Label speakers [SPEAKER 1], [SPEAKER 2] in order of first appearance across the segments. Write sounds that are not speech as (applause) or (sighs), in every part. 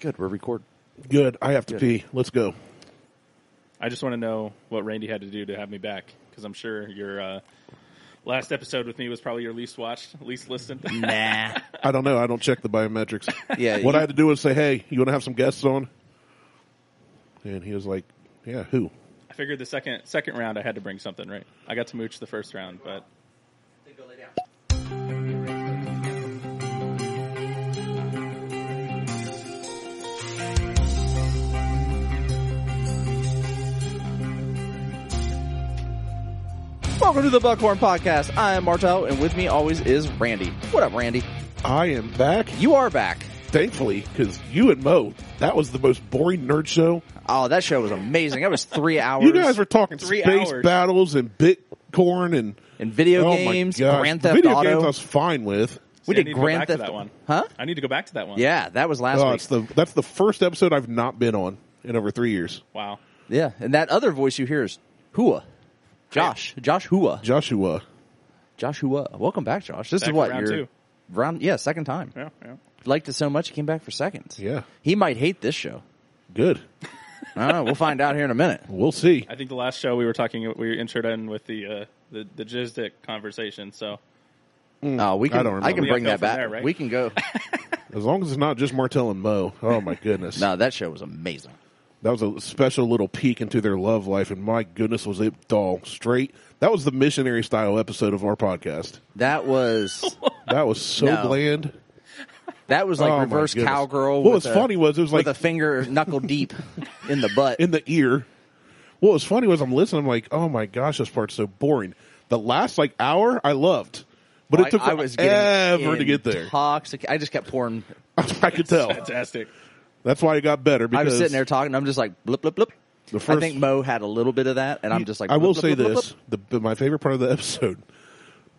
[SPEAKER 1] Good, we're recording.
[SPEAKER 2] Good. I have to
[SPEAKER 1] Good.
[SPEAKER 2] pee. Let's go.
[SPEAKER 3] I just want to know what Randy had to do to have me back because I'm sure your uh, last episode with me was probably your least watched, least listened. (laughs)
[SPEAKER 4] Nah.
[SPEAKER 2] I don't know. I don't check
[SPEAKER 4] (laughs)
[SPEAKER 2] the biometrics.
[SPEAKER 1] Yeah,
[SPEAKER 2] what
[SPEAKER 1] you-
[SPEAKER 2] I had to do was say, "Hey, you want to have some guests on?" And he was like, "Yeah, who?"
[SPEAKER 3] I figured the second second round I had to bring something, right? I got to mooch the first round, but
[SPEAKER 4] Welcome to the Buckhorn Podcast. I am Martel, and with me always is Randy. What up, Randy?
[SPEAKER 2] I am back,
[SPEAKER 4] You are back.
[SPEAKER 2] thankfully, because you and Mo, that was the most boring nerd show.
[SPEAKER 4] Oh, that show was amazing. That was three hours.
[SPEAKER 2] (laughs) You guys were talking
[SPEAKER 3] Three
[SPEAKER 2] space
[SPEAKER 3] hours.
[SPEAKER 2] battles and Bitcoin and
[SPEAKER 4] in video
[SPEAKER 2] oh
[SPEAKER 4] games,
[SPEAKER 2] my gosh.
[SPEAKER 4] Grand Theft
[SPEAKER 2] Video
[SPEAKER 4] Auto.
[SPEAKER 2] games I was fine with.
[SPEAKER 4] we
[SPEAKER 3] See,
[SPEAKER 4] did
[SPEAKER 3] I need to go
[SPEAKER 4] Grand
[SPEAKER 3] back
[SPEAKER 4] Theft
[SPEAKER 3] to that one,
[SPEAKER 4] Huh?
[SPEAKER 3] I need to go back to that one.
[SPEAKER 4] Yeah, that was last
[SPEAKER 2] Oh,
[SPEAKER 4] week.
[SPEAKER 2] it's the that's the first episode I've not been on in over three years.
[SPEAKER 3] Wow.
[SPEAKER 4] yeah, and that other voice you hear is Hua, Josh, Josh Hua,
[SPEAKER 2] Joshua,
[SPEAKER 4] Josh Hua. Welcome back, Josh. This
[SPEAKER 3] Back
[SPEAKER 4] is
[SPEAKER 3] for
[SPEAKER 4] what
[SPEAKER 3] round
[SPEAKER 4] your
[SPEAKER 3] two.
[SPEAKER 4] round. Yeah, second time.
[SPEAKER 3] Yeah. yeah.
[SPEAKER 4] Liked it so much, he came back for seconds.
[SPEAKER 2] Yeah.
[SPEAKER 4] he might hate this show.
[SPEAKER 2] good.
[SPEAKER 4] I don't know. We'll find out here in a minute.
[SPEAKER 2] We'll see.
[SPEAKER 3] I think the last show we were talking, we entered in with the uh, the the jizz dick conversation. So
[SPEAKER 4] Oh, we can.
[SPEAKER 2] Hmm. I don't
[SPEAKER 4] I, can
[SPEAKER 2] remember.
[SPEAKER 4] bring
[SPEAKER 3] We
[SPEAKER 4] that
[SPEAKER 3] have to go
[SPEAKER 4] back.
[SPEAKER 3] from there, right?
[SPEAKER 4] We can
[SPEAKER 3] (laughs)
[SPEAKER 4] go.
[SPEAKER 2] As long as it's not just Martell and Mo. Oh my
[SPEAKER 4] (laughs)
[SPEAKER 2] goodness.
[SPEAKER 4] no, that show was amazing.
[SPEAKER 2] That was a special little peek into their love life, and my goodness, was it dull? Straight. That was the missionary style episode of our podcast.
[SPEAKER 4] That
[SPEAKER 3] (laughs)
[SPEAKER 4] was
[SPEAKER 2] That was so
[SPEAKER 4] No.
[SPEAKER 2] bland.
[SPEAKER 4] that was like
[SPEAKER 2] Oh, my
[SPEAKER 4] reverse
[SPEAKER 2] goodness.
[SPEAKER 4] cowgirl.
[SPEAKER 2] What
[SPEAKER 4] with
[SPEAKER 2] was
[SPEAKER 4] a-
[SPEAKER 2] funny was it was like-
[SPEAKER 4] with a finger knuckle
[SPEAKER 2] (laughs)
[SPEAKER 4] deep in the butt.
[SPEAKER 2] In the ear. What was funny was I'm listening. I'm like, oh my gosh, this part's so boring. The last like hour, I loved, but
[SPEAKER 4] I-
[SPEAKER 2] it took
[SPEAKER 4] I was getting
[SPEAKER 2] ever to get there.
[SPEAKER 4] Toxic. I just kept pouring.
[SPEAKER 2] (laughs) I could
[SPEAKER 4] (laughs)
[SPEAKER 2] tell.
[SPEAKER 3] fantastic.
[SPEAKER 2] That's why it got better. Because
[SPEAKER 4] I was sitting there talking. I'm just like blip blip blip.
[SPEAKER 2] The first-
[SPEAKER 4] I think Mo had a little bit of that, and I'm just like.
[SPEAKER 2] I will
[SPEAKER 4] blip,
[SPEAKER 2] say
[SPEAKER 4] blip, blip, blip,
[SPEAKER 2] this: the, but my favorite part of the episode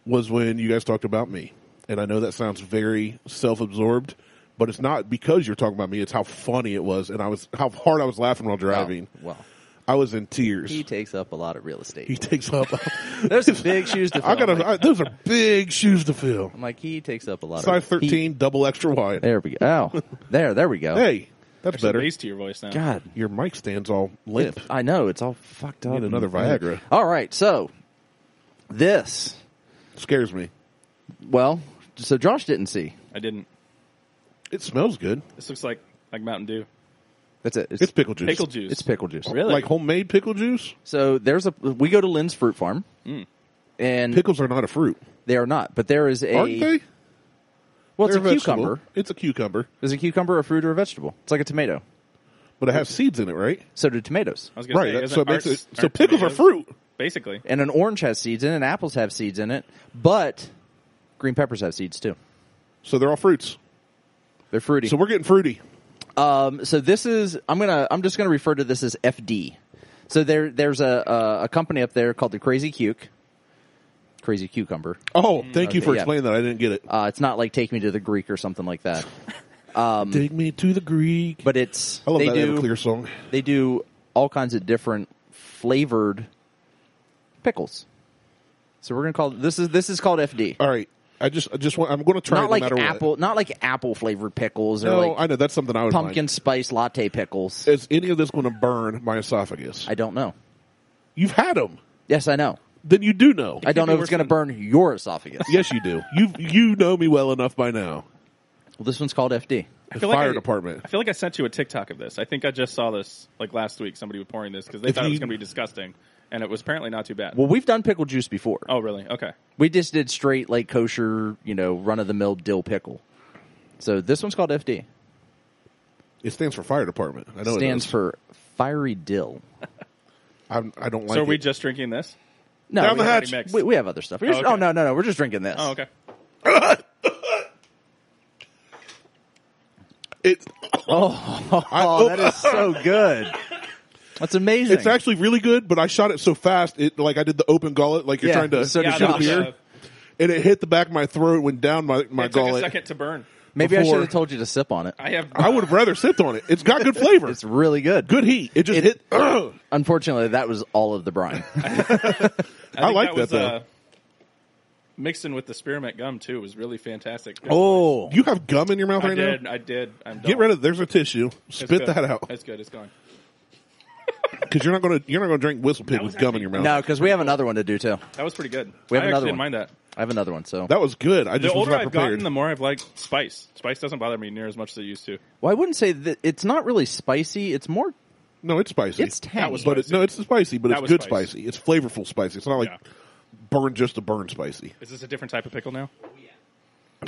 [SPEAKER 2] was when you guys talked about me, and I know that sounds very self-absorbed, but it's not because you're talking about me. It's how funny it was, and I was how hard I was laughing while
[SPEAKER 4] blip.
[SPEAKER 2] driving.
[SPEAKER 4] Wow. Oh, Well,
[SPEAKER 2] I was in tears.
[SPEAKER 4] he
[SPEAKER 2] He,
[SPEAKER 4] takes up a lot of real estate.
[SPEAKER 2] takes up.
[SPEAKER 4] (laughs) There's some big shoes to fill.
[SPEAKER 2] (laughs) I got
[SPEAKER 4] I'm like,
[SPEAKER 2] I, those are big shoes to fill.
[SPEAKER 4] I'm like, he takes up a lot.
[SPEAKER 2] Size
[SPEAKER 4] of he-
[SPEAKER 2] thirteen, double extra wide.
[SPEAKER 4] there we go.
[SPEAKER 2] (laughs)
[SPEAKER 4] Oh, there, there we go.
[SPEAKER 2] Hey, that's
[SPEAKER 3] Better.
[SPEAKER 2] better.
[SPEAKER 3] Bass to your voice now.
[SPEAKER 4] God,
[SPEAKER 2] Your mic stands all limp.
[SPEAKER 4] I know it's all fucked up.
[SPEAKER 2] Need another
[SPEAKER 4] and-
[SPEAKER 2] Viagra.
[SPEAKER 4] All right, so this.
[SPEAKER 2] Scares me.
[SPEAKER 4] Well, so Josh didn't see.
[SPEAKER 3] I didn't.
[SPEAKER 2] It smells good.
[SPEAKER 3] This looks like like Mountain Dew,
[SPEAKER 4] That's it.
[SPEAKER 2] It's pickle juice.
[SPEAKER 3] pickle juice.
[SPEAKER 4] It's pickle juice.
[SPEAKER 3] Really?
[SPEAKER 2] Like homemade pickle juice.
[SPEAKER 4] So there's a we go to Lynn's Fruit Farm,
[SPEAKER 3] Mm.
[SPEAKER 4] and
[SPEAKER 2] Pickles are not a fruit,
[SPEAKER 4] they are not, but there is a
[SPEAKER 2] aren't they?
[SPEAKER 4] well, it's a
[SPEAKER 2] They're vegetable.
[SPEAKER 4] cucumber.
[SPEAKER 2] It's a cucumber,
[SPEAKER 4] Is a cucumber a fruit or a vegetable? It's like a tomato.
[SPEAKER 2] but it has seeds in it, right?
[SPEAKER 4] So do tomatoes,
[SPEAKER 3] I was gonna
[SPEAKER 2] Right.
[SPEAKER 3] Say,
[SPEAKER 2] that-
[SPEAKER 3] isn't
[SPEAKER 2] so it makes
[SPEAKER 3] arts-
[SPEAKER 2] it, so
[SPEAKER 3] aren't
[SPEAKER 2] pickles are
[SPEAKER 3] tomatoes-
[SPEAKER 2] fruit.
[SPEAKER 3] Basically,
[SPEAKER 4] and an orange has seeds in it, and apples have seeds in it, but green peppers have seeds too.
[SPEAKER 2] So they're all fruits.
[SPEAKER 4] They're fruity.
[SPEAKER 2] So we're getting fruity.
[SPEAKER 4] Um, so this is I'm gonna I'm just gonna refer to this as FD. So there there's a a, a company up there called the Crazy Cuke, Crazy Cucumber.
[SPEAKER 2] Oh,
[SPEAKER 3] Mm.
[SPEAKER 2] thank you
[SPEAKER 4] okay,
[SPEAKER 2] for
[SPEAKER 4] yeah.
[SPEAKER 2] explaining that. I didn't get it.
[SPEAKER 4] Uh, it's not like Take Me to the Greek or something like that,
[SPEAKER 2] Take me to the Greek.
[SPEAKER 4] Um, but it's
[SPEAKER 2] (laughs) I love
[SPEAKER 4] they
[SPEAKER 2] that
[SPEAKER 4] do
[SPEAKER 2] Everclear song.
[SPEAKER 4] they do all kinds of different flavored pickles. So we're gonna call this is this is called FD.
[SPEAKER 2] All right. I just, I just want. I'm going to try.
[SPEAKER 4] not
[SPEAKER 2] no
[SPEAKER 4] like
[SPEAKER 2] matter
[SPEAKER 4] apple, not like apple flavored pickles
[SPEAKER 2] What.
[SPEAKER 4] or
[SPEAKER 2] No,
[SPEAKER 4] like
[SPEAKER 2] I know that's something I would.
[SPEAKER 4] pumpkin
[SPEAKER 2] Mind.
[SPEAKER 4] spice latte pickles.
[SPEAKER 2] Is any of this going to burn my esophagus?
[SPEAKER 4] I don't know.
[SPEAKER 2] You've had them.
[SPEAKER 4] Yes, I know.
[SPEAKER 2] Then you do know.
[SPEAKER 4] I don't
[SPEAKER 3] be
[SPEAKER 4] know if
[SPEAKER 3] worse
[SPEAKER 4] it's going to
[SPEAKER 3] than-
[SPEAKER 4] burn your esophagus.
[SPEAKER 2] yes, you do. You you know me well enough by now.
[SPEAKER 4] Well, this one's called FD.
[SPEAKER 2] The
[SPEAKER 3] feel like
[SPEAKER 2] fire
[SPEAKER 3] I-
[SPEAKER 2] department.
[SPEAKER 3] I feel like I sent you a TikTok of this. I think I just saw this like last week. Somebody was pouring this because they
[SPEAKER 2] If
[SPEAKER 3] thought it
[SPEAKER 2] you-
[SPEAKER 3] was going to be disgusting, and it was apparently not too bad.
[SPEAKER 4] Well, we've done pickle juice before.
[SPEAKER 3] oh, really? Okay.
[SPEAKER 4] We just did straight like kosher, you know, run of the mill dill pickle. So this one's called FD.
[SPEAKER 2] It stands for fire department. I know
[SPEAKER 4] Stands
[SPEAKER 2] it does.
[SPEAKER 4] for fiery dill.
[SPEAKER 2] I'm, I don't like.
[SPEAKER 3] so are we
[SPEAKER 2] it.
[SPEAKER 3] just drinking this?
[SPEAKER 4] No,
[SPEAKER 2] Down
[SPEAKER 4] we,
[SPEAKER 2] the
[SPEAKER 4] have,
[SPEAKER 2] hatch.
[SPEAKER 3] mixed.
[SPEAKER 4] we, we have other stuff. We're just-
[SPEAKER 3] okay.
[SPEAKER 4] Oh no, no, no. We're just drinking this.
[SPEAKER 3] Oh, okay.
[SPEAKER 2] It,
[SPEAKER 4] (laughs) Oh, that is so good. That's amazing.
[SPEAKER 2] it's actually really good, but I shot it so fast. It like I did the open gullet, like you're
[SPEAKER 4] Yeah,
[SPEAKER 2] trying to
[SPEAKER 4] so
[SPEAKER 2] shoot
[SPEAKER 4] did
[SPEAKER 2] a
[SPEAKER 3] Josh.
[SPEAKER 2] beer.
[SPEAKER 3] Uh,
[SPEAKER 2] and it hit the back of my throat, went down my, my
[SPEAKER 3] it took a
[SPEAKER 2] gullet.
[SPEAKER 3] second to burn.
[SPEAKER 4] Maybe I
[SPEAKER 2] before-
[SPEAKER 4] should have told you to sip on it.
[SPEAKER 3] I have.
[SPEAKER 2] I would have rather sipped on it. It's
[SPEAKER 4] (laughs)
[SPEAKER 2] got good flavor.
[SPEAKER 4] It's really good.
[SPEAKER 2] good heat. It just
[SPEAKER 4] It-
[SPEAKER 2] hit. Ugh. (laughs)
[SPEAKER 4] Unfortunately, that was all of the brine.
[SPEAKER 3] I, think
[SPEAKER 2] like that,
[SPEAKER 3] was,
[SPEAKER 2] though.
[SPEAKER 3] Uh, mixing with the spearmint gum too was really fantastic.
[SPEAKER 4] Oh,
[SPEAKER 2] You have gum in your mouth
[SPEAKER 3] I
[SPEAKER 2] right
[SPEAKER 3] did,
[SPEAKER 2] now.
[SPEAKER 3] I did. I'm
[SPEAKER 2] Get rid of. There's a tissue. Spit that out
[SPEAKER 3] It's good. It's gone.
[SPEAKER 2] because you're not going to you're not going to drink whistle pig with gum in your mouth.
[SPEAKER 4] no, because we have another one to do too.
[SPEAKER 3] That was pretty good.
[SPEAKER 4] We have
[SPEAKER 3] I
[SPEAKER 4] another one.
[SPEAKER 3] actually Didn't mind that.
[SPEAKER 4] I have another one. So
[SPEAKER 2] That was good. I
[SPEAKER 3] The
[SPEAKER 2] just was
[SPEAKER 3] older
[SPEAKER 2] not
[SPEAKER 3] I've
[SPEAKER 2] prepared.
[SPEAKER 3] gotten, the more I've liked spice. Spice doesn't bother me near as much as it used to.
[SPEAKER 4] well, I wouldn't say that it's not really spicy. It's more.
[SPEAKER 2] no, it's spicy.
[SPEAKER 4] It's tangy. That was
[SPEAKER 2] but it, no, it's spicy, but
[SPEAKER 3] That
[SPEAKER 2] it's
[SPEAKER 3] was
[SPEAKER 2] good spicy.
[SPEAKER 3] spicy.
[SPEAKER 2] It's flavorful spicy. It's not like
[SPEAKER 3] Yeah.
[SPEAKER 2] burn just to burn spicy.
[SPEAKER 3] Is this a different type of pickle now?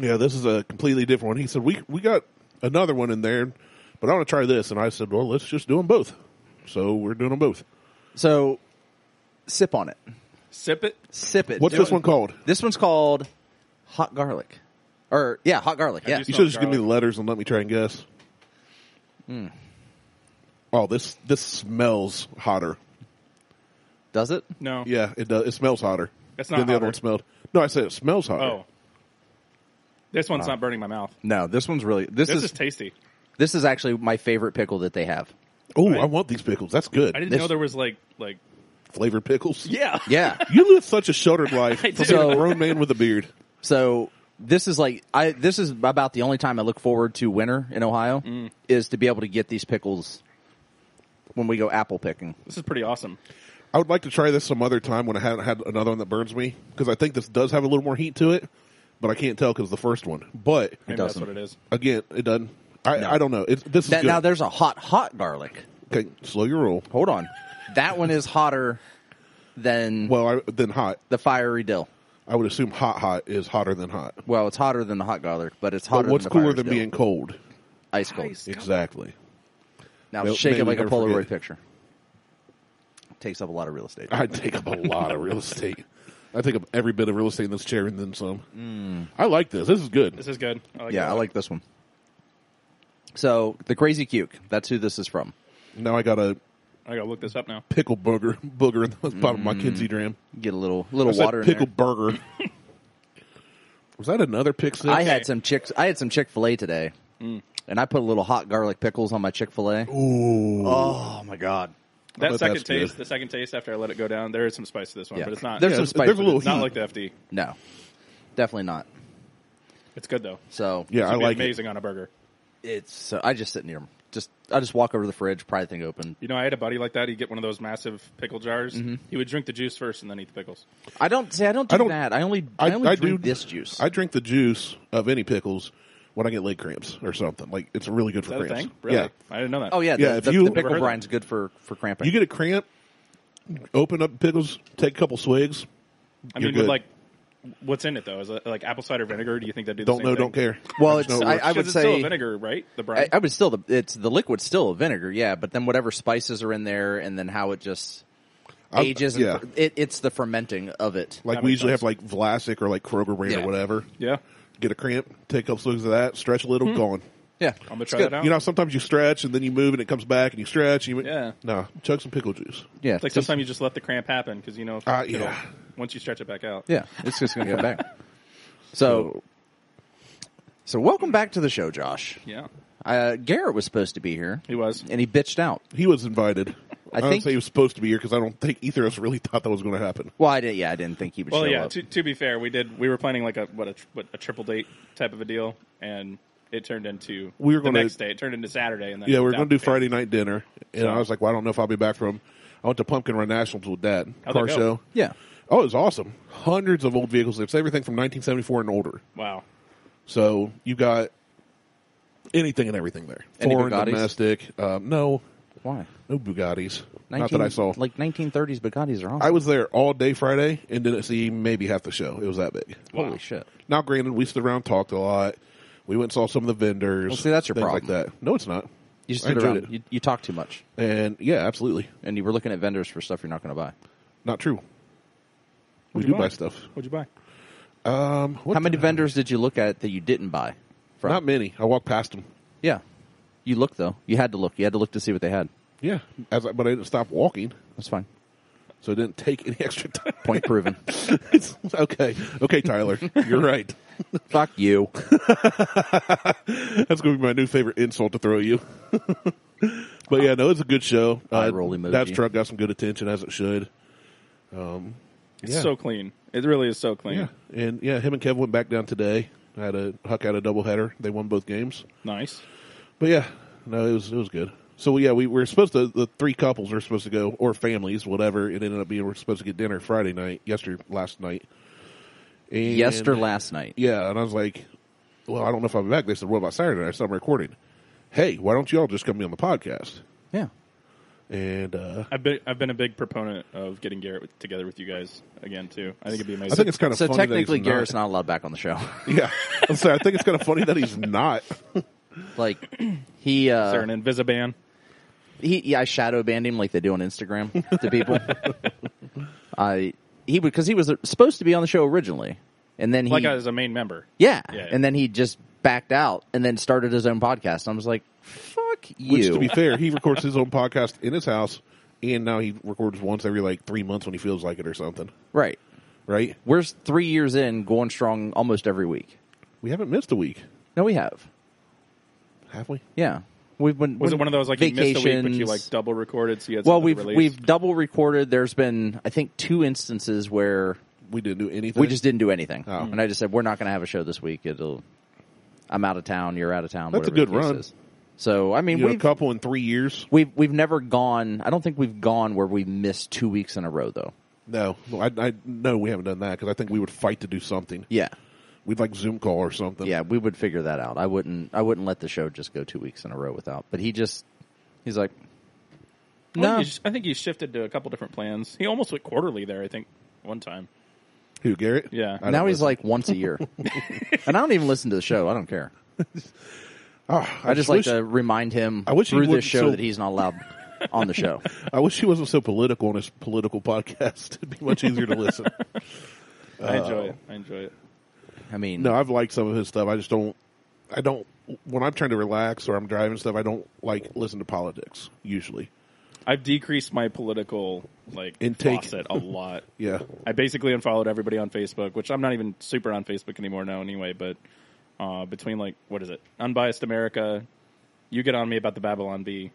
[SPEAKER 2] Yeah, this is a completely different one. He said we we got another one in there, but I want to try this. And I said, well, let's just do them both. So we're doing them both.
[SPEAKER 4] So, sip on it.
[SPEAKER 3] Sip it.
[SPEAKER 4] Sip it.
[SPEAKER 2] What's
[SPEAKER 4] Do
[SPEAKER 2] this
[SPEAKER 4] it.
[SPEAKER 2] one called?
[SPEAKER 4] This one's called hot garlic, or yeah, hot garlic. Yeah,
[SPEAKER 3] do
[SPEAKER 2] You
[SPEAKER 3] It's
[SPEAKER 2] should
[SPEAKER 3] not
[SPEAKER 2] just give me the
[SPEAKER 3] garlic.
[SPEAKER 2] letters and let me try and guess.
[SPEAKER 3] Hmm.
[SPEAKER 2] Oh, this this smells hotter.
[SPEAKER 4] does it?
[SPEAKER 3] No.
[SPEAKER 2] Yeah, it does. It smells hotter.
[SPEAKER 3] It's not
[SPEAKER 2] than the other
[SPEAKER 3] hotter.
[SPEAKER 2] one smelled. No, I said it smells hotter.
[SPEAKER 3] Oh. This one's not burning my mouth.
[SPEAKER 4] No, this one's really this,
[SPEAKER 3] This,
[SPEAKER 4] is,
[SPEAKER 3] is, tasty.
[SPEAKER 4] this is actually my favorite pickle that they have.
[SPEAKER 2] Oh,
[SPEAKER 3] I-
[SPEAKER 2] I want these pickles. That's good.
[SPEAKER 3] I didn't
[SPEAKER 4] This-
[SPEAKER 3] know there was like like
[SPEAKER 2] Flavored pickles.
[SPEAKER 3] yeah
[SPEAKER 4] Yeah.
[SPEAKER 2] You live such a sheltered life.
[SPEAKER 3] (laughs) I do.
[SPEAKER 2] So, a grown man with a beard.
[SPEAKER 4] (laughs) so this is like I this is about the only time I look forward to winter in Ohio
[SPEAKER 2] Mm.
[SPEAKER 4] is to be able to get these pickles when we go apple picking.
[SPEAKER 3] This is pretty awesome.
[SPEAKER 2] I would like to try this some other time when I haven't had another one that burns me because I think this does have a little more heat to it, but I can't tell because the first one. But
[SPEAKER 3] Maybe that's
[SPEAKER 4] doesn't.
[SPEAKER 3] what it is.
[SPEAKER 2] again, it doesn't. I,
[SPEAKER 4] No.
[SPEAKER 2] I don't know. It's this is
[SPEAKER 4] That,
[SPEAKER 2] good.
[SPEAKER 4] now there's a hot hot garlic.
[SPEAKER 2] okay, slow your roll.
[SPEAKER 4] Hold on, that one is hotter than
[SPEAKER 2] Well, I, then hot.
[SPEAKER 4] the fiery dill.
[SPEAKER 2] I would assume hot hot is hotter than hot.
[SPEAKER 4] Well, it's hotter than the hot garlic, but it's hotter.
[SPEAKER 2] But what's
[SPEAKER 4] than the
[SPEAKER 2] cooler
[SPEAKER 4] fiery
[SPEAKER 2] than
[SPEAKER 4] dill.
[SPEAKER 2] being cold?
[SPEAKER 4] ice cold?
[SPEAKER 2] Exactly.
[SPEAKER 4] Now
[SPEAKER 2] Nope,
[SPEAKER 4] shake
[SPEAKER 2] maybe
[SPEAKER 4] it
[SPEAKER 2] we
[SPEAKER 4] like a
[SPEAKER 2] never
[SPEAKER 4] Polaroid
[SPEAKER 2] forget.
[SPEAKER 4] picture. Takes up a lot of real estate.
[SPEAKER 2] I take up a lot of real estate. I take up every bit of real estate in this chair and then some.
[SPEAKER 4] Mm.
[SPEAKER 2] I like this. This is good.
[SPEAKER 3] This is good. I like
[SPEAKER 4] yeah,
[SPEAKER 3] that.
[SPEAKER 4] I like this one. So the crazy cuke. That's who this is from.
[SPEAKER 2] now I got a
[SPEAKER 3] I gotta look this up now.
[SPEAKER 2] pickle booger booger in the bottom of
[SPEAKER 4] Mm.
[SPEAKER 2] my Kinsey dram.
[SPEAKER 4] Get a little little
[SPEAKER 2] I said
[SPEAKER 4] water in
[SPEAKER 2] pickle
[SPEAKER 4] there.
[SPEAKER 2] burger. (laughs) Was that another pick six?
[SPEAKER 4] I had some chicks. I had some Chick Fil A today,
[SPEAKER 2] Mm.
[SPEAKER 4] and I put a little hot garlic pickles on my Chick Fil A.
[SPEAKER 2] Ooh.
[SPEAKER 4] Oh my god!
[SPEAKER 2] bet
[SPEAKER 3] That second
[SPEAKER 2] that's good.
[SPEAKER 3] taste, the second taste after I let it go down, there is some spice to this one,
[SPEAKER 4] Yeah.
[SPEAKER 3] but it's not.
[SPEAKER 4] There's
[SPEAKER 2] Yeah,
[SPEAKER 4] some
[SPEAKER 2] it's-
[SPEAKER 4] spice.
[SPEAKER 2] there's a
[SPEAKER 4] in
[SPEAKER 2] little
[SPEAKER 4] it.
[SPEAKER 3] it's not
[SPEAKER 2] heat.
[SPEAKER 3] like the FD.
[SPEAKER 4] No, definitely not.
[SPEAKER 3] It's good though.
[SPEAKER 4] So
[SPEAKER 2] yeah,
[SPEAKER 3] This
[SPEAKER 2] I
[SPEAKER 3] would be
[SPEAKER 2] like it.
[SPEAKER 3] amazing on a burger.
[SPEAKER 4] it's. So I just sit near 'em. Just I just walk over to the fridge, pry the thing open.
[SPEAKER 3] You know, I had a buddy like that. He'd get one of those massive pickle jars. He would drink the juice first and then eat the pickles.
[SPEAKER 4] I don't see. I don't do
[SPEAKER 2] I don't-
[SPEAKER 4] that. I only. I, only drink this juice.
[SPEAKER 2] I drink the juice of any pickles when I get leg cramps or something. Like it's really good
[SPEAKER 3] Is
[SPEAKER 2] for
[SPEAKER 3] that a
[SPEAKER 2] cramps.
[SPEAKER 3] thing? Really?
[SPEAKER 2] Yeah.
[SPEAKER 3] I didn't know that.
[SPEAKER 4] oh yeah,
[SPEAKER 2] Yeah,
[SPEAKER 4] The,
[SPEAKER 2] if
[SPEAKER 4] the,
[SPEAKER 2] you-
[SPEAKER 4] the pickle
[SPEAKER 2] Never heard
[SPEAKER 4] brine's good for for cramping.
[SPEAKER 2] You get a cramp, open up pickles, take a couple swigs.
[SPEAKER 3] I
[SPEAKER 2] you're
[SPEAKER 3] mean,
[SPEAKER 2] good.
[SPEAKER 3] with like, what's in it though? Is it like apple cider vinegar? Do you think that do?
[SPEAKER 2] Don't
[SPEAKER 3] the same
[SPEAKER 2] know,
[SPEAKER 3] thing?
[SPEAKER 2] don't care.
[SPEAKER 4] Well,
[SPEAKER 2] I just
[SPEAKER 4] it's-
[SPEAKER 2] know it works.
[SPEAKER 4] I would
[SPEAKER 3] Because it's
[SPEAKER 4] say-
[SPEAKER 3] still a vinegar, right? The brine.
[SPEAKER 4] I, I would still the it's the liquid's still a vinegar, yeah. But then whatever spices are in there, and then how it just
[SPEAKER 2] I'm-
[SPEAKER 4] ages.
[SPEAKER 2] yeah.
[SPEAKER 4] and, it, it's the fermenting of it.
[SPEAKER 2] Like
[SPEAKER 3] That
[SPEAKER 2] we
[SPEAKER 3] makes
[SPEAKER 2] usually
[SPEAKER 3] sense.
[SPEAKER 2] have like Vlasic or like Kroger brand
[SPEAKER 4] Yeah.
[SPEAKER 2] or whatever.
[SPEAKER 3] yeah,
[SPEAKER 2] Get a cramp, take a couple swigs of that, stretch a little,
[SPEAKER 4] Hmm.
[SPEAKER 2] gone.
[SPEAKER 4] yeah,
[SPEAKER 3] I'm gonna
[SPEAKER 4] It's
[SPEAKER 3] try
[SPEAKER 4] good.
[SPEAKER 3] that out.
[SPEAKER 2] You know, how sometimes you stretch and then you move and it comes back and you stretch. And you,
[SPEAKER 3] Yeah.
[SPEAKER 2] No, chug some pickle juice.
[SPEAKER 4] Yeah,
[SPEAKER 3] it's like
[SPEAKER 4] just-
[SPEAKER 3] sometimes you just let the cramp happen because you know.
[SPEAKER 2] Uh,
[SPEAKER 3] it'll-
[SPEAKER 2] yeah.
[SPEAKER 3] Once you stretch it back out.
[SPEAKER 4] yeah, it's just gonna come back.
[SPEAKER 3] (laughs)
[SPEAKER 4] So, so welcome back to the show, Josh.
[SPEAKER 3] Yeah.
[SPEAKER 4] Uh, Garrett was supposed to be here,
[SPEAKER 3] He was.
[SPEAKER 4] and he bitched out.
[SPEAKER 2] He was invited.
[SPEAKER 4] I
[SPEAKER 2] I, don't
[SPEAKER 4] think-
[SPEAKER 2] say he was supposed to be here because I don't think either of us really (laughs) thought that was going to happen.
[SPEAKER 4] Well, I did. Yeah, I didn't think he would
[SPEAKER 3] Well,
[SPEAKER 4] show
[SPEAKER 3] yeah.
[SPEAKER 4] up.
[SPEAKER 3] To, to be fair, we did. We were planning like a what a tr- what, a triple date type of a deal, and it turned into
[SPEAKER 2] We were
[SPEAKER 3] the
[SPEAKER 2] gonna-
[SPEAKER 3] next day. It turned into Saturday, and then
[SPEAKER 2] Yeah, we
[SPEAKER 3] are
[SPEAKER 2] were going to do Friday night dinner, and I was like, "Well, I don't know if I'll be back from." I went to Pumpkin Run Nationals with Dad.
[SPEAKER 3] How'd
[SPEAKER 2] car
[SPEAKER 3] that go?
[SPEAKER 2] show.
[SPEAKER 4] yeah,
[SPEAKER 2] Oh, it was awesome. Hundreds of old vehicles. It's everything from 1974 and older.
[SPEAKER 3] Wow.
[SPEAKER 2] So you got anything and everything there.
[SPEAKER 4] Any
[SPEAKER 2] Foreign,
[SPEAKER 4] Bugattis?
[SPEAKER 2] domestic. Um, no,
[SPEAKER 4] why?
[SPEAKER 2] no Bugattis. Not that I saw.
[SPEAKER 4] Like 1930s Bugattis are awesome.
[SPEAKER 2] I was there all day Friday and didn't see maybe half the show. It was that big.
[SPEAKER 4] Holy shit!
[SPEAKER 2] Now, granted, we stood around, talked a lot. We went and saw some of the vendors.
[SPEAKER 4] Well, see, that's your
[SPEAKER 2] things
[SPEAKER 4] problem.
[SPEAKER 2] Like that. No, it's not.
[SPEAKER 4] You just
[SPEAKER 2] I
[SPEAKER 4] stood
[SPEAKER 2] enjoyed
[SPEAKER 4] around.
[SPEAKER 2] it.
[SPEAKER 4] You, you talk too much,
[SPEAKER 2] And yeah, absolutely.
[SPEAKER 4] and you were looking at vendors for stuff you're not going to buy.
[SPEAKER 2] Not true. We
[SPEAKER 3] What'd
[SPEAKER 2] do
[SPEAKER 3] you
[SPEAKER 2] buy stuff.
[SPEAKER 3] What'd you buy?
[SPEAKER 2] Um, what
[SPEAKER 4] How many
[SPEAKER 2] the-
[SPEAKER 4] vendors did you look at that you didn't buy? From?
[SPEAKER 2] Not many. I walked past them.
[SPEAKER 4] yeah. You looked though. You had to look. You had to look to see what they had.
[SPEAKER 2] Yeah, as I, but I didn't stop walking,
[SPEAKER 4] That's fine.
[SPEAKER 2] so it didn't take any (laughs) extra time.
[SPEAKER 4] Point proven.
[SPEAKER 2] It's- okay, okay, Tyler, you're right.
[SPEAKER 4] Fuck you.
[SPEAKER 2] That's going to be my new favorite insult to throw you. (laughs) but yeah, no, it's a good show. Uh,
[SPEAKER 4] Eye roll emoji.
[SPEAKER 2] That's truck got some good attention as it should. Um,
[SPEAKER 3] It's
[SPEAKER 2] Yeah.
[SPEAKER 3] so clean. It really is so clean.
[SPEAKER 2] Yeah, and yeah, him and Kev went back down today. Had a Huck had a doubleheader. They won both games.
[SPEAKER 3] Nice.
[SPEAKER 2] But yeah, no, it was it was good. So yeah, we were supposed to the three couples were supposed to go or families, whatever. It ended up being we're supposed to get dinner Friday night, yesterday last night. And
[SPEAKER 4] Yester last night.
[SPEAKER 2] Yeah, and I was like, Well, I don't know if I'll be back. They said, What about Saturday? I said I'm recording. Hey, why don't you all just come be on the podcast?
[SPEAKER 4] Yeah.
[SPEAKER 2] And uh
[SPEAKER 3] I've been I've been a big proponent of getting Garrett with, together with you guys again too. I think it'd be amazing.
[SPEAKER 2] I think it's kind of
[SPEAKER 4] So
[SPEAKER 2] funny
[SPEAKER 4] technically,
[SPEAKER 2] that he's
[SPEAKER 4] Garrett's not allowed back on the show.
[SPEAKER 2] (laughs) Yeah, I'm sorry. I think it's kind of funny that he's not.
[SPEAKER 4] like he,
[SPEAKER 3] Is there
[SPEAKER 4] uh,
[SPEAKER 3] an Invisiban?
[SPEAKER 4] he, yeah, I shadow banned him like they do on Instagram to people. I he would because he was supposed to be on the show originally, and then he,
[SPEAKER 3] Like as a main member.
[SPEAKER 4] yeah,
[SPEAKER 3] Yeah, yeah.
[SPEAKER 4] and then he just backed out and then started his own podcast. I was like, fuck you.
[SPEAKER 2] Which, to be fair, he records his own podcast in his house, and now he records once every like three months when he feels like it or something.
[SPEAKER 4] right.
[SPEAKER 2] Right?
[SPEAKER 4] We're three years in, going strong almost every week.
[SPEAKER 2] We haven't missed a week,
[SPEAKER 4] No, we have.
[SPEAKER 2] have we?
[SPEAKER 4] Yeah, we've been.
[SPEAKER 3] Was it one of those like you missed a week but you
[SPEAKER 4] vacations.
[SPEAKER 3] like double recorded so you had
[SPEAKER 4] Well,
[SPEAKER 3] something
[SPEAKER 4] we've
[SPEAKER 3] to release?
[SPEAKER 4] we've double recorded. There's been I think two instances where
[SPEAKER 2] We didn't do anything.
[SPEAKER 4] we just didn't do anything,
[SPEAKER 2] Oh.
[SPEAKER 4] and I just said we're not going to have a show this week. It'll I'm out of town. You're out of town.
[SPEAKER 2] That's a
[SPEAKER 4] whatever the
[SPEAKER 2] good
[SPEAKER 4] case
[SPEAKER 2] run.
[SPEAKER 4] is. So I mean,
[SPEAKER 2] you know, a
[SPEAKER 4] we've
[SPEAKER 2] couple in three years.
[SPEAKER 4] we've we've never gone. I don't think we've gone where we missed two weeks in a row though.
[SPEAKER 2] No, no, I, I no, we haven't done that because I think we would fight to do something.
[SPEAKER 4] Yeah,
[SPEAKER 2] We'd like Zoom call or something.
[SPEAKER 4] yeah, we would figure that out. I wouldn't I wouldn't let the show just go two weeks in a row without. But he just he's like,
[SPEAKER 3] I think
[SPEAKER 4] no,
[SPEAKER 3] he's- I think he shifted to a couple different plans. He almost went quarterly there, I think, one time.
[SPEAKER 2] Who Garrett?
[SPEAKER 3] Yeah.
[SPEAKER 2] I don't
[SPEAKER 4] now he's
[SPEAKER 2] listen.
[SPEAKER 4] like once a year,
[SPEAKER 2] (laughs)
[SPEAKER 4] and I don't even listen to the show. I don't care.
[SPEAKER 2] Ah,
[SPEAKER 4] I, just like
[SPEAKER 2] wish,
[SPEAKER 4] to remind him
[SPEAKER 2] I wish he
[SPEAKER 4] through
[SPEAKER 2] wouldn't
[SPEAKER 4] this show
[SPEAKER 2] so-
[SPEAKER 4] that he's not allowed on the
[SPEAKER 2] (laughs)
[SPEAKER 4] show.
[SPEAKER 2] I wish he wasn't so political on his political podcast. (laughs) It'd be much easier
[SPEAKER 4] (laughs)
[SPEAKER 2] to listen.
[SPEAKER 3] I enjoy it. Uh, I enjoy it.
[SPEAKER 4] I mean,
[SPEAKER 2] No, I've liked some of his stuff. I just don't. I don't. When I'm trying to relax or I'm driving stuff, I don't like listen to politics usually.
[SPEAKER 3] I've decreased my political like
[SPEAKER 2] Intake.
[SPEAKER 3] faucet a lot.
[SPEAKER 2] Yeah,
[SPEAKER 3] I basically unfollowed everybody on Facebook, which I'm not even super on Facebook anymore now anyway, but uh, between like what is it? Unbiased America, you get on me about the Babylon Bee.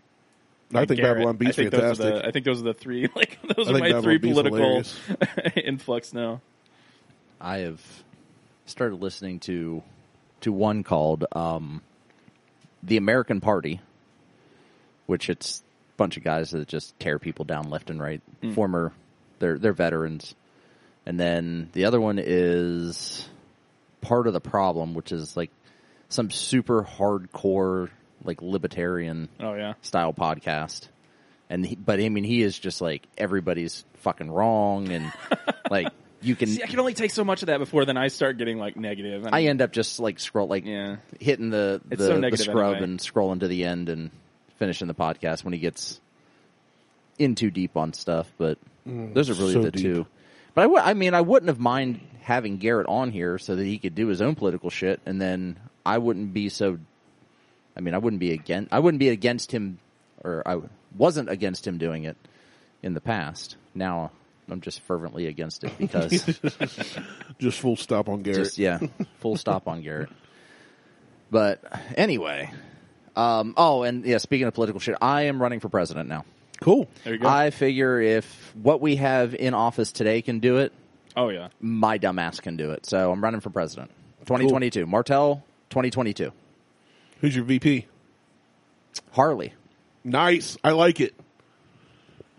[SPEAKER 2] I think
[SPEAKER 3] Garrett,
[SPEAKER 2] Babylon
[SPEAKER 3] I
[SPEAKER 2] B's
[SPEAKER 3] think
[SPEAKER 2] fantastic.
[SPEAKER 3] Those are the, I think those are the three (laughs) like those
[SPEAKER 2] I
[SPEAKER 3] are
[SPEAKER 2] think
[SPEAKER 3] my
[SPEAKER 2] Babylon
[SPEAKER 3] three
[SPEAKER 2] Bee's
[SPEAKER 3] political
[SPEAKER 2] hilarious.
[SPEAKER 3] (laughs) influx now.
[SPEAKER 4] I have started listening to to one called um, the American Party, which it's a bunch of guys that just tear people down left and right.
[SPEAKER 3] Hmm.
[SPEAKER 4] Former, they're they're veterans, and then the other one is part of the problem, which is like some super hardcore like libertarian
[SPEAKER 3] Oh yeah.
[SPEAKER 4] style podcast. And he, but I mean, he is just like everybody's fucking wrong, and
[SPEAKER 3] (laughs)
[SPEAKER 4] like you can.
[SPEAKER 3] See, I can only take so much of that before then I start getting like negative. And
[SPEAKER 4] I end up just like scroll like
[SPEAKER 3] Yeah.
[SPEAKER 4] hitting the the,
[SPEAKER 3] It's so
[SPEAKER 4] the
[SPEAKER 3] negative
[SPEAKER 4] scrub
[SPEAKER 3] anyway.
[SPEAKER 4] and scrolling to the end and finishing the podcast when he gets in too deep on stuff. But those are really
[SPEAKER 2] Mm, so
[SPEAKER 4] the
[SPEAKER 2] deep.
[SPEAKER 4] two. But I would I mean I wouldn't have mind having Garrett on here so that he could do his own political shit, and then I wouldn't be so. I mean, I wouldn't be against I wouldn't be against him, or I wasn't against him doing it in the past. Now I'm just fervently against
[SPEAKER 2] (laughs)
[SPEAKER 4] it because.
[SPEAKER 3] uh,
[SPEAKER 2] Just full stop on Garrett.
[SPEAKER 4] Just yeah, full stop on Garrett. (laughs) But anyway, um, oh, and yeah, speaking of political shit, I am running for president now.
[SPEAKER 2] Cool.
[SPEAKER 3] there you go.
[SPEAKER 4] I figure if what we have in office today can do it,
[SPEAKER 3] oh yeah.
[SPEAKER 4] my dumb ass can do it. So I'm running for president, 2022, Martell, 2022,
[SPEAKER 2] Who's your VP?
[SPEAKER 4] Harley.
[SPEAKER 2] Nice. I like it.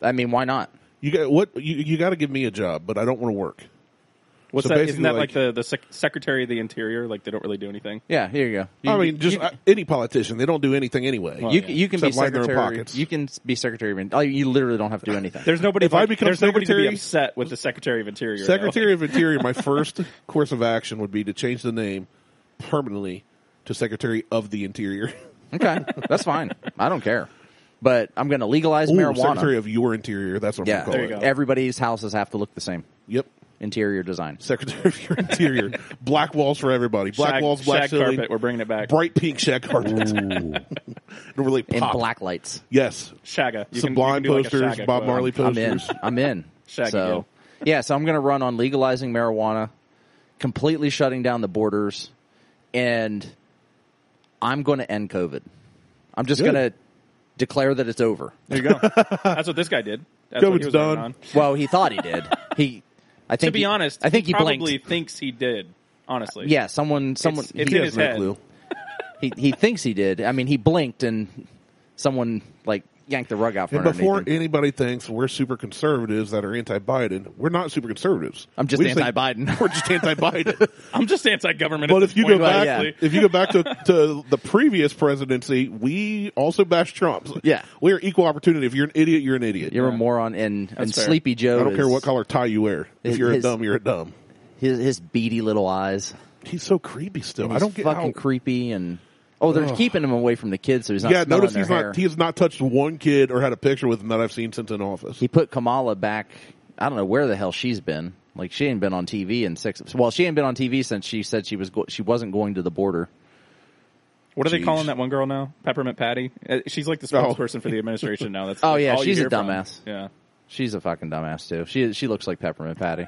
[SPEAKER 4] I mean, why not?
[SPEAKER 2] You got what? You you got to give me a job, but I don't want to work.
[SPEAKER 3] What's
[SPEAKER 2] So
[SPEAKER 3] that?
[SPEAKER 2] basically,
[SPEAKER 3] Isn't that
[SPEAKER 2] like-
[SPEAKER 3] like, the the sec- Secretary of the Interior? Like they don't really do anything.
[SPEAKER 4] Yeah, here you go. You,
[SPEAKER 2] I mean, just
[SPEAKER 4] you, Oh,
[SPEAKER 2] uh, any politician. They don't do anything anyway.
[SPEAKER 3] Well,
[SPEAKER 4] you,
[SPEAKER 3] yeah.
[SPEAKER 4] you can be
[SPEAKER 2] Except line their own
[SPEAKER 4] secretary.
[SPEAKER 2] pockets.
[SPEAKER 4] You can be secretary. of- oh, You literally don't have to do anything.
[SPEAKER 3] There's nobody.
[SPEAKER 2] If I
[SPEAKER 3] like,
[SPEAKER 2] become
[SPEAKER 3] there's nobody to be
[SPEAKER 2] Secretary-
[SPEAKER 3] upset with the Secretary of Interior. though.
[SPEAKER 2] Secretary of Interior.
[SPEAKER 3] (laughs)
[SPEAKER 2] My first course of action would be to change the name permanently to Secretary of the Interior.
[SPEAKER 4] okay, that's fine. I don't care. But I'm going to legalize
[SPEAKER 2] Ooh,
[SPEAKER 4] marijuana.
[SPEAKER 2] Secretary of your Interior. That's what
[SPEAKER 4] Yeah,
[SPEAKER 2] I'm going to
[SPEAKER 3] you
[SPEAKER 2] call
[SPEAKER 3] go.
[SPEAKER 2] it.
[SPEAKER 4] everybody's houses have to look the same.
[SPEAKER 2] Yep.
[SPEAKER 4] Interior design.
[SPEAKER 2] Secretary of your Interior.
[SPEAKER 3] (laughs)
[SPEAKER 2] black walls for everybody. Black
[SPEAKER 3] Shag-
[SPEAKER 2] walls, black
[SPEAKER 3] shag
[SPEAKER 2] ceiling,
[SPEAKER 3] carpet. We're bringing it back.
[SPEAKER 2] bright pink shag carpet. (laughs) It'll really
[SPEAKER 4] And
[SPEAKER 2] pop.
[SPEAKER 4] black lights.
[SPEAKER 2] Yes.
[SPEAKER 3] Shaga. You can- you
[SPEAKER 2] Some blind
[SPEAKER 3] can do, like, a
[SPEAKER 2] posters,
[SPEAKER 3] Shaga
[SPEAKER 2] Bob
[SPEAKER 3] quote.
[SPEAKER 2] Marley
[SPEAKER 3] (laughs)
[SPEAKER 4] I'm in.
[SPEAKER 2] posters.
[SPEAKER 4] (laughs) I'm in.
[SPEAKER 3] Shaggy
[SPEAKER 4] so, yeah, so I'm going to run on legalizing marijuana, completely shutting down the borders, and I'm going to end COVID. I'm just
[SPEAKER 2] Good.
[SPEAKER 4] going to declare that it's over.
[SPEAKER 3] There you go. That's what this guy did. That's what he
[SPEAKER 2] COVID's
[SPEAKER 3] was running
[SPEAKER 2] done.
[SPEAKER 3] on.
[SPEAKER 4] Well, he thought he did. he I think
[SPEAKER 3] to be
[SPEAKER 4] he-
[SPEAKER 3] honest,
[SPEAKER 4] I think
[SPEAKER 3] he,
[SPEAKER 4] he,
[SPEAKER 3] probably
[SPEAKER 4] blanked.
[SPEAKER 3] thinks he did. Honestly,
[SPEAKER 4] Yeah, someone, someone,
[SPEAKER 3] it's
[SPEAKER 4] he,
[SPEAKER 3] in his head.
[SPEAKER 4] he, he thinks he did. I mean, he blinked and someone like yanked the rug out from
[SPEAKER 2] (laughs) And before
[SPEAKER 4] underneath him.
[SPEAKER 2] anybody thinks we're super conservatives that are anti-Biden, we're not super conservatives.
[SPEAKER 4] I'm just
[SPEAKER 2] We think
[SPEAKER 4] anti-Biden.
[SPEAKER 2] (laughs) we're
[SPEAKER 4] (laughs)
[SPEAKER 2] just anti-Biden.
[SPEAKER 3] I'm just anti-government.
[SPEAKER 2] but if you go
[SPEAKER 3] point,
[SPEAKER 2] back,
[SPEAKER 4] yeah.
[SPEAKER 2] if you go back to, to the previous presidency, we also bashed Trump.
[SPEAKER 4] Yeah.
[SPEAKER 2] we are equal opportunity. If you're an idiot, you're an idiot.
[SPEAKER 4] You're a moron, and, and
[SPEAKER 3] fair.
[SPEAKER 4] Sleepy Joe.
[SPEAKER 2] I don't care
[SPEAKER 4] is-
[SPEAKER 2] what color tie you wear. If
[SPEAKER 4] It
[SPEAKER 2] you're a
[SPEAKER 4] is-
[SPEAKER 2] dumb, you're a dumb.
[SPEAKER 4] His, his beady little eyes.
[SPEAKER 2] He's so creepy still. I
[SPEAKER 4] He's
[SPEAKER 2] don't get
[SPEAKER 4] fucking
[SPEAKER 2] how.
[SPEAKER 4] creepy and oh, they're keeping him away from the kids, so he's not.
[SPEAKER 2] yeah,
[SPEAKER 4] smelling
[SPEAKER 2] notice
[SPEAKER 4] their
[SPEAKER 2] he's
[SPEAKER 4] hair.
[SPEAKER 2] not. He has not touched one kid or had a picture with him that I've seen since in office.
[SPEAKER 4] he put Kamala back. I don't know where the hell she's been. Like she ain't been on TV in six. Well, she ain't been on TV since she said she was go- she wasn't going to the border.
[SPEAKER 3] what are they
[SPEAKER 2] Jeez.
[SPEAKER 3] calling that one girl now? Peppermint Patty. Uh, She's like the
[SPEAKER 2] Oh.
[SPEAKER 3] spokesperson for the administration now. That's
[SPEAKER 4] (laughs) Oh,
[SPEAKER 3] like,
[SPEAKER 4] yeah,
[SPEAKER 3] all you
[SPEAKER 4] she's a
[SPEAKER 3] hear from.
[SPEAKER 4] dumbass.
[SPEAKER 3] Yeah,
[SPEAKER 4] She's a fucking dumbass too. She she looks like Peppermint Patty.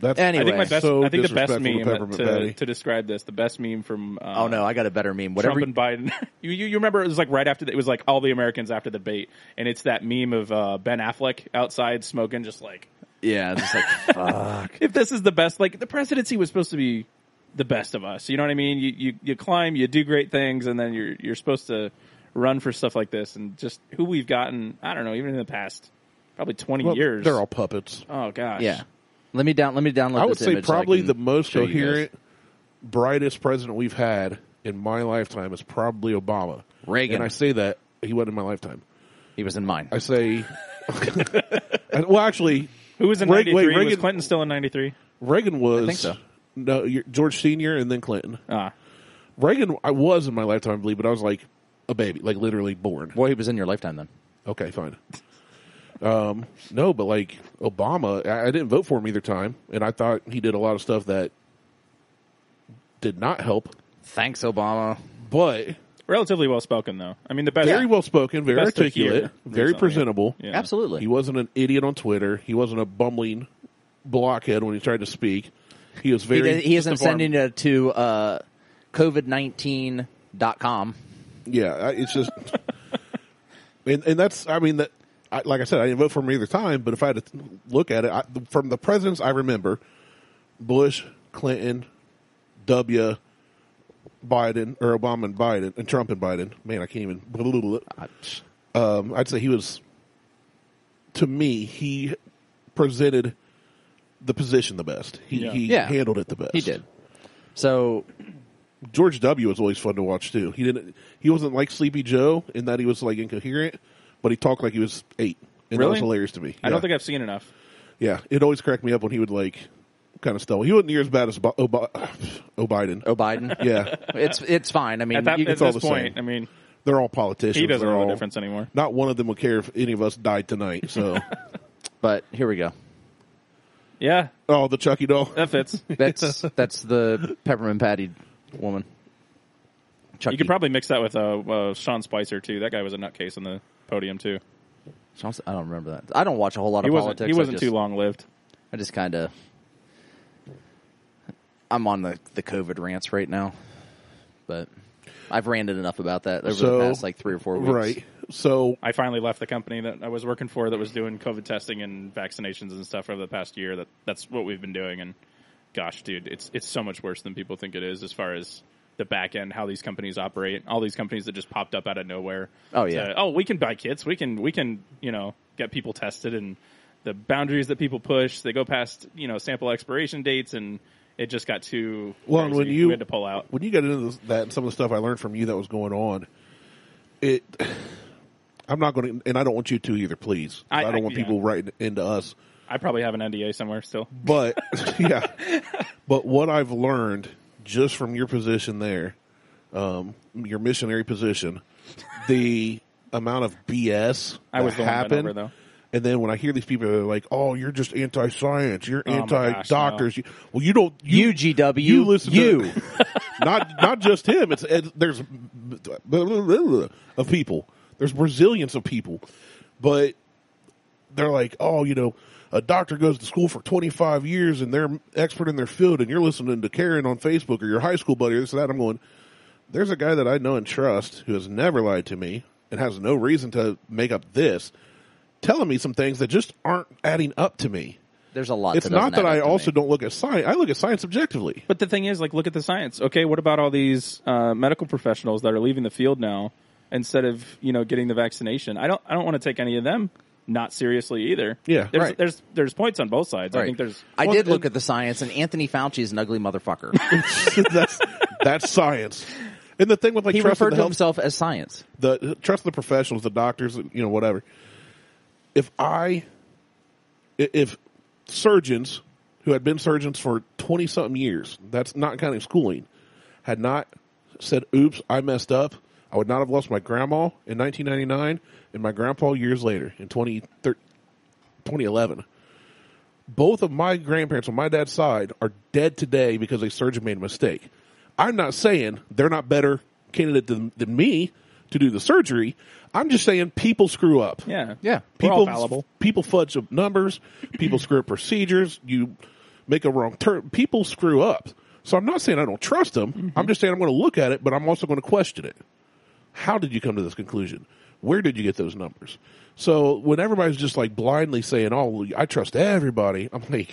[SPEAKER 2] That's
[SPEAKER 4] Anyway.
[SPEAKER 3] I think my best.
[SPEAKER 2] So
[SPEAKER 3] I think the best
[SPEAKER 2] disrespectful to
[SPEAKER 3] meme
[SPEAKER 2] Peppermint
[SPEAKER 3] to,
[SPEAKER 2] Patty.
[SPEAKER 3] to, describe this, the best meme from. Uh,
[SPEAKER 4] (laughs) oh no, I got a better meme. Whatever.
[SPEAKER 3] Trump and Biden. (laughs) you, you you remember it was like right after the, it was like all the Americans after the debate, and it's that meme of uh, Ben Affleck outside smoking, just like
[SPEAKER 4] yeah, it's just
[SPEAKER 2] (laughs)
[SPEAKER 4] like fuck.
[SPEAKER 3] if this is the best. Like the presidency was supposed to be the best of us. You know what I mean? You you, you climb, you do great things, and then you're you're supposed to run for stuff like this, and just who we've gotten. I don't know, even in the past probably twenty
[SPEAKER 2] Well,
[SPEAKER 3] years.
[SPEAKER 2] They're all puppets.
[SPEAKER 3] oh gosh,
[SPEAKER 4] Yeah. Let me down. Let me download.
[SPEAKER 2] I would
[SPEAKER 4] this
[SPEAKER 2] say
[SPEAKER 4] image so I
[SPEAKER 2] probably
[SPEAKER 4] can
[SPEAKER 2] the most
[SPEAKER 4] show you guys.
[SPEAKER 2] coherent, brightest president we've had in my lifetime is probably Obama.
[SPEAKER 4] Reagan.
[SPEAKER 2] And I say that he wasn't in my lifetime.
[SPEAKER 4] He was in mine.
[SPEAKER 2] I say, (laughs) And- well, actually,
[SPEAKER 3] Who was in
[SPEAKER 2] Wait,
[SPEAKER 3] ninety
[SPEAKER 2] wait,
[SPEAKER 3] three? Was
[SPEAKER 2] Reagan-
[SPEAKER 3] Clinton still in ninety three?
[SPEAKER 2] Reagan was
[SPEAKER 4] think so.
[SPEAKER 2] no you're- George Senior and then Clinton.
[SPEAKER 3] Ah,
[SPEAKER 2] Reagan, I was in my lifetime, I believe, but I was like a baby, like literally born.
[SPEAKER 4] Boy, he was in your lifetime then.
[SPEAKER 2] Okay, fine. Um, no, but like Obama, I, I didn't vote for him either time, and I thought he did a lot of stuff that did not help.
[SPEAKER 4] Thanks, Obama.
[SPEAKER 2] But
[SPEAKER 3] relatively well spoken though. I mean the best.
[SPEAKER 2] very well spoken, very
[SPEAKER 3] Best to
[SPEAKER 2] articulate,
[SPEAKER 3] hear.
[SPEAKER 2] very
[SPEAKER 3] There's
[SPEAKER 2] presentable.
[SPEAKER 3] Yeah.
[SPEAKER 4] Absolutely.
[SPEAKER 2] He wasn't an idiot on Twitter. He wasn't a bumbling blockhead when he tried to speak. He was
[SPEAKER 4] He,
[SPEAKER 2] very.
[SPEAKER 4] did- he isn't
[SPEAKER 2] just a farm-
[SPEAKER 4] sending it to uh, COVID19.com.
[SPEAKER 2] Yeah, I- it's just, and and that's I mean that I, like I said I didn't vote for him either time, but if I had to look at it I, from the presidents I remember, Bush, Clinton, W, Biden or Obama and Biden and Trump and Biden. Man, I can't even. Um, I'd say he was. To me, he presented the position the best. He,
[SPEAKER 3] Yeah.
[SPEAKER 2] he
[SPEAKER 4] Yeah.
[SPEAKER 2] handled it the best.
[SPEAKER 4] He did. So
[SPEAKER 2] George W was always fun to watch too. He didn't. He wasn't like Sleepy Joe in that he was like incoherent, but he talked like he was eight, and that
[SPEAKER 3] Really?
[SPEAKER 2] was hilarious to me.
[SPEAKER 3] I don't
[SPEAKER 2] Yeah.
[SPEAKER 3] think I've seen enough.
[SPEAKER 2] yeah, it always cracked me up when he would like kind of stumble. He wasn't near as bad as Bo- (sighs) Ob- O'Biden.
[SPEAKER 3] Oh. (laughs)
[SPEAKER 4] O'Biden.
[SPEAKER 2] yeah,
[SPEAKER 4] It's it's fine. I mean,
[SPEAKER 3] At, that,
[SPEAKER 4] you
[SPEAKER 3] at
[SPEAKER 4] can,
[SPEAKER 2] all
[SPEAKER 3] this
[SPEAKER 2] the same.
[SPEAKER 3] point, I mean,
[SPEAKER 2] they're all politicians.
[SPEAKER 3] (laughs) he doesn't
[SPEAKER 2] They're
[SPEAKER 3] know
[SPEAKER 2] all-
[SPEAKER 3] the difference anymore.
[SPEAKER 2] Not one of them would care if any of us died tonight.
[SPEAKER 3] (laughs)
[SPEAKER 2] So,
[SPEAKER 4] but here we go.
[SPEAKER 3] Yeah,
[SPEAKER 2] oh, the Chucky doll.
[SPEAKER 3] that fits. (laughs)
[SPEAKER 4] That's that's the peppermint patty woman. Chucky.
[SPEAKER 3] You could probably mix that with uh, uh, Sean Spicer too. That guy was a nutcase on the podium too.
[SPEAKER 4] Johnson- I don't remember that. I don't watch a whole lot
[SPEAKER 3] He
[SPEAKER 4] of
[SPEAKER 3] wasn't.
[SPEAKER 4] politics.
[SPEAKER 3] He wasn't
[SPEAKER 4] I just,
[SPEAKER 3] too long lived.
[SPEAKER 4] I just kind of. I'm on the the COVID rants right now, but I've ranted enough about that over
[SPEAKER 2] So-
[SPEAKER 4] the past like three or four weeks.
[SPEAKER 2] Right. So
[SPEAKER 3] I finally left the company that I was working for that was doing COVID testing and vaccinations and stuff over the past year. That that's what we've been doing. And gosh, dude, it's it's so much worse than people think it is as far as the back end, how these companies operate. All these companies that just popped up out of nowhere.
[SPEAKER 4] Oh, yeah.
[SPEAKER 3] So, oh, we can buy kits. We can we can you know get people tested and the boundaries that people push. They go past you know sample expiration dates and. It just got too
[SPEAKER 2] Well, and
[SPEAKER 3] crazy.
[SPEAKER 2] when you-
[SPEAKER 3] we had to pull out.
[SPEAKER 2] when you got into this, that and some of the stuff I learned from you that was going on, it. I'm not going to, and I don't want you to either. Please, I,
[SPEAKER 3] I-
[SPEAKER 2] don't
[SPEAKER 3] I-
[SPEAKER 2] want
[SPEAKER 3] yeah.
[SPEAKER 2] people writing into us.
[SPEAKER 3] I probably have an NDA somewhere still.
[SPEAKER 2] But (laughs) yeah, but what I've learned just from your position there, um, your missionary position, the amount of BS
[SPEAKER 3] I was
[SPEAKER 2] that
[SPEAKER 3] the one bent
[SPEAKER 2] happened,
[SPEAKER 3] over, though.
[SPEAKER 2] And then when I hear these people, they're like, "Oh, you're just anti-science. You're
[SPEAKER 3] Oh my gosh,
[SPEAKER 2] anti-doctors." You, well, you don't. You,
[SPEAKER 4] You GW.
[SPEAKER 2] you listen.
[SPEAKER 4] You.
[SPEAKER 2] To, (laughs) not not just him. It's, it's there's of people. There's Brazilians of people, but they're like, oh, you know, a doctor goes to school for 25 years and they're expert in their field and you're listening to Karen on Facebook or your high school buddy or this and that. I'm going, there's a guy that I know and trust who has never lied to me and has no reason to make up this telling me some things that just aren't adding up to me.
[SPEAKER 4] there's a lot.
[SPEAKER 2] It's not that I also don't look at science. I look at science objectively. (laughs)
[SPEAKER 3] But the thing is, like, look at the science. Okay, what about all these uh, medical professionals that are leaving the field now instead of you know getting the vaccination? I don't. I don't want to take any of them not seriously either.
[SPEAKER 2] Yeah,
[SPEAKER 3] there's
[SPEAKER 4] right.
[SPEAKER 3] there's, there's points on both sides. I think there's.
[SPEAKER 4] I
[SPEAKER 2] Well,
[SPEAKER 4] did
[SPEAKER 2] and-
[SPEAKER 4] look at the science, and Anthony Fauci is an ugly
[SPEAKER 2] (laughs)
[SPEAKER 4] motherfucker.
[SPEAKER 2] that's that's science. And the thing with like
[SPEAKER 4] he
[SPEAKER 2] trust in
[SPEAKER 4] referred
[SPEAKER 2] the
[SPEAKER 4] to
[SPEAKER 2] health
[SPEAKER 4] himself as science.
[SPEAKER 2] the trust the professionals, the doctors, you know, whatever. If I, i- if surgeons who had been surgeons for twenty something years, that's not counting schooling, had not said, "Oops, I messed up," I would not have lost my grandma in 1999 and my grandpa years later in 2013 2011. Both of my grandparents on my dad's side are dead today because a surgeon made a mistake. I'm not saying they're not better candidate than, than me to do the surgery. I'm just saying people screw up.
[SPEAKER 3] Yeah.
[SPEAKER 4] Yeah.
[SPEAKER 3] We're
[SPEAKER 2] People,
[SPEAKER 3] all fallible.
[SPEAKER 2] people fudge up numbers. People screw up procedures. You make a wrong turn. People screw up. So I'm not saying I don't trust them.
[SPEAKER 3] Mm-hmm.
[SPEAKER 2] I'm just saying I'm going to look at it, but I'm also going to question it. How did you come to this conclusion? Where did you get those numbers? So when everybody's just like blindly saying, "Oh, well, I trust everybody," (laughs) I'm like,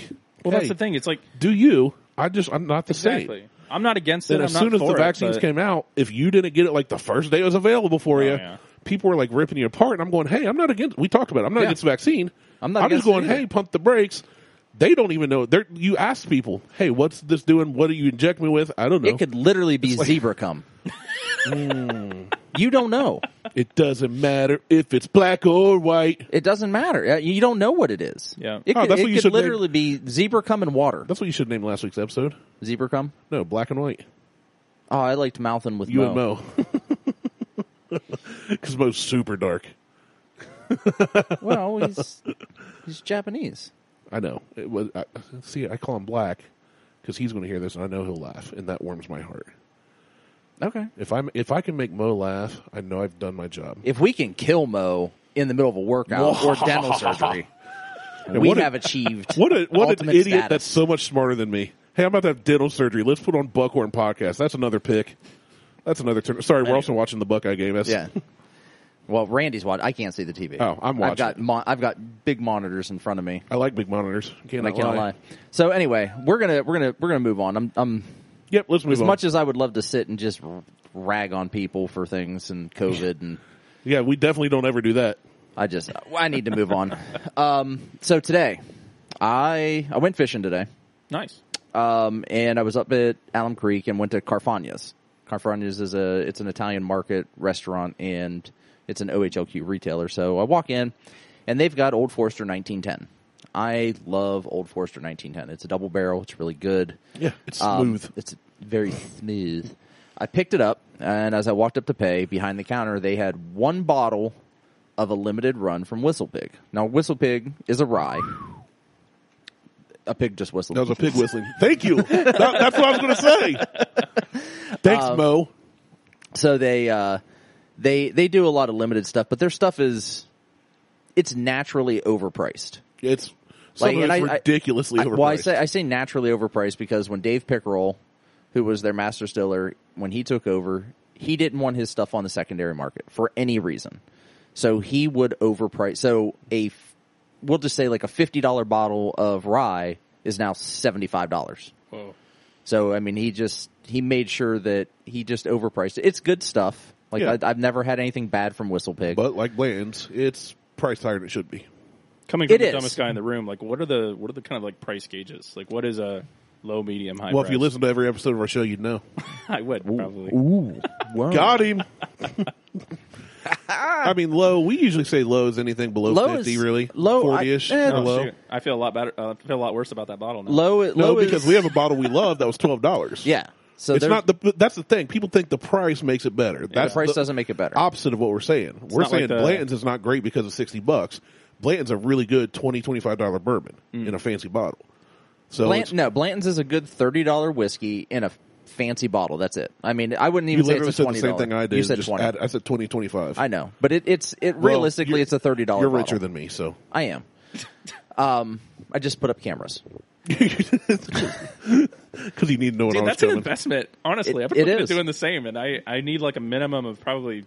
[SPEAKER 2] hey,
[SPEAKER 3] Well, that's the thing. It's like
[SPEAKER 2] Do you? I just I'm not the same.
[SPEAKER 3] exactly. I'm not against it.
[SPEAKER 2] And
[SPEAKER 3] I'm
[SPEAKER 2] as
[SPEAKER 3] not
[SPEAKER 2] soon as
[SPEAKER 3] for
[SPEAKER 2] the
[SPEAKER 3] it,
[SPEAKER 2] vaccines
[SPEAKER 3] but- Oh,
[SPEAKER 2] came out, if you didn't get it like the first day it was available for you,
[SPEAKER 3] yeah.
[SPEAKER 2] people were like ripping you apart. And I'm going, hey, I'm not against. We talked about. It. I'm not
[SPEAKER 4] Yeah.
[SPEAKER 2] against the vaccine.
[SPEAKER 4] I'm not
[SPEAKER 2] I'm just
[SPEAKER 4] against it
[SPEAKER 2] going,
[SPEAKER 4] either.
[SPEAKER 2] hey, pump the brakes. They don't even know. They're, you ask people, hey, what's this doing? What do you inject me with? I don't know.
[SPEAKER 4] It could literally be zebra
[SPEAKER 2] (laughs)
[SPEAKER 4] cum. Hmm. you don't know.
[SPEAKER 2] It doesn't matter if it's black or white.
[SPEAKER 4] It doesn't matter. Uh, You don't know what it is.
[SPEAKER 3] Yeah.
[SPEAKER 4] It
[SPEAKER 2] Oh,
[SPEAKER 4] could,
[SPEAKER 2] that's
[SPEAKER 4] it
[SPEAKER 2] what you
[SPEAKER 4] could
[SPEAKER 2] should name-
[SPEAKER 4] literally be zebra cum and water.
[SPEAKER 2] That's what you should name last week's episode.
[SPEAKER 4] Zebra cum.
[SPEAKER 2] No, black and white.
[SPEAKER 4] Oh, I liked mouthing with
[SPEAKER 2] You
[SPEAKER 4] Mo.
[SPEAKER 2] and Mo. (laughs) Because Mo's super dark.
[SPEAKER 4] Well,
[SPEAKER 2] (laughs)
[SPEAKER 4] he's he's Japanese.
[SPEAKER 2] I know. It was. I, see, I call him black because he's going to hear this, and I know he'll laugh, and that warms my heart.
[SPEAKER 4] Okay.
[SPEAKER 2] If I'm if I can make Mo laugh, I know I've done my job.
[SPEAKER 4] If we can kill Mo in the middle of a workout or
[SPEAKER 2] (laughs)
[SPEAKER 4] dental surgery,
[SPEAKER 2] And
[SPEAKER 4] we
[SPEAKER 2] what a-
[SPEAKER 4] have achieved
[SPEAKER 2] What a what an
[SPEAKER 4] ultimate
[SPEAKER 2] idiot
[SPEAKER 4] status.
[SPEAKER 2] that's so much smarter than me. Hey, I'm about to have dental surgery. Let's put on Buckhorn podcast. That's another pick. That's another turn. Sorry, we're also watching the Buckeye game. That's,
[SPEAKER 4] Yeah. Well, Randy's watching. I can't see the TV.
[SPEAKER 2] Oh, I'm
[SPEAKER 4] I've
[SPEAKER 2] watching.
[SPEAKER 4] got mon- I've got big monitors in front of me.
[SPEAKER 2] (laughs) I like big monitors. Can't
[SPEAKER 4] I cannot lie. So anyway, we're gonna we're gonna we're gonna move on. I'm I'm
[SPEAKER 2] Yep, let's move
[SPEAKER 4] as
[SPEAKER 2] on.
[SPEAKER 4] much as I would love to sit and just r- rag on people for things and COVID and
[SPEAKER 2] yeah, we definitely don't ever do that.
[SPEAKER 4] I just I need to move
[SPEAKER 2] (laughs)
[SPEAKER 4] on. Um, so today, I I went fishing today,
[SPEAKER 3] Nice.
[SPEAKER 4] um, and I was up at Alum Creek and went to Carfagna's. Carfagna's is a it's an Italian market restaurant and it's an OHLQ retailer. So I walk in, and they've got Old Forester 1910. I love Old Forester 1910. It's a double barrel. It's really good.
[SPEAKER 2] Yeah, it's
[SPEAKER 4] Um,
[SPEAKER 2] smooth.
[SPEAKER 4] It's very smooth. I picked it up, and as I walked up to pay behind the counter, they had one bottle of a limited run from Whistle Pig. Now, Whistle Pig is a rye. A pig just whistling.
[SPEAKER 2] That was a pig whistling. (laughs) Thank you. That- that's what I was
[SPEAKER 4] (laughs)
[SPEAKER 2] going to say. Thanks,
[SPEAKER 4] Um,
[SPEAKER 2] Mo.
[SPEAKER 4] so they uh, they they do a lot of limited stuff, but their stuff is it's naturally overpriced.
[SPEAKER 2] It's like,
[SPEAKER 4] and I- I-
[SPEAKER 2] ridiculously
[SPEAKER 4] I-
[SPEAKER 2] overpriced.
[SPEAKER 4] well, I say I say naturally overpriced because when Dave Pickerel, who was their master stiller, when he took over, he didn't want his stuff on the secondary market for any reason. So he would overprice. So a, f- we'll just say like a fifty dollar bottle of rye is now seventy five dollars.
[SPEAKER 3] Whoa.
[SPEAKER 4] So I mean, he just he made sure that he just overpriced it. It's good stuff. Like
[SPEAKER 2] Yeah.
[SPEAKER 4] I, I've never had anything bad from Whistle Pig.
[SPEAKER 2] but like Bland's, it's priced higher than it should be.
[SPEAKER 3] Coming from
[SPEAKER 4] It
[SPEAKER 3] the
[SPEAKER 4] is.
[SPEAKER 3] dumbest guy in the room, like what are the what are the kind of like price gauges? Like what is a low, medium, high?
[SPEAKER 2] Well, if you
[SPEAKER 3] price?
[SPEAKER 2] listen to every episode of our show,
[SPEAKER 4] (laughs)
[SPEAKER 2] you'd know.
[SPEAKER 3] (laughs) I would probably.
[SPEAKER 2] (laughs)
[SPEAKER 4] ooh, whoa. (laughs)
[SPEAKER 2] Got him. I mean, low. We usually say low is anything below
[SPEAKER 4] Low
[SPEAKER 2] fifty,
[SPEAKER 4] is-
[SPEAKER 2] really.
[SPEAKER 4] low,
[SPEAKER 2] forty-ish.
[SPEAKER 4] I- eh,
[SPEAKER 2] or
[SPEAKER 3] Oh,
[SPEAKER 2] low.
[SPEAKER 3] shoot. I feel a lot better. Uh, I feel a lot worse about that bottle now.
[SPEAKER 4] low.
[SPEAKER 2] No,
[SPEAKER 4] low is-
[SPEAKER 2] because we have a bottle we love that was twelve
[SPEAKER 4] (laughs)
[SPEAKER 2] dollars.
[SPEAKER 4] yeah. So
[SPEAKER 2] it's
[SPEAKER 4] there's-
[SPEAKER 2] not the. but That's the thing. People think the price makes it better. That's
[SPEAKER 4] the price
[SPEAKER 2] the
[SPEAKER 4] doesn't make it better.
[SPEAKER 2] opposite of what we're saying. we're
[SPEAKER 3] not like
[SPEAKER 2] saying
[SPEAKER 3] the-
[SPEAKER 2] Blanton's is not great because of sixty bucks. Blanton's a really good 20 25 dollar bourbon
[SPEAKER 3] Mm.
[SPEAKER 2] in a fancy bottle. So
[SPEAKER 4] Blant,
[SPEAKER 2] it's-
[SPEAKER 4] no, Blanton's is a good thirty dollar whiskey in a fancy bottle. That's it. I mean, I wouldn't
[SPEAKER 2] you
[SPEAKER 4] even say
[SPEAKER 2] literally
[SPEAKER 4] it's a
[SPEAKER 2] said the
[SPEAKER 4] twenty
[SPEAKER 2] same thing I did.
[SPEAKER 4] You said
[SPEAKER 2] just
[SPEAKER 4] twenty.
[SPEAKER 2] add- I said 20 25.
[SPEAKER 4] I know, but it, it's it
[SPEAKER 2] Well,
[SPEAKER 4] realistically
[SPEAKER 2] you're-
[SPEAKER 4] it's a thirty dollar.
[SPEAKER 2] You're richer than me, so (laughs)
[SPEAKER 4] I am. Um, I just put up cameras.
[SPEAKER 2] because you need to know when I
[SPEAKER 3] Dude,
[SPEAKER 2] was
[SPEAKER 3] that's an
[SPEAKER 2] coming.
[SPEAKER 3] investment. Honestly,
[SPEAKER 4] It-
[SPEAKER 3] I've
[SPEAKER 4] it
[SPEAKER 3] been looking at
[SPEAKER 4] is.
[SPEAKER 3] doing the same, and I I need like a minimum of probably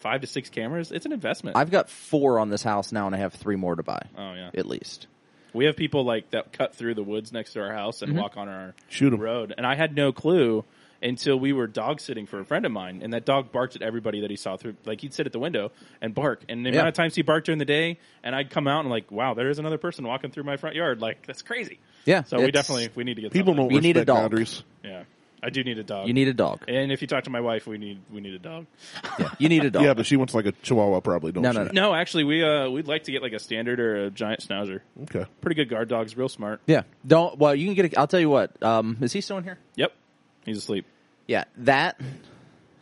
[SPEAKER 3] five to six cameras. It's an investment.
[SPEAKER 4] I've got four on this house now, and I have three more to buy.
[SPEAKER 3] Oh, yeah.
[SPEAKER 4] at least.
[SPEAKER 3] We have people like that cut through the woods next to our house
[SPEAKER 4] Mm-hmm.
[SPEAKER 3] and walk on our
[SPEAKER 2] Shoot 'em.
[SPEAKER 3] road. And I had no clue until we were dog sitting for a friend of mine, and that dog barked at everybody that he saw through. Like he'd sit at the window and bark. And the
[SPEAKER 4] Yeah.
[SPEAKER 3] amount of times he barked during the day, and I'd come out and like, wow, there is another person walking through my front yard. Like that's crazy.
[SPEAKER 4] Yeah,
[SPEAKER 3] So we
[SPEAKER 4] it's-
[SPEAKER 3] definitely we need to get
[SPEAKER 2] People
[SPEAKER 3] something.
[SPEAKER 2] don't
[SPEAKER 4] You
[SPEAKER 2] respect
[SPEAKER 4] need a dog.
[SPEAKER 2] boundaries.
[SPEAKER 3] Yeah, I do need a dog.
[SPEAKER 4] You need a dog.
[SPEAKER 3] And if you talk to my wife, we need we need a dog.
[SPEAKER 4] You
[SPEAKER 2] (laughs)
[SPEAKER 4] need a dog.
[SPEAKER 2] Yeah, but she wants like a chihuahua, probably. Don't
[SPEAKER 4] No,
[SPEAKER 2] she?
[SPEAKER 4] no,
[SPEAKER 3] No, actually, we uh we'd like to get like a standard or a giant schnauzer.
[SPEAKER 2] Okay.
[SPEAKER 3] Pretty good guard dogs, real smart.
[SPEAKER 4] Yeah. Don't. Well, you can get. A, I'll tell you what. Um, is he still in here?
[SPEAKER 3] Yep, he's asleep.
[SPEAKER 4] Yeah. That.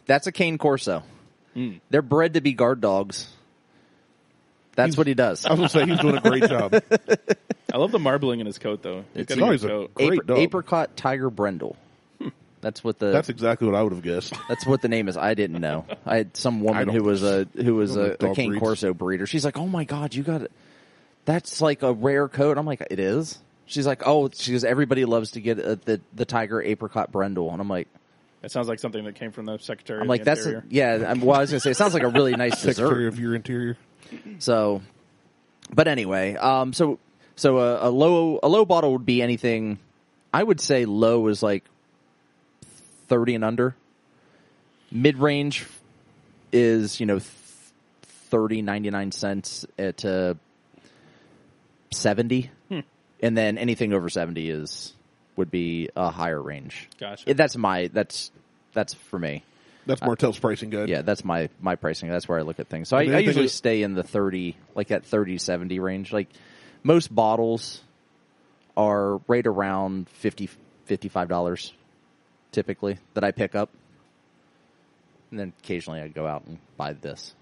[SPEAKER 4] That's a cane corso.
[SPEAKER 2] Hmm.
[SPEAKER 4] They're bred to be guard dogs. That's what he does.
[SPEAKER 2] I was gonna say he's doing a
[SPEAKER 4] (laughs)
[SPEAKER 2] great job.
[SPEAKER 3] I love the marbling in his coat though. He's
[SPEAKER 4] It's-
[SPEAKER 3] got
[SPEAKER 2] No,
[SPEAKER 3] good
[SPEAKER 2] he's a-
[SPEAKER 3] coat.
[SPEAKER 2] great
[SPEAKER 4] Apr-
[SPEAKER 2] dog. Hmm.
[SPEAKER 4] Apricot Tiger Brendel. That's what the
[SPEAKER 2] That's
[SPEAKER 4] that's,
[SPEAKER 2] exactly what I would have guessed.
[SPEAKER 4] what the name is. I didn't
[SPEAKER 2] (laughs)
[SPEAKER 4] know. I had some
[SPEAKER 2] I
[SPEAKER 4] woman
[SPEAKER 2] don't-
[SPEAKER 4] who was a who was
[SPEAKER 2] don't
[SPEAKER 4] a,
[SPEAKER 2] know dog
[SPEAKER 4] a cane
[SPEAKER 2] breeds.
[SPEAKER 4] corso breeder. She's like, "Oh my god, you got it! That's like a rare coat." I'm like, "It is." She's like, "Oh, she goes, everybody loves to get uh the the Tiger Apricot Brendel," and I'm like,
[SPEAKER 3] That sounds like something that came from the secretary.
[SPEAKER 4] "I'm
[SPEAKER 3] of
[SPEAKER 4] like
[SPEAKER 3] the
[SPEAKER 4] that's a,
[SPEAKER 3] Interior.
[SPEAKER 4] yeah." I'm, well, I was gonna say it sounds like a really nice dessert.
[SPEAKER 2] Exterior of your interior.
[SPEAKER 4] So, but anyway, um, so so a, a low a low bottle would be anything. I would say low is like thirty and under. Mid range is you know th- 30, 99 cents at uh, seventy, and then anything over seventy is would be a higher range.
[SPEAKER 3] Gotcha.
[SPEAKER 4] Yeah, That's my that's that's for me.
[SPEAKER 2] That's Martell's pricing guide.
[SPEAKER 4] Yeah, that's my my pricing. That's where I look at things. So I,
[SPEAKER 2] And
[SPEAKER 4] I
[SPEAKER 2] anything
[SPEAKER 4] usually
[SPEAKER 2] that-
[SPEAKER 4] stay in the thirty, like that 30, 70 range. Like most bottles are right around 50 dollars typically that I pick up, and then occasionally I go out and buy this.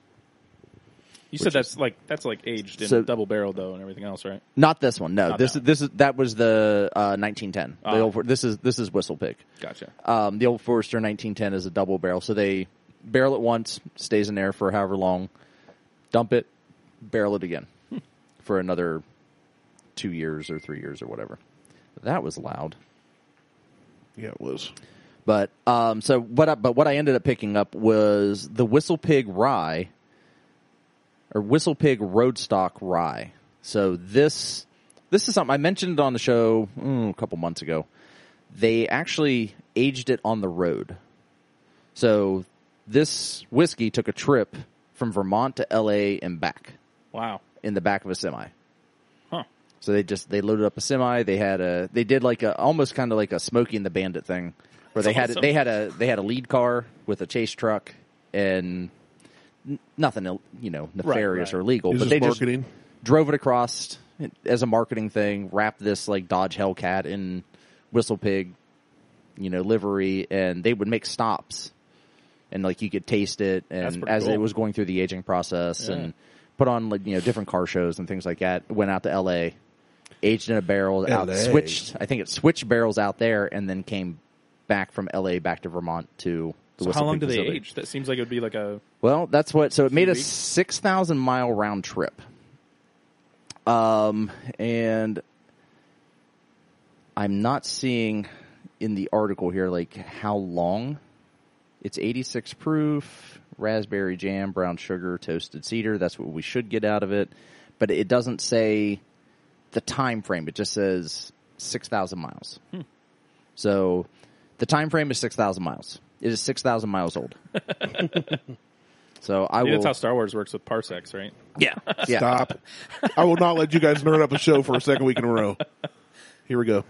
[SPEAKER 3] you said that's like that's like aged in
[SPEAKER 4] So-
[SPEAKER 3] double barrel though and everything else, right?
[SPEAKER 4] Not this one. No,
[SPEAKER 3] Not
[SPEAKER 4] this
[SPEAKER 3] that
[SPEAKER 4] is this is that was the uh, nineteen ten.
[SPEAKER 3] Ah.
[SPEAKER 4] The old, this is this is whistle pig.
[SPEAKER 3] Gotcha.
[SPEAKER 4] Um, the old Forester 1910 is a double barrel, so they barrel it once, stays in there for however long, dump it, barrel it again for another two years or three years or whatever. That was loud,
[SPEAKER 2] yeah, it was.
[SPEAKER 4] but um, so what? I, but what I ended up picking up was the Whistle Pig Rye or Whistle Pig Roadstock Rye. So this this is something I mentioned on the show mm, a couple months ago. They actually aged it on the road. So this whiskey took a trip from Vermont to L.A. and back
[SPEAKER 3] Wow.
[SPEAKER 4] in the back of a semi.
[SPEAKER 3] Huh.
[SPEAKER 4] So they just they loaded up a semi. They had a they did like a almost kind of like a Smokey and the Bandit thing, where they
[SPEAKER 3] awesome.
[SPEAKER 4] had they had a they had a lead car with a chase truck and n- nothing ill- you know nefarious
[SPEAKER 3] right.
[SPEAKER 4] or illegal,
[SPEAKER 2] Is
[SPEAKER 4] but
[SPEAKER 2] this
[SPEAKER 4] they
[SPEAKER 2] marketing?
[SPEAKER 4] just drove it across as a marketing thing. Wrapped this like Dodge Hellcat in Whistle Pig, you know livery, and they would make stops and like you could taste it
[SPEAKER 3] That's
[SPEAKER 4] and
[SPEAKER 3] pretty
[SPEAKER 4] as
[SPEAKER 3] cool.
[SPEAKER 4] it was going through the aging process
[SPEAKER 3] Yeah.
[SPEAKER 4] and put on like you know different car shows and things like that went out to la aged in a barrel out
[SPEAKER 2] LA.
[SPEAKER 4] switched i think it switched barrels out there and then came back from la back to vermont to the
[SPEAKER 3] So how
[SPEAKER 4] Whistle
[SPEAKER 3] long
[SPEAKER 4] Pig
[SPEAKER 3] do they
[SPEAKER 4] facility.
[SPEAKER 3] age? That seems like it would be like a
[SPEAKER 4] well that's what so it made a
[SPEAKER 3] weeks?
[SPEAKER 4] 6000 mile round trip um and i'm not seeing in the article here like how long it's 86 proof, raspberry jam, brown sugar, toasted cedar. That's what we should get out of it. But it doesn't say the time frame. It just says 6,000 miles. So the time frame is 6,000 miles. It is 6,000 miles old. so I
[SPEAKER 3] Maybe
[SPEAKER 4] will
[SPEAKER 3] that's how Star Wars works with parsecs, right?
[SPEAKER 4] yeah, yeah.
[SPEAKER 2] Stop. I will not let you guys nerd up a show for a second week in a row. Here we go.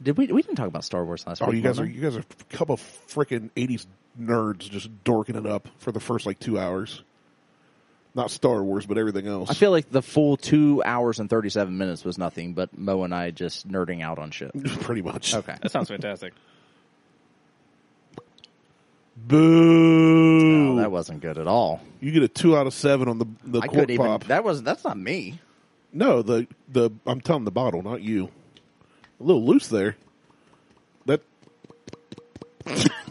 [SPEAKER 4] Did we we didn't talk about Star Wars last
[SPEAKER 2] Oh,
[SPEAKER 4] week?
[SPEAKER 2] you guys
[SPEAKER 4] did
[SPEAKER 2] are
[SPEAKER 4] we?
[SPEAKER 2] you guys are a couple of freaking eighties nerds just dorking it up for the first like two hours. Not Star Wars, but everything else.
[SPEAKER 4] I feel like the full 2 hours and 37 minutes was nothing but Mo and I just nerding out on shit.
[SPEAKER 2] (laughs) pretty much.
[SPEAKER 4] Okay.
[SPEAKER 3] That sounds fantastic.
[SPEAKER 2] Boo!
[SPEAKER 4] No, that wasn't good at all.
[SPEAKER 2] you get a two out of seven on the the
[SPEAKER 4] I
[SPEAKER 2] cork
[SPEAKER 4] couldn't even.
[SPEAKER 2] pop.
[SPEAKER 4] That was that's not me.
[SPEAKER 2] no, the the I'm telling the bottle, not you. A little loose there. That (laughs)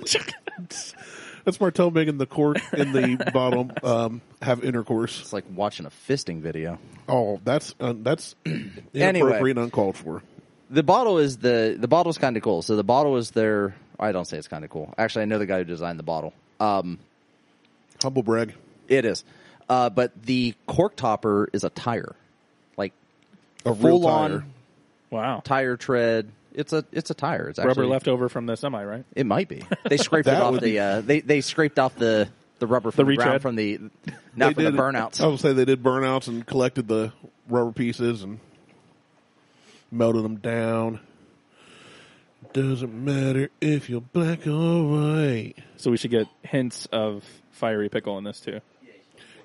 [SPEAKER 2] that's Martell making the cork in
[SPEAKER 4] (laughs)
[SPEAKER 2] the bottle um, have intercourse.
[SPEAKER 4] It's like watching a fisting video.
[SPEAKER 2] Oh, that's uh, that's (clears throat) inappropriate and uncalled for.
[SPEAKER 4] The bottle is the the bottle's kind of cool. So the bottle is their. I don't say it's kind of cool. Actually, I know the guy who designed the bottle. Um,
[SPEAKER 2] Humble brag.
[SPEAKER 4] it is, uh, but the cork topper is a tire, like
[SPEAKER 2] A real
[SPEAKER 4] full
[SPEAKER 2] tire.
[SPEAKER 4] on
[SPEAKER 3] Wow.
[SPEAKER 4] tire tread. It's a it's a tire. It's
[SPEAKER 3] Rubber
[SPEAKER 4] actually,
[SPEAKER 3] left over from the semi, right?
[SPEAKER 4] It might
[SPEAKER 2] (laughs)
[SPEAKER 4] be. They scraped it
[SPEAKER 2] That
[SPEAKER 4] off
[SPEAKER 2] would be-
[SPEAKER 4] the. Uh, they they scraped off the the rubber from
[SPEAKER 3] The
[SPEAKER 4] the, ground
[SPEAKER 3] retread?
[SPEAKER 4] from the not from the burnouts.
[SPEAKER 2] I would say they did burnouts and collected the rubber pieces and melted them down. Doesn't matter if you're black or white.
[SPEAKER 3] So we should get hints of fiery pickle in this too.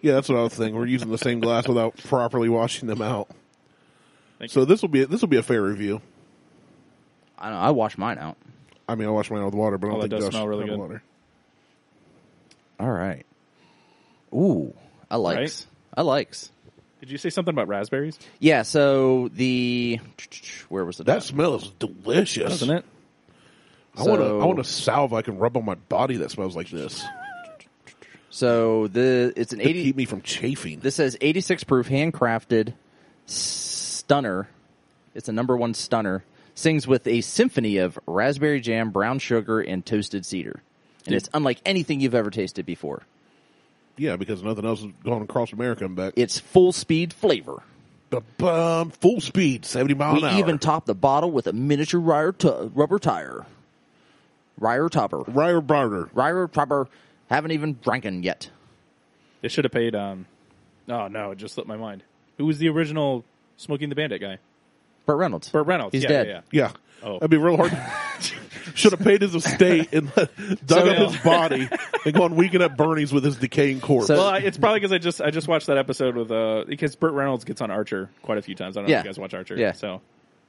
[SPEAKER 2] Yeah, that's what I was thinking. We're using the same glass without properly washing them out.
[SPEAKER 3] Thank
[SPEAKER 2] so this will be this will be a fair review.
[SPEAKER 4] I don't know. I washed mine out.
[SPEAKER 2] I mean, I wash mine with water, but I don't
[SPEAKER 3] Oh, that
[SPEAKER 2] think
[SPEAKER 3] does
[SPEAKER 2] Josh
[SPEAKER 3] smell really
[SPEAKER 2] had
[SPEAKER 3] good.
[SPEAKER 2] water.
[SPEAKER 4] All right. Ooh, I likes. I likes.
[SPEAKER 3] Did you say something about raspberries?
[SPEAKER 4] Yeah. So the where was it?
[SPEAKER 2] That
[SPEAKER 4] at?
[SPEAKER 2] smell is delicious,
[SPEAKER 3] Doesn't it?
[SPEAKER 2] I want to
[SPEAKER 4] So-
[SPEAKER 2] I want a salve I can rub on my body that smells like this.
[SPEAKER 4] So the it's an
[SPEAKER 2] To
[SPEAKER 4] eighty.
[SPEAKER 2] keep me from chafing.
[SPEAKER 4] This says 86 proof, handcrafted stunner. It's a number one stunner. Sings with a symphony of raspberry jam, brown sugar, and toasted cedar. And it's unlike anything you've ever tasted before.
[SPEAKER 2] yeah, because nothing else is going across America and back.
[SPEAKER 4] It's full speed flavor.
[SPEAKER 2] Ba-bum, full speed, seventy mile
[SPEAKER 4] We
[SPEAKER 2] an hour.
[SPEAKER 4] even top the bottle with a miniature Ryer tu- rubber tire. Ryer topper.
[SPEAKER 2] Ryer Barter.
[SPEAKER 4] Ryer topper. Haven't even drinking yet.
[SPEAKER 3] They should have paid. Um, oh no, it just slipped my mind. Who was the original Smoking the Bandit guy?
[SPEAKER 4] Burt Reynolds.
[SPEAKER 3] Burt Reynolds.
[SPEAKER 4] He's
[SPEAKER 3] yeah,
[SPEAKER 4] dead.
[SPEAKER 3] Yeah, yeah.
[SPEAKER 2] Yeah,
[SPEAKER 3] Oh.
[SPEAKER 2] that'd be real hard. (laughs) Should have paid his estate and (laughs) let- dug
[SPEAKER 4] So-
[SPEAKER 2] up his body and gone weekend at Bernie's with his decaying corpse.
[SPEAKER 4] So-
[SPEAKER 3] Well, I, it's probably because I just I just watched that episode with uh because Burt Reynolds gets on Archer quite a few times. I don't know
[SPEAKER 4] Yeah.
[SPEAKER 3] if you guys watch Archer.
[SPEAKER 4] Yeah.
[SPEAKER 3] So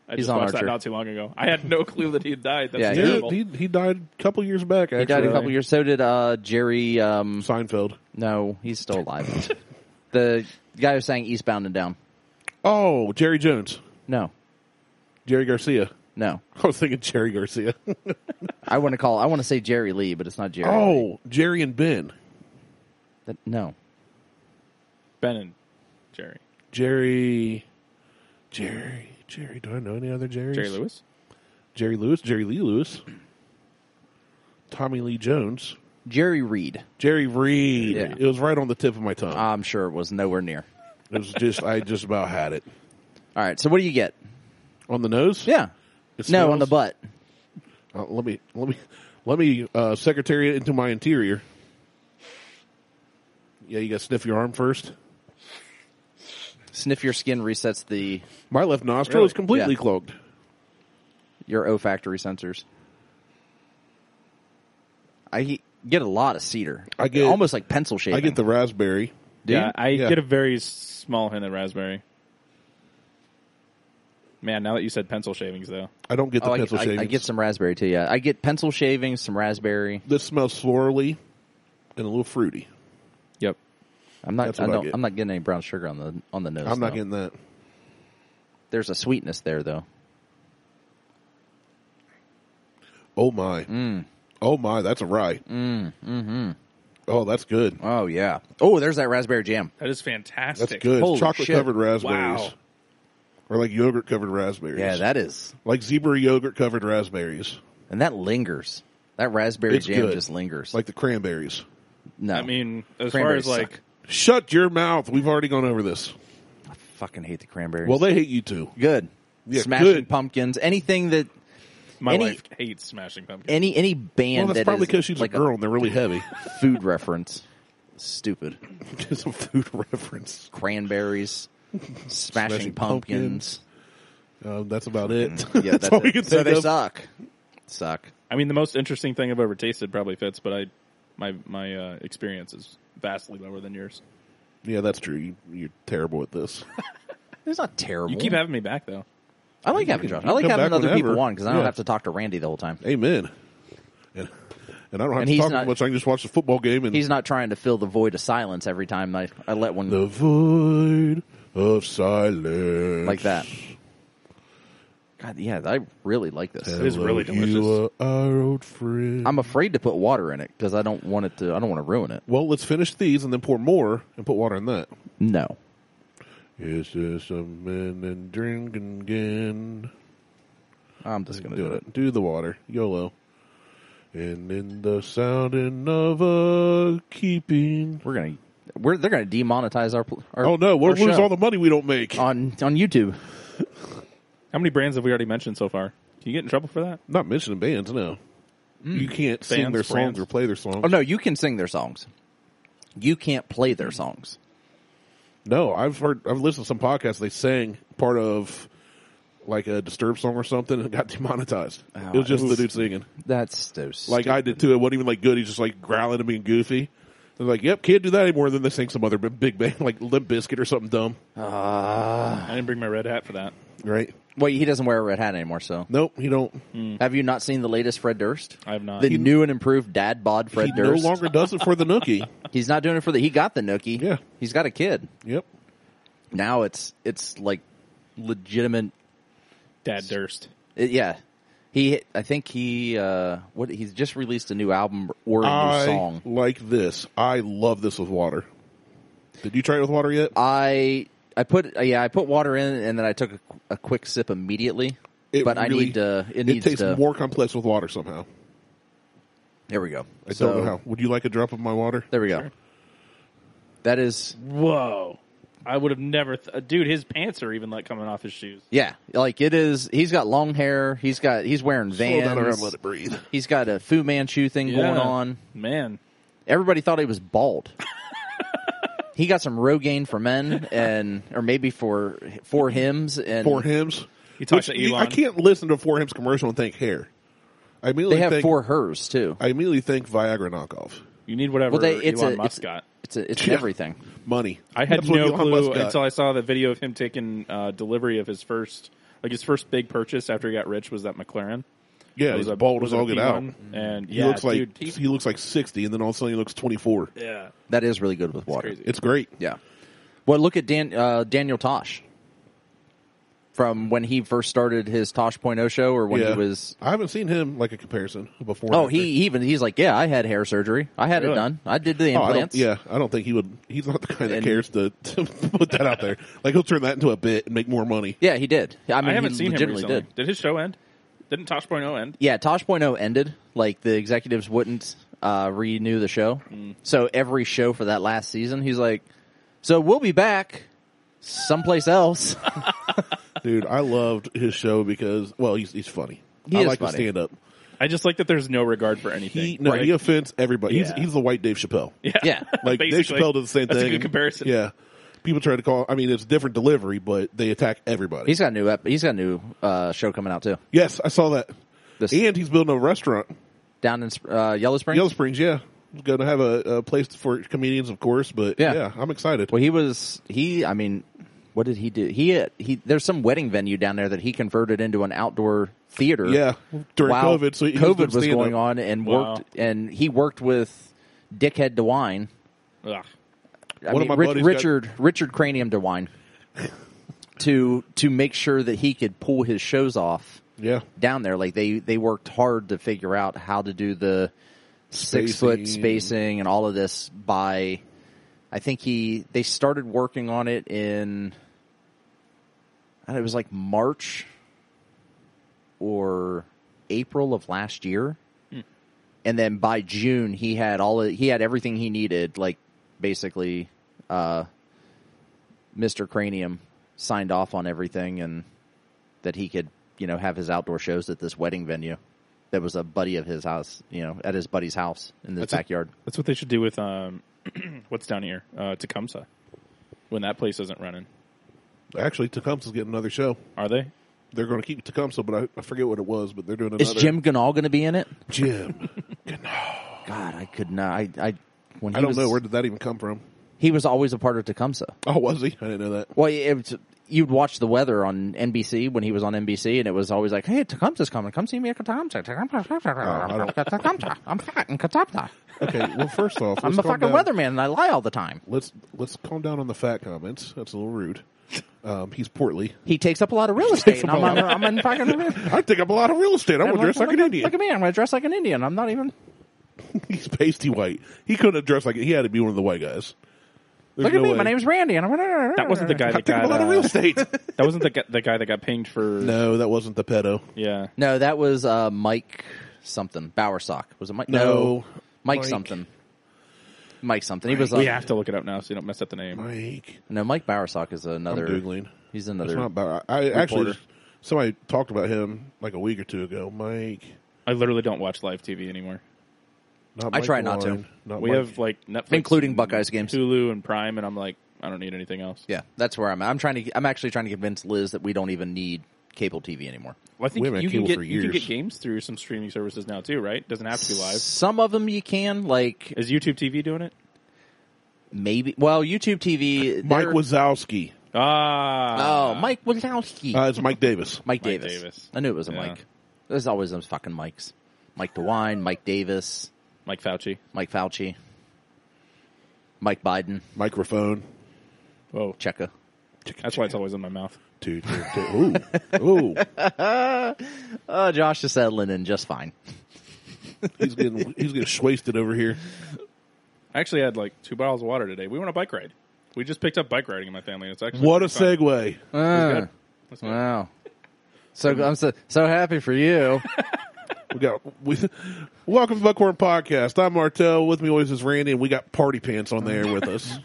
[SPEAKER 3] I
[SPEAKER 4] He's
[SPEAKER 3] just
[SPEAKER 4] on
[SPEAKER 3] watched
[SPEAKER 4] Archer.
[SPEAKER 3] that not too long ago. I had no (laughs) clue that he had died. That's
[SPEAKER 4] Yeah, he-
[SPEAKER 3] terrible.
[SPEAKER 2] he, he, he died a couple years back. Actually.
[SPEAKER 4] He died a couple years. So did uh, Jerry. Um,
[SPEAKER 2] Seinfeld.
[SPEAKER 4] No, he's still
[SPEAKER 2] (laughs)
[SPEAKER 4] alive. the guy who sang Eastbound and Down.
[SPEAKER 2] Oh, Jerry Jones,
[SPEAKER 4] No,
[SPEAKER 2] Jerry Garcia. (laughs)
[SPEAKER 4] no.
[SPEAKER 2] I was thinking
[SPEAKER 4] (laughs)
[SPEAKER 2] Jerry Garcia.
[SPEAKER 4] I want to call. I want to say Jerry Lee, but it's not Jerry.
[SPEAKER 2] oh, Jerry and Ben.
[SPEAKER 4] That- no.
[SPEAKER 3] ben and Jerry.
[SPEAKER 2] Jerry, Jerry, Jerry. Do I know any other Jerrys?
[SPEAKER 3] Jerry Lewis.
[SPEAKER 2] Jerry Lewis, Jerry Lee Lewis, Tommy Lee Jones,
[SPEAKER 4] Jerry Reed.
[SPEAKER 2] Jerry Reed.
[SPEAKER 4] Yeah. Uh,
[SPEAKER 2] It was right on the tip of my tongue.
[SPEAKER 4] I'm sure it was nowhere near.
[SPEAKER 2] it was just I just about had it
[SPEAKER 4] All right. So what do you get?
[SPEAKER 2] on the
[SPEAKER 4] (laughs)
[SPEAKER 2] nose.
[SPEAKER 4] Yeah.
[SPEAKER 2] It
[SPEAKER 4] No, on
[SPEAKER 2] smells-
[SPEAKER 4] the butt.
[SPEAKER 2] Uh, let me let me let me uh, secretary it into my interior. Yeah, you got to sniff your arm first.
[SPEAKER 4] Sniff your skin resets the
[SPEAKER 2] My left nostril
[SPEAKER 3] Really?
[SPEAKER 2] is completely
[SPEAKER 4] Yeah.
[SPEAKER 2] clogged.
[SPEAKER 4] your olfactory sensors. I he- get a lot of cedar.
[SPEAKER 2] I get-
[SPEAKER 4] almost like pencil shaping.
[SPEAKER 2] I get the raspberry.
[SPEAKER 4] Do you?
[SPEAKER 3] yeah, I
[SPEAKER 2] Yeah.
[SPEAKER 3] get a very small hint of raspberry. Man, now that you said pencil shavings, though,
[SPEAKER 2] I don't get the
[SPEAKER 4] Oh, I,
[SPEAKER 2] pencil
[SPEAKER 4] I-
[SPEAKER 2] shavings.
[SPEAKER 4] I get some raspberry too. Yeah, I get pencil shavings, some raspberry.
[SPEAKER 2] This smells swirly and a little fruity.
[SPEAKER 3] yep.
[SPEAKER 4] I'm not.
[SPEAKER 2] That's
[SPEAKER 4] I
[SPEAKER 2] what I
[SPEAKER 4] don't,
[SPEAKER 2] get.
[SPEAKER 4] I'm not getting any brown sugar on the on the nose.
[SPEAKER 2] I'm not
[SPEAKER 4] though.
[SPEAKER 2] getting that.
[SPEAKER 4] There's a sweetness there though.
[SPEAKER 2] Oh my.
[SPEAKER 4] Mm.
[SPEAKER 2] Oh my, that's a rye. Mm, mm-hmm. Oh, that's good.
[SPEAKER 4] Oh yeah. Oh, there's that raspberry jam.
[SPEAKER 3] That is fantastic.
[SPEAKER 2] That's good.
[SPEAKER 4] Holy
[SPEAKER 2] Chocolate
[SPEAKER 4] shit.
[SPEAKER 2] covered raspberries.
[SPEAKER 3] Wow.
[SPEAKER 2] Or like yogurt covered raspberries.
[SPEAKER 4] Yeah, that is,
[SPEAKER 2] like zebra yogurt covered raspberries.
[SPEAKER 4] and that lingers. That raspberry
[SPEAKER 2] It's
[SPEAKER 4] jam
[SPEAKER 2] good.
[SPEAKER 4] just lingers.
[SPEAKER 2] Like the cranberries.
[SPEAKER 4] no,
[SPEAKER 3] I mean, as far
[SPEAKER 4] Cranberries
[SPEAKER 3] as like,
[SPEAKER 4] suck.
[SPEAKER 2] Shut your mouth. We've already gone over this.
[SPEAKER 4] I fucking hate the cranberries.
[SPEAKER 2] Well, they hate you too.
[SPEAKER 4] good.
[SPEAKER 2] Yeah,
[SPEAKER 4] Smashing
[SPEAKER 2] good.
[SPEAKER 4] pumpkins. Anything that
[SPEAKER 3] my
[SPEAKER 4] Any-
[SPEAKER 3] wife hates smashing pumpkins.
[SPEAKER 4] any any band
[SPEAKER 2] Well, that's
[SPEAKER 4] that
[SPEAKER 2] probably
[SPEAKER 4] is
[SPEAKER 2] because she's
[SPEAKER 4] like
[SPEAKER 2] a girl and they're really heavy.
[SPEAKER 4] (laughs)
[SPEAKER 2] (laughs)
[SPEAKER 4] food reference. Stupid
[SPEAKER 2] It's a food reference. (laughs)
[SPEAKER 4] cranberries, smashing,
[SPEAKER 2] Smashing
[SPEAKER 4] pumpkins.
[SPEAKER 2] Um, that's about it.
[SPEAKER 4] Mm,
[SPEAKER 2] (laughs)
[SPEAKER 4] Yeah,
[SPEAKER 2] that's, all
[SPEAKER 4] it.
[SPEAKER 2] we can
[SPEAKER 4] so
[SPEAKER 2] think
[SPEAKER 4] they
[SPEAKER 2] of.
[SPEAKER 4] suck. Suck.
[SPEAKER 3] I mean, the most interesting thing I've ever tasted probably fits, but I, my my uh, experience is vastly lower than yours.
[SPEAKER 2] Yeah, that's true. You, you're terrible at this.
[SPEAKER 4] It's not terrible.
[SPEAKER 3] You keep having me back though.
[SPEAKER 4] I like having Josh.
[SPEAKER 2] can
[SPEAKER 4] I like
[SPEAKER 2] come
[SPEAKER 4] having
[SPEAKER 2] back
[SPEAKER 4] other people
[SPEAKER 2] whenever.
[SPEAKER 4] on because I don't
[SPEAKER 2] Yeah.
[SPEAKER 4] have to talk to Randy the whole time.
[SPEAKER 2] Amen. And, and I don't have
[SPEAKER 4] And
[SPEAKER 2] to
[SPEAKER 4] he's
[SPEAKER 2] talk
[SPEAKER 4] not-
[SPEAKER 2] much. I can just watch the football game and
[SPEAKER 4] He's not trying to fill the void of silence every time I, I let one
[SPEAKER 2] the void of silence.
[SPEAKER 4] like that. God, yeah, I really like this.
[SPEAKER 3] It is really
[SPEAKER 2] Hello, You
[SPEAKER 3] delicious.
[SPEAKER 2] are our old friend.
[SPEAKER 4] I'm afraid to put water in it because I don't want it to. I don't want to ruin it.
[SPEAKER 2] Well, let's finish these and then pour more and put water in that.
[SPEAKER 4] No,
[SPEAKER 2] Is this a man and drinking again?
[SPEAKER 4] I'm just gonna do,
[SPEAKER 2] Do
[SPEAKER 4] it.
[SPEAKER 2] it. Do the water. YOLO. And in the sounding of a keeping.
[SPEAKER 4] We're gonna. We're they're gonna demonetize our. pl- our
[SPEAKER 2] Oh no,
[SPEAKER 4] Our
[SPEAKER 2] we'll lose
[SPEAKER 4] show. Uh,
[SPEAKER 2] all the money we don't make.
[SPEAKER 4] on on YouTube.
[SPEAKER 3] How many brands have we already mentioned so far? Can you get in trouble for that?
[SPEAKER 2] Not mentioning bands, no.
[SPEAKER 4] mm.
[SPEAKER 2] You can't sing
[SPEAKER 3] Bands,
[SPEAKER 2] their songs
[SPEAKER 3] brands.
[SPEAKER 2] or play their songs.
[SPEAKER 4] Oh no, you can sing their songs. You can't play their songs.
[SPEAKER 2] No, I've heard, I've listened to some podcasts. They sang part of like a disturbed song or something and got (laughs) demonetized.
[SPEAKER 4] Oh,
[SPEAKER 2] it was just the
[SPEAKER 4] it's-
[SPEAKER 2] dude singing,
[SPEAKER 4] That's so stupid.
[SPEAKER 2] like I did too. It wasn't even like good. He's just like growling and being goofy. They're like, "Yep, can't do that anymore." Then they sing some other big band, like Limp Biscuit or something dumb,
[SPEAKER 3] I didn't bring my red hat for that.
[SPEAKER 2] right?
[SPEAKER 4] well, he doesn't wear a red hat anymore. So,
[SPEAKER 2] Nope, he don't.
[SPEAKER 4] have you not seen the latest Fred Durst?
[SPEAKER 3] I have not.
[SPEAKER 4] The new and improved dad bod Fred
[SPEAKER 2] he
[SPEAKER 4] Durst.
[SPEAKER 2] no longer does it for
[SPEAKER 4] (laughs)
[SPEAKER 2] the nookie.
[SPEAKER 4] He's not doing it for the. He got the nookie.
[SPEAKER 2] Yeah.
[SPEAKER 4] he's got a kid
[SPEAKER 2] Yep.
[SPEAKER 4] now. It's it's like legitimate.
[SPEAKER 3] Dad Durst.
[SPEAKER 4] it- yeah, he. I think he. uh What he's just released a new album or a new
[SPEAKER 2] I
[SPEAKER 4] song.
[SPEAKER 2] like this. I love this with water. Did you try it with water
[SPEAKER 4] Uh,
[SPEAKER 2] yet?
[SPEAKER 4] I I put uh, yeah I put water in and then I took a, a quick sip immediately.
[SPEAKER 2] It
[SPEAKER 4] but I
[SPEAKER 2] really-
[SPEAKER 4] need to. It, needs
[SPEAKER 2] tastes
[SPEAKER 4] to.
[SPEAKER 2] more complex with water somehow.
[SPEAKER 4] there we go.
[SPEAKER 2] I don't know how. Would you like a drop of my water?
[SPEAKER 4] There we go. That is
[SPEAKER 3] Whoa. I would have never, th- uh, dude. His pants are even like coming off his shoes.
[SPEAKER 4] yeah. Like it is. He's got long hair. He's got. He's wearing
[SPEAKER 2] Slow down around,
[SPEAKER 4] Vans.
[SPEAKER 2] let it breathe.
[SPEAKER 4] He's got a Fu Manchu thing going on.
[SPEAKER 3] man.
[SPEAKER 4] Everybody thought he was bald.
[SPEAKER 2] (laughs)
[SPEAKER 4] he got some Rogaine for men and or maybe for for hymns and
[SPEAKER 2] Four hymns.
[SPEAKER 3] He talks
[SPEAKER 2] Which
[SPEAKER 3] to
[SPEAKER 2] you- I
[SPEAKER 3] Elon.
[SPEAKER 2] can't listen to a four hymns commercial and think hair. I immediately
[SPEAKER 4] they have
[SPEAKER 2] think,
[SPEAKER 4] four hers too.
[SPEAKER 2] I immediately think Viagra knockoff.
[SPEAKER 3] You need whatever
[SPEAKER 4] Well, they, it's
[SPEAKER 3] Elon
[SPEAKER 4] a
[SPEAKER 3] Musk
[SPEAKER 4] it's,
[SPEAKER 3] got.
[SPEAKER 4] it's a it's
[SPEAKER 2] Yeah.
[SPEAKER 4] everything.
[SPEAKER 2] Money.
[SPEAKER 3] I had
[SPEAKER 2] That's what
[SPEAKER 3] no
[SPEAKER 2] Elon
[SPEAKER 3] clue
[SPEAKER 2] Musk got.
[SPEAKER 3] until I saw the video of him taking uh, delivery of his first, like his first big purchase after he got rich was that McLaren.
[SPEAKER 2] yeah,
[SPEAKER 3] It
[SPEAKER 2] he's
[SPEAKER 3] was a-
[SPEAKER 2] bald
[SPEAKER 3] was
[SPEAKER 2] as
[SPEAKER 3] it a
[SPEAKER 2] all get out.
[SPEAKER 3] P1? And
[SPEAKER 2] He
[SPEAKER 3] yeah,
[SPEAKER 2] looks like
[SPEAKER 3] dude,
[SPEAKER 2] he,
[SPEAKER 3] he-
[SPEAKER 2] looks like sixty, and then all of a sudden he looks twenty four.
[SPEAKER 3] yeah,
[SPEAKER 4] That is really good with water.
[SPEAKER 3] crazy.
[SPEAKER 2] It's great.
[SPEAKER 4] Yeah. Well, look at Dan uh, Daniel Tosh from when he first started his Tosh.0 show, or when
[SPEAKER 2] yeah,
[SPEAKER 4] he was.
[SPEAKER 2] I haven't seen him like a comparison before. and
[SPEAKER 4] Oh,
[SPEAKER 2] after.
[SPEAKER 4] he he even he's like, yeah, I had hair surgery. I had it
[SPEAKER 3] Really?
[SPEAKER 4] done. I did the
[SPEAKER 2] Oh, I don't-
[SPEAKER 4] implants.
[SPEAKER 2] yeah, I don't think he would. He's not the kind that
[SPEAKER 4] And-
[SPEAKER 2] cares to, (laughs) to put that out there. Like he'll turn that into a bit and make more money.
[SPEAKER 4] yeah, he did. I mean,
[SPEAKER 3] I haven't
[SPEAKER 4] he
[SPEAKER 3] seen him
[SPEAKER 4] legitimately
[SPEAKER 3] recently.
[SPEAKER 4] did.
[SPEAKER 3] Did. his show end? Didn't Tosh.0 end?
[SPEAKER 4] Yeah, Tosh.0 ended. Like the executives wouldn't uh, renew the show, so every show for that last season, he's like, so we'll be back someplace else.
[SPEAKER 2] Dude, I loved his show because well, he's he's funny.
[SPEAKER 4] He
[SPEAKER 2] I
[SPEAKER 4] is
[SPEAKER 2] like
[SPEAKER 4] funny.
[SPEAKER 2] the stand up.
[SPEAKER 3] I just like that there's no regard for anything.
[SPEAKER 2] He no,
[SPEAKER 3] Like,
[SPEAKER 2] he offends everybody. He's
[SPEAKER 3] Yeah.
[SPEAKER 2] he's the white Dave Chappelle.
[SPEAKER 3] (laughs)
[SPEAKER 4] yeah.
[SPEAKER 2] Like Dave
[SPEAKER 3] basically.
[SPEAKER 2] Chappelle does the same
[SPEAKER 3] That's a
[SPEAKER 2] thing.
[SPEAKER 3] good comparison.
[SPEAKER 2] Yeah, people try to call. I mean, it's different delivery, but they attack everybody.
[SPEAKER 4] He's got a new ep- he's got a new uh, show coming out too
[SPEAKER 2] yes, I saw that.
[SPEAKER 4] This-
[SPEAKER 2] and he's building a restaurant,
[SPEAKER 4] down in Sp- uh, Yellow Springs.
[SPEAKER 2] Yellow Springs. Yeah, going to have a, a place for comedians, of course. But
[SPEAKER 4] Yeah.
[SPEAKER 2] yeah, I'm excited.
[SPEAKER 4] Well, he was he. I mean, what did he do? He he. There's some wedding venue down there that he converted into an outdoor theater.
[SPEAKER 2] Yeah, during
[SPEAKER 4] while
[SPEAKER 2] COVID, so he was doing
[SPEAKER 4] COVID was
[SPEAKER 2] stand-up.
[SPEAKER 4] going on, and
[SPEAKER 3] Wow.
[SPEAKER 4] worked and he worked with Dickhead DeWine.
[SPEAKER 3] Ugh.
[SPEAKER 4] I
[SPEAKER 2] One of
[SPEAKER 4] mean,
[SPEAKER 2] my
[SPEAKER 4] Rich-
[SPEAKER 2] buddies got-
[SPEAKER 4] Richard Richard Cranium DeWine (laughs) to to make sure that he could pull his shows off
[SPEAKER 2] yeah,
[SPEAKER 4] down there. Like they they worked hard to figure out how to do the six foot
[SPEAKER 2] Spacing.
[SPEAKER 4] spacing and all of this by. I think he they started working on it in. I don't know, It was like March or April of last year, and then by June he had all of, he had everything he needed. Like basically, uh, Mister Cranium signed off on everything and that he could, you know, have his outdoor shows at this wedding venue that was a buddy of his house, you know, at his buddy's house in his
[SPEAKER 3] a-
[SPEAKER 4] backyard.
[SPEAKER 3] That's what they should do with um, (clears throat) what's down here, uh, Tecumseh. When that place isn't running,
[SPEAKER 2] actually, Tecumseh's getting another show.
[SPEAKER 3] are they?
[SPEAKER 2] They're going to keep Tecumseh, but I, I forget what it was. But they're doing another
[SPEAKER 4] Is Jim Ganal going to be in it? (laughs)
[SPEAKER 2] Jim.
[SPEAKER 4] God, I could not. I, I when he
[SPEAKER 2] I don't
[SPEAKER 4] was,
[SPEAKER 2] know where did that even come from.
[SPEAKER 4] he was always a part of Tecumseh.
[SPEAKER 2] Oh, was he? I didn't know that.
[SPEAKER 4] Well, it was, you'd watch the weather on NBC when he was on NBC, and it was always like, "Hey, Tecumseh's coming. Come see me at Tecumseh. Tecumseh.
[SPEAKER 2] don't-
[SPEAKER 4] Tecumseh. I'm hot in Tecumseh.
[SPEAKER 2] Okay, well, first off,
[SPEAKER 4] (laughs) I'm
[SPEAKER 2] let's
[SPEAKER 4] a
[SPEAKER 2] calm
[SPEAKER 4] fucking
[SPEAKER 2] down.
[SPEAKER 4] weatherman, and I lie all the time.
[SPEAKER 2] Let's let's calm down on the fat comments. That's a little rude. Um, he's portly.
[SPEAKER 4] He takes up a lot of real estate. and
[SPEAKER 2] up
[SPEAKER 4] I'm,
[SPEAKER 2] a
[SPEAKER 4] on- I'm in
[SPEAKER 2] (laughs)
[SPEAKER 4] fucking."
[SPEAKER 2] I take up a lot of real estate. I'm gonna dress like an
[SPEAKER 4] Look
[SPEAKER 2] Indian.
[SPEAKER 4] at me, I'm gonna dress like an Indian. I'm not even.
[SPEAKER 2] (laughs) He's pasty white. He couldn't have dressed like he had to be one of the white guys. There's
[SPEAKER 4] look at
[SPEAKER 2] no
[SPEAKER 4] me,
[SPEAKER 2] way.
[SPEAKER 4] my name's Randy, and I'm. That
[SPEAKER 3] wasn't the guy
[SPEAKER 2] I
[SPEAKER 3] that
[SPEAKER 2] take up a
[SPEAKER 3] got,
[SPEAKER 2] lot of
[SPEAKER 3] uh,
[SPEAKER 2] real estate.
[SPEAKER 4] (laughs)
[SPEAKER 3] That wasn't the guy, the guy that got pinged
[SPEAKER 2] (laughs)
[SPEAKER 3] for.
[SPEAKER 2] no, that wasn't the pedo.
[SPEAKER 3] Yeah,
[SPEAKER 4] No, that was uh, Mike something Bowersock. Was it Mike?
[SPEAKER 2] No.
[SPEAKER 4] Mike,
[SPEAKER 2] Mike.
[SPEAKER 4] something. Mike something. He was
[SPEAKER 3] We
[SPEAKER 4] like,
[SPEAKER 3] have to look it up now so you don't mess up the name.
[SPEAKER 2] Mike,
[SPEAKER 4] no, Mike Bowersock is
[SPEAKER 2] I'm
[SPEAKER 4] another.
[SPEAKER 2] googling.
[SPEAKER 4] He's
[SPEAKER 2] It's
[SPEAKER 4] another.
[SPEAKER 2] not about. I actually
[SPEAKER 4] reporter.
[SPEAKER 2] somebody talked about him like a week or two ago. Mike,
[SPEAKER 3] I literally don't watch live TV anymore.
[SPEAKER 2] not
[SPEAKER 4] I
[SPEAKER 2] Mike
[SPEAKER 4] try not to.
[SPEAKER 2] Wine, Not
[SPEAKER 3] We
[SPEAKER 2] Mike-
[SPEAKER 3] have like Netflix,
[SPEAKER 4] Including
[SPEAKER 3] and
[SPEAKER 4] Buckeyes games.
[SPEAKER 3] Hulu, and Prime, and I'm like, I don't need anything else.
[SPEAKER 4] yeah, that's where I'm. at. I'm trying to. I'm actually trying to convince Liz that we don't even need cable TV anymore.
[SPEAKER 3] Well, I think
[SPEAKER 2] We haven't had
[SPEAKER 3] you
[SPEAKER 2] cable
[SPEAKER 3] can get
[SPEAKER 2] for
[SPEAKER 3] you can
[SPEAKER 2] years.
[SPEAKER 3] get games through some streaming services now too, right? Doesn't have to be live.
[SPEAKER 4] Some of them you can, like
[SPEAKER 3] Is YouTube TV doing it?
[SPEAKER 4] maybe. Well, YouTube TV.
[SPEAKER 2] Mike
[SPEAKER 4] they're-
[SPEAKER 2] Wazowski.
[SPEAKER 3] Ah,
[SPEAKER 4] Oh, Mike Wazowski.
[SPEAKER 2] Uh, it's Mike Davis.
[SPEAKER 4] Mike
[SPEAKER 3] Mike
[SPEAKER 4] Davis.
[SPEAKER 3] Davis.
[SPEAKER 4] I knew it was a
[SPEAKER 3] Yeah.
[SPEAKER 4] Mike. There's always those fucking Mikes. Mike DeWine, Mike Davis,
[SPEAKER 3] Mike Fauci.
[SPEAKER 4] Mike Fauci, Mike Biden,
[SPEAKER 2] Microphone.
[SPEAKER 3] Whoa,
[SPEAKER 4] Cheka.
[SPEAKER 3] that's why it's always in my mouth.
[SPEAKER 2] Two, two, two. Ooh, ooh.
[SPEAKER 4] Uh, Josh is settling in just fine.
[SPEAKER 2] He's getting he's getting swasted over here.
[SPEAKER 3] I actually had like two bottles of water today. We went on a bike ride. We just picked up bike riding in my family. and It's actually
[SPEAKER 2] What a
[SPEAKER 3] pretty fun.
[SPEAKER 2] segue!
[SPEAKER 3] It's good. It's good.
[SPEAKER 4] wow. So I'm so, so happy for you.
[SPEAKER 2] We got we, welcome to Buckhorn Podcast. I'm Martell. With me always is Randy, and we got party pants on there
[SPEAKER 4] (laughs)
[SPEAKER 2] with us.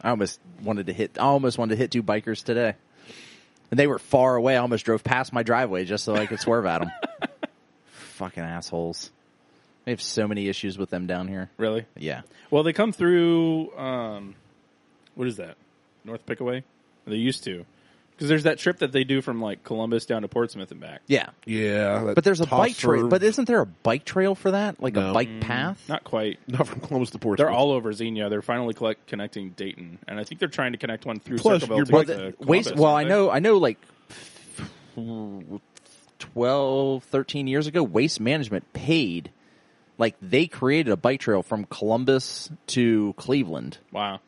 [SPEAKER 4] I almost wanted to hit. I almost wanted to hit two bikers today, and they were far away. I almost drove past my driveway just so I could swerve at them. Fucking assholes. They have so many issues with them down here.
[SPEAKER 3] Really?
[SPEAKER 4] Yeah.
[SPEAKER 3] Well, they come through. Um, what is that? North Pickaway? They used to, because there's that trip that they do from like Columbus down to Portsmouth and back.
[SPEAKER 4] Yeah.
[SPEAKER 2] Yeah, that
[SPEAKER 4] But there's a
[SPEAKER 2] toss
[SPEAKER 4] bike trail.
[SPEAKER 2] for-
[SPEAKER 4] But isn't there a bike trail for that? Like a
[SPEAKER 2] No.
[SPEAKER 4] bike path?
[SPEAKER 3] Not quite.
[SPEAKER 2] not from Columbus to Portsmouth.
[SPEAKER 3] They're all over Xenia. They're finally collect, connecting Dayton, and I think they're trying to connect one through
[SPEAKER 2] Plus,
[SPEAKER 3] Circleville
[SPEAKER 2] your
[SPEAKER 3] to
[SPEAKER 2] bike-
[SPEAKER 3] get to
[SPEAKER 4] Well, the-
[SPEAKER 3] Columbus,
[SPEAKER 4] waste- well, I
[SPEAKER 3] aren't they?
[SPEAKER 4] know, I know like 12, 13 years ago, Waste Management paid, like they created a bike trail from Columbus to Cleveland
[SPEAKER 3] Wow,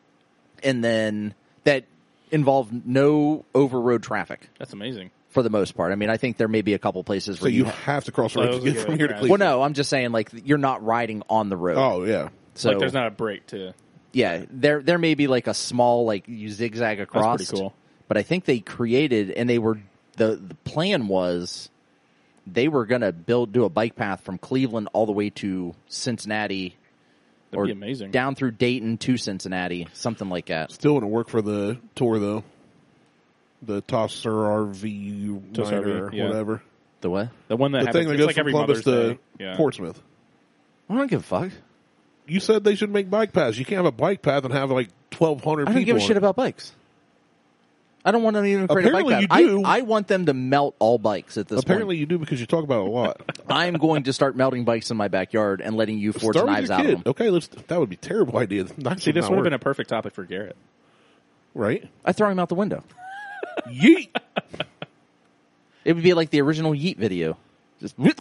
[SPEAKER 4] and then that involved no over road traffic
[SPEAKER 3] that's amazing.
[SPEAKER 4] for the most part. I mean, I think there may be a couple places
[SPEAKER 2] so
[SPEAKER 4] where
[SPEAKER 2] you
[SPEAKER 4] you,
[SPEAKER 2] have to cross the road
[SPEAKER 3] Those
[SPEAKER 2] to
[SPEAKER 3] are
[SPEAKER 2] get
[SPEAKER 3] good
[SPEAKER 2] from here to
[SPEAKER 3] roads.
[SPEAKER 2] Cleveland.
[SPEAKER 4] well, no, I'm just saying like you're not riding on the road.
[SPEAKER 2] Oh yeah,
[SPEAKER 4] so
[SPEAKER 3] like, there's not a break to.
[SPEAKER 4] yeah, there there may be like a small like you zigzag across.
[SPEAKER 3] cool.
[SPEAKER 4] But I think they created and they were the the plan was they were gonna build do a bike path from Cleveland all the way to Cincinnati
[SPEAKER 3] That'd be amazing.
[SPEAKER 4] down through Dayton to Cincinnati, something like that.
[SPEAKER 2] still want to work for the tour though. The Tosser RV
[SPEAKER 3] Tosser
[SPEAKER 2] Niner
[SPEAKER 3] RV,
[SPEAKER 2] or
[SPEAKER 3] yeah.
[SPEAKER 2] whatever.
[SPEAKER 4] The what?
[SPEAKER 3] the one that
[SPEAKER 2] The
[SPEAKER 3] happens,
[SPEAKER 2] thing that
[SPEAKER 3] it's
[SPEAKER 2] goes
[SPEAKER 3] like
[SPEAKER 2] from
[SPEAKER 3] every
[SPEAKER 2] Columbus
[SPEAKER 3] Mother's
[SPEAKER 2] to
[SPEAKER 3] Day. Yeah.
[SPEAKER 2] Portsmouth.
[SPEAKER 4] I don't give a fuck.
[SPEAKER 2] You said they should make bike paths. You can't have a bike path and have like twelve hundred.
[SPEAKER 4] I don't give a shit about bikes. I don't want them to even create a
[SPEAKER 2] Apparently
[SPEAKER 4] bike path.
[SPEAKER 2] you do.
[SPEAKER 4] I, I want them to melt all bikes at this
[SPEAKER 2] Apparently, you do because you talk about it a
[SPEAKER 4] (laughs)
[SPEAKER 2] lot.
[SPEAKER 4] point. (laughs) I'm going to start melting bikes in my backyard and letting you forge
[SPEAKER 2] Start with
[SPEAKER 4] knives
[SPEAKER 2] your
[SPEAKER 4] out
[SPEAKER 2] kid.
[SPEAKER 4] of them.
[SPEAKER 2] Okay, let's. That would be a terrible idea. Knives
[SPEAKER 3] See, this
[SPEAKER 2] not
[SPEAKER 3] would have
[SPEAKER 2] work,
[SPEAKER 3] been a perfect topic for Garrett.
[SPEAKER 2] (laughs)
[SPEAKER 3] (laughs)
[SPEAKER 2] right.
[SPEAKER 4] I throw him out the window.
[SPEAKER 2] Yeet.
[SPEAKER 4] It would be like the original Yeet video. Just
[SPEAKER 2] This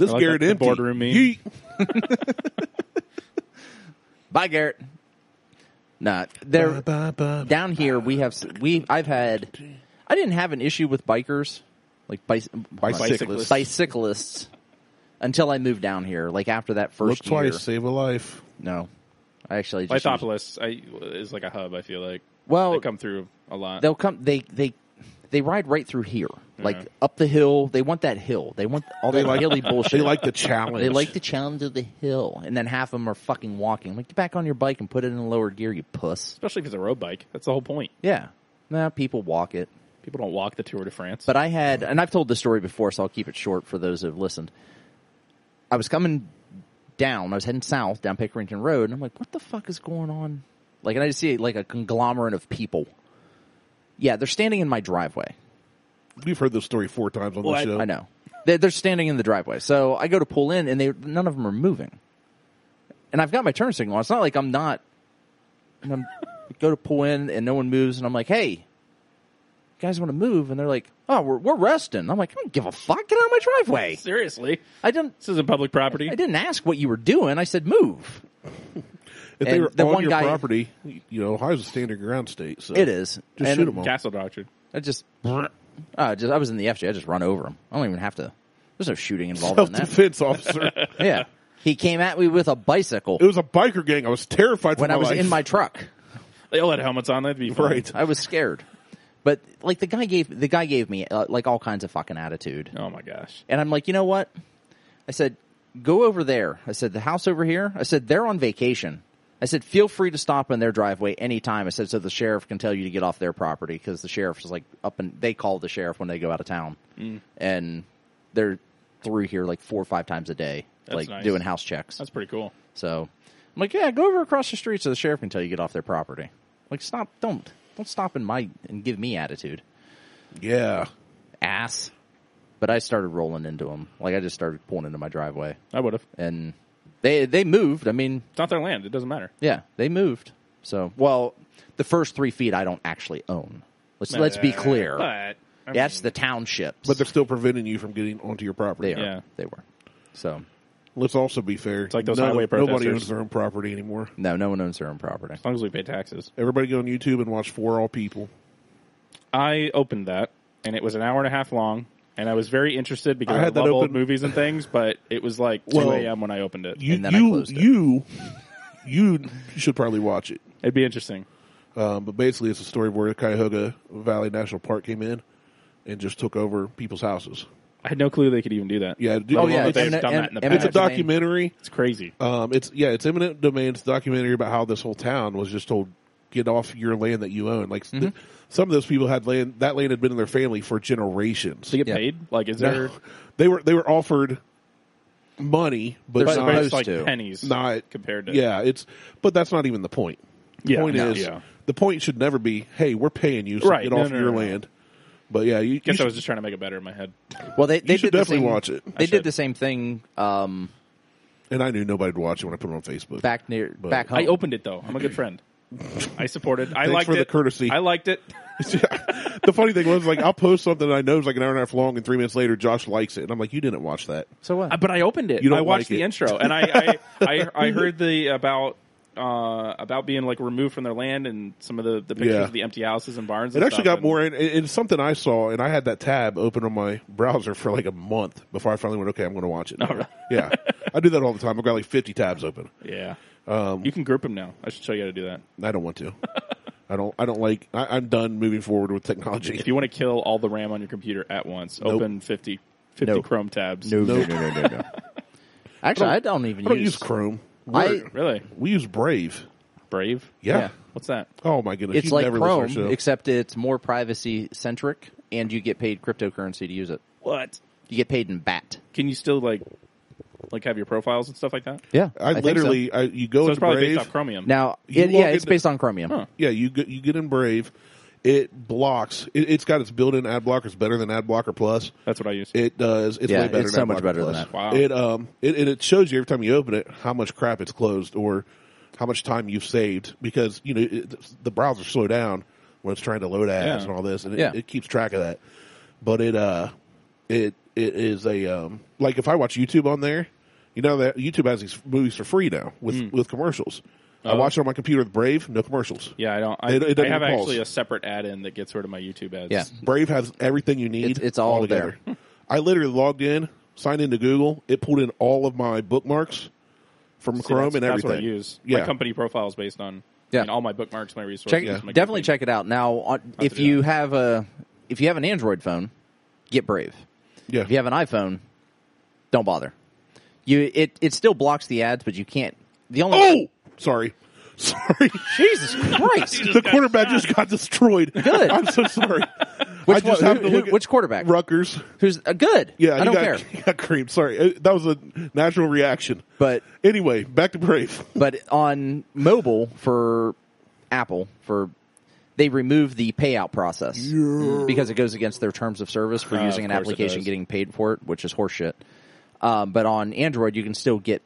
[SPEAKER 3] I like
[SPEAKER 2] Garrett
[SPEAKER 3] that the
[SPEAKER 2] empty.
[SPEAKER 3] boardroom meme.
[SPEAKER 2] Yeet.
[SPEAKER 4] bye, Garrett. Nah, there
[SPEAKER 2] Ba, ba, ba.
[SPEAKER 4] down here we have s- we I've had I didn't have an issue with bikers like bicy-
[SPEAKER 2] Bicyclists.
[SPEAKER 4] bicyclists until I moved down here. Like after that
[SPEAKER 2] Look
[SPEAKER 4] first year,
[SPEAKER 2] twice, save a life.
[SPEAKER 4] no, I actually just
[SPEAKER 3] Lithopolis I, is like a hub. I feel like
[SPEAKER 4] Well-
[SPEAKER 3] they come through a lot.
[SPEAKER 4] they'll come they they they ride right through here like
[SPEAKER 3] Yeah.
[SPEAKER 4] up the hill they want that hill they want all that hilly bullshit
[SPEAKER 2] Mm-hmm. (laughs) They like the challenge.
[SPEAKER 4] They like the challenge of the hill and then half of them are fucking walking like get back on your bike and put it in lower gear you puss
[SPEAKER 3] Especially if it's a road bike. That's the whole point.
[SPEAKER 4] yeah nah people walk it
[SPEAKER 3] People don't walk the Tour de France.
[SPEAKER 4] but I had, and I've told this story before, so I'll keep it short for those who've listened. I was coming down, I was heading south down Pickerington Road, and I'm like, what the fuck is going on? Like, and I just see like a conglomerate of people. Yeah, they're standing in my driveway.
[SPEAKER 2] We've heard this story four times on
[SPEAKER 3] Well,
[SPEAKER 2] the
[SPEAKER 3] I-
[SPEAKER 2] show.
[SPEAKER 4] I know. They're, they're standing in the driveway. So I go to pull in, and they none of them are moving. And I've got my turn signal. on. It's not like I'm not. And I'm (laughs) I go to pull in, and no one moves. And I'm like, "Hey, you guys, want to move?" And they're like, "Oh, we're we're resting." I'm like, "I don't give a fuck. Get out of my
[SPEAKER 2] (laughs)
[SPEAKER 4] driveway.
[SPEAKER 3] (laughs) seriously,
[SPEAKER 4] I didn't
[SPEAKER 3] this isn't public property.
[SPEAKER 4] I didn't ask what you were doing. I said move.
[SPEAKER 2] If they
[SPEAKER 4] And
[SPEAKER 2] were
[SPEAKER 4] the
[SPEAKER 2] on
[SPEAKER 4] one
[SPEAKER 2] your
[SPEAKER 4] guy-
[SPEAKER 2] property, you know, Ohio's a standard ground state. So
[SPEAKER 4] It
[SPEAKER 2] (laughs)
[SPEAKER 4] is.
[SPEAKER 2] Just
[SPEAKER 4] And
[SPEAKER 2] shoot 'em all.
[SPEAKER 3] Castle Doctrine.
[SPEAKER 4] I just, uh, just I was in the FJ. I just run over them. I don't even have to. There's no shooting involved
[SPEAKER 2] Self
[SPEAKER 4] in that. (laughs)
[SPEAKER 2] defense officer.
[SPEAKER 4] Yeah, he came at me with a bicycle
[SPEAKER 2] it was a biker gang. I was terrified for
[SPEAKER 4] when
[SPEAKER 2] my
[SPEAKER 4] I was
[SPEAKER 2] life.
[SPEAKER 4] in my truck.
[SPEAKER 3] They all had helmets on. That'd be fun.
[SPEAKER 2] right.
[SPEAKER 4] I was scared. But like the guy gave the guy gave me uh, like all kinds of fucking attitude,
[SPEAKER 3] Oh my gosh.
[SPEAKER 4] and I'm like, you know what? I said, go over there. I said the house over here. I said they're on vacation. I said, feel free to stop in their driveway anytime. I said, so the sheriff can tell you to get off their property because the sheriff is like up and they call the sheriff when they go out of town
[SPEAKER 3] Mm.
[SPEAKER 4] and they're through here like four or five times a day,
[SPEAKER 3] That's
[SPEAKER 4] like
[SPEAKER 3] nice.
[SPEAKER 4] doing house checks.
[SPEAKER 3] That's pretty cool.
[SPEAKER 4] so I'm like, yeah, go over across the street so the sheriff can tell you to get off their property. Like, stop, don't, don't stop in my, and give me attitude
[SPEAKER 2] Yeah.
[SPEAKER 4] ass. But I started rolling into them. Like I just started pulling into my driveway,
[SPEAKER 3] I would have.
[SPEAKER 4] and they they moved. I mean,
[SPEAKER 3] It's not their land. It doesn't matter.
[SPEAKER 4] yeah, they moved. So, well, the first three feet I don't actually own. Let's let's be clear.
[SPEAKER 3] Uh, But I mean,
[SPEAKER 4] That's the townships.
[SPEAKER 2] But they're still preventing you from getting onto your property.
[SPEAKER 4] they are.
[SPEAKER 3] Yeah.
[SPEAKER 4] They were. So
[SPEAKER 2] Let's also be fair. It's
[SPEAKER 3] like those highway
[SPEAKER 2] Nobody
[SPEAKER 3] protesters.
[SPEAKER 2] owns their own property anymore.
[SPEAKER 4] no, no one owns their own property.
[SPEAKER 3] as long as we pay taxes.
[SPEAKER 2] Everybody go on YouTube and watch For All People.
[SPEAKER 3] I opened that, and it was an hour and a half long, and I was very interested because
[SPEAKER 2] I
[SPEAKER 3] I,
[SPEAKER 2] had that
[SPEAKER 3] love old
[SPEAKER 2] open-
[SPEAKER 3] movies and things, but it was like
[SPEAKER 2] (laughs)
[SPEAKER 3] 2
[SPEAKER 2] Well,
[SPEAKER 3] a.m. when I opened it.
[SPEAKER 2] You,
[SPEAKER 4] And then I
[SPEAKER 2] you,
[SPEAKER 4] closed it.
[SPEAKER 2] you, you should probably watch it.
[SPEAKER 3] It'd be interesting.
[SPEAKER 2] Um, but basically, it's a story of where Cuyahoga Valley National Park came in and just took over people's houses.
[SPEAKER 3] I had no clue they could even do that.
[SPEAKER 2] Yeah, dude,
[SPEAKER 4] Oh,
[SPEAKER 2] it's-
[SPEAKER 4] yeah,
[SPEAKER 2] it's,
[SPEAKER 3] they've
[SPEAKER 4] eminent-
[SPEAKER 3] done that in the
[SPEAKER 4] em-
[SPEAKER 2] it's a
[SPEAKER 3] eminent
[SPEAKER 4] domain.
[SPEAKER 2] documentary.
[SPEAKER 3] It's crazy.
[SPEAKER 2] Um, it's yeah, it's eminent domain. It's a documentary about how this whole town was just told get off your land that you own. Like
[SPEAKER 3] Mm-hmm.
[SPEAKER 2] th- some of those people had land that land had been in their family for generations.
[SPEAKER 3] To get
[SPEAKER 4] Yeah.
[SPEAKER 3] paid, like, is there?
[SPEAKER 2] No, (laughs) they were they were offered money, but
[SPEAKER 4] They're
[SPEAKER 3] But, but
[SPEAKER 2] not,
[SPEAKER 4] supposed
[SPEAKER 3] it's like
[SPEAKER 4] to.
[SPEAKER 3] pennies
[SPEAKER 2] not
[SPEAKER 3] compared to
[SPEAKER 2] yeah. It's but that's not even the point. The
[SPEAKER 3] Yeah,
[SPEAKER 2] point
[SPEAKER 3] no,
[SPEAKER 2] is
[SPEAKER 3] yeah.
[SPEAKER 2] the point should never be hey we're paying you so
[SPEAKER 3] Right,
[SPEAKER 2] get
[SPEAKER 3] no,
[SPEAKER 2] off
[SPEAKER 3] no,
[SPEAKER 2] your
[SPEAKER 3] no, no.
[SPEAKER 2] land. But yeah, you, you
[SPEAKER 3] guess I
[SPEAKER 2] should-
[SPEAKER 3] was just trying to make it better in my head.
[SPEAKER 4] Well, they they
[SPEAKER 2] You
[SPEAKER 4] did
[SPEAKER 2] should
[SPEAKER 4] the
[SPEAKER 2] definitely
[SPEAKER 4] same-
[SPEAKER 2] watch it. I
[SPEAKER 4] They did
[SPEAKER 3] should.
[SPEAKER 4] the same thing um,
[SPEAKER 2] and I knew nobody'd watch it when I put it on Facebook.
[SPEAKER 4] back near back home.
[SPEAKER 3] I opened it though. I'm a good friend. I supported. I
[SPEAKER 2] Thanks
[SPEAKER 3] liked
[SPEAKER 2] for the
[SPEAKER 3] it.
[SPEAKER 2] courtesy.
[SPEAKER 3] I liked it.
[SPEAKER 2] (laughs) the funny thing was, like, I'll post something that I know is like an hour and a half long, and three minutes later, Josh likes it, and I'm like, "You didn't watch that."
[SPEAKER 4] so what?
[SPEAKER 3] I- Uh, but I opened it.
[SPEAKER 2] You don't
[SPEAKER 3] I watched
[SPEAKER 2] like
[SPEAKER 3] the
[SPEAKER 2] it.
[SPEAKER 3] intro, and I I, I I heard the about uh about being like removed from their land and some of the the pictures
[SPEAKER 2] Yeah.
[SPEAKER 3] of the empty houses and barns.
[SPEAKER 2] It
[SPEAKER 3] and
[SPEAKER 2] actually
[SPEAKER 3] stuff,
[SPEAKER 2] got
[SPEAKER 3] and
[SPEAKER 2] more, in it- it's something I saw, and I had that tab open on my browser for like a month before I finally went, "Okay, I'm going to watch it." now."
[SPEAKER 3] really?
[SPEAKER 2] (laughs) yeah, I do that all the time. I've got like 50 tabs open.
[SPEAKER 3] Yeah. Um, you can group them now. I should show you how to do that.
[SPEAKER 2] I don't want to. I don't. I don't like. I, I'm done moving forward with technology.
[SPEAKER 3] (laughs) If you want to kill all the RAM on your computer at once,
[SPEAKER 2] Nope.
[SPEAKER 3] open 50, 50
[SPEAKER 4] Nope.
[SPEAKER 3] Chrome tabs.
[SPEAKER 4] no, no, no, no, no, no. Actually, I don't, even
[SPEAKER 2] (laughs) I don't use Chrome.
[SPEAKER 4] I-
[SPEAKER 2] We're-
[SPEAKER 3] Really?
[SPEAKER 2] we use Brave.
[SPEAKER 3] Brave?
[SPEAKER 2] Yeah.
[SPEAKER 4] Yeah.
[SPEAKER 3] What's that?
[SPEAKER 2] Oh my goodness!
[SPEAKER 4] it's
[SPEAKER 2] You'd
[SPEAKER 4] like
[SPEAKER 2] never listen to our
[SPEAKER 4] Chrome,
[SPEAKER 2] show.
[SPEAKER 4] except it's more privacy centric, and you get paid cryptocurrency to use it.
[SPEAKER 3] What?
[SPEAKER 4] You get paid in BAT.
[SPEAKER 3] Can you still like like have your profiles and stuff like that?
[SPEAKER 4] Yeah,
[SPEAKER 2] I, literally, I, you go
[SPEAKER 3] So it's
[SPEAKER 2] into
[SPEAKER 3] probably
[SPEAKER 2] Brave.
[SPEAKER 3] based off Chromium.
[SPEAKER 4] now.
[SPEAKER 2] You
[SPEAKER 4] it-
[SPEAKER 2] log
[SPEAKER 4] yeah, it's
[SPEAKER 2] into-
[SPEAKER 4] based on Chromium.
[SPEAKER 3] Huh.
[SPEAKER 2] Yeah, you get you get in Brave. It blocks. It, it's got its built-in ad blocker. It's better than ad blocker plus.
[SPEAKER 3] That's what I use.
[SPEAKER 2] It does. It's
[SPEAKER 4] Yeah,
[SPEAKER 2] way better.
[SPEAKER 4] it's
[SPEAKER 2] than
[SPEAKER 4] so much
[SPEAKER 2] AdBlocker
[SPEAKER 4] better than
[SPEAKER 2] Plus.
[SPEAKER 4] that.
[SPEAKER 3] Wow.
[SPEAKER 2] It um it and it shows you every time you open it how much crap it's closed or how much time you've saved because you know it, the browser slow down when it's trying to load ads
[SPEAKER 3] Yeah.
[SPEAKER 2] and all this and it,
[SPEAKER 4] Yeah.
[SPEAKER 2] it keeps track of that. But it uh it it is a um like if I watch YouTube on there, you know that YouTube has these movies for free now with
[SPEAKER 3] Hmm.
[SPEAKER 2] with commercials.
[SPEAKER 3] Oh.
[SPEAKER 2] I watch it on my computer with Brave, no commercials.
[SPEAKER 3] Yeah, I don't. I,
[SPEAKER 2] It- it doesn't
[SPEAKER 3] I have
[SPEAKER 2] pulse.
[SPEAKER 3] actually a separate add-in that gets rid of my YouTube ads.
[SPEAKER 4] Yeah.
[SPEAKER 2] Brave has everything you need.
[SPEAKER 4] It's- it's all
[SPEAKER 2] altogether.
[SPEAKER 4] (laughs)
[SPEAKER 2] I literally logged in, signed into Google. It pulled in all of my bookmarks from
[SPEAKER 3] See,
[SPEAKER 2] Chrome
[SPEAKER 3] that's,
[SPEAKER 2] and
[SPEAKER 3] that's
[SPEAKER 2] everything.
[SPEAKER 3] what I use.
[SPEAKER 2] Yeah.
[SPEAKER 3] My company profile is based on
[SPEAKER 4] Yeah.
[SPEAKER 3] I mean, all my bookmarks, my resources.
[SPEAKER 4] Check,
[SPEAKER 3] my
[SPEAKER 4] definitely
[SPEAKER 3] company.
[SPEAKER 4] check it out. Now, on,
[SPEAKER 3] to
[SPEAKER 4] if
[SPEAKER 3] do
[SPEAKER 4] you
[SPEAKER 3] that.
[SPEAKER 4] have a if you have an Android phone, get Brave.
[SPEAKER 2] Yeah.
[SPEAKER 4] If you have an iPhone, don't bother. You it it still blocks the ads, but you can't. The only
[SPEAKER 2] Oh, sorry, (laughs)
[SPEAKER 3] (laughs)
[SPEAKER 2] sorry.
[SPEAKER 4] Jesus
[SPEAKER 2] (laughs)
[SPEAKER 4] Christ!
[SPEAKER 2] the quarterback just got destroyed.
[SPEAKER 4] Good.
[SPEAKER 2] (laughs) I'm so sorry. I
[SPEAKER 4] (laughs) Which
[SPEAKER 2] just
[SPEAKER 4] one-
[SPEAKER 2] happened
[SPEAKER 4] who-
[SPEAKER 2] to
[SPEAKER 4] who-
[SPEAKER 2] look at
[SPEAKER 4] which quarterback?
[SPEAKER 2] Rutgers.
[SPEAKER 4] Who's uh, good?
[SPEAKER 2] Yeah,
[SPEAKER 4] I
[SPEAKER 2] he
[SPEAKER 4] don't
[SPEAKER 2] got,
[SPEAKER 4] care.
[SPEAKER 2] (laughs) he got creamed. Sorry, Uh, that was a natural reaction.
[SPEAKER 4] But
[SPEAKER 2] anyway, back to Brave. (laughs)
[SPEAKER 4] but on mobile for Apple for they remove the payout process because it goes against their terms of service for
[SPEAKER 2] Ah,
[SPEAKER 3] Uh,
[SPEAKER 4] using
[SPEAKER 3] of
[SPEAKER 4] an
[SPEAKER 3] course it
[SPEAKER 4] application
[SPEAKER 3] does.
[SPEAKER 4] getting paid for it, which is horseshit. Um, but on Android, you can still get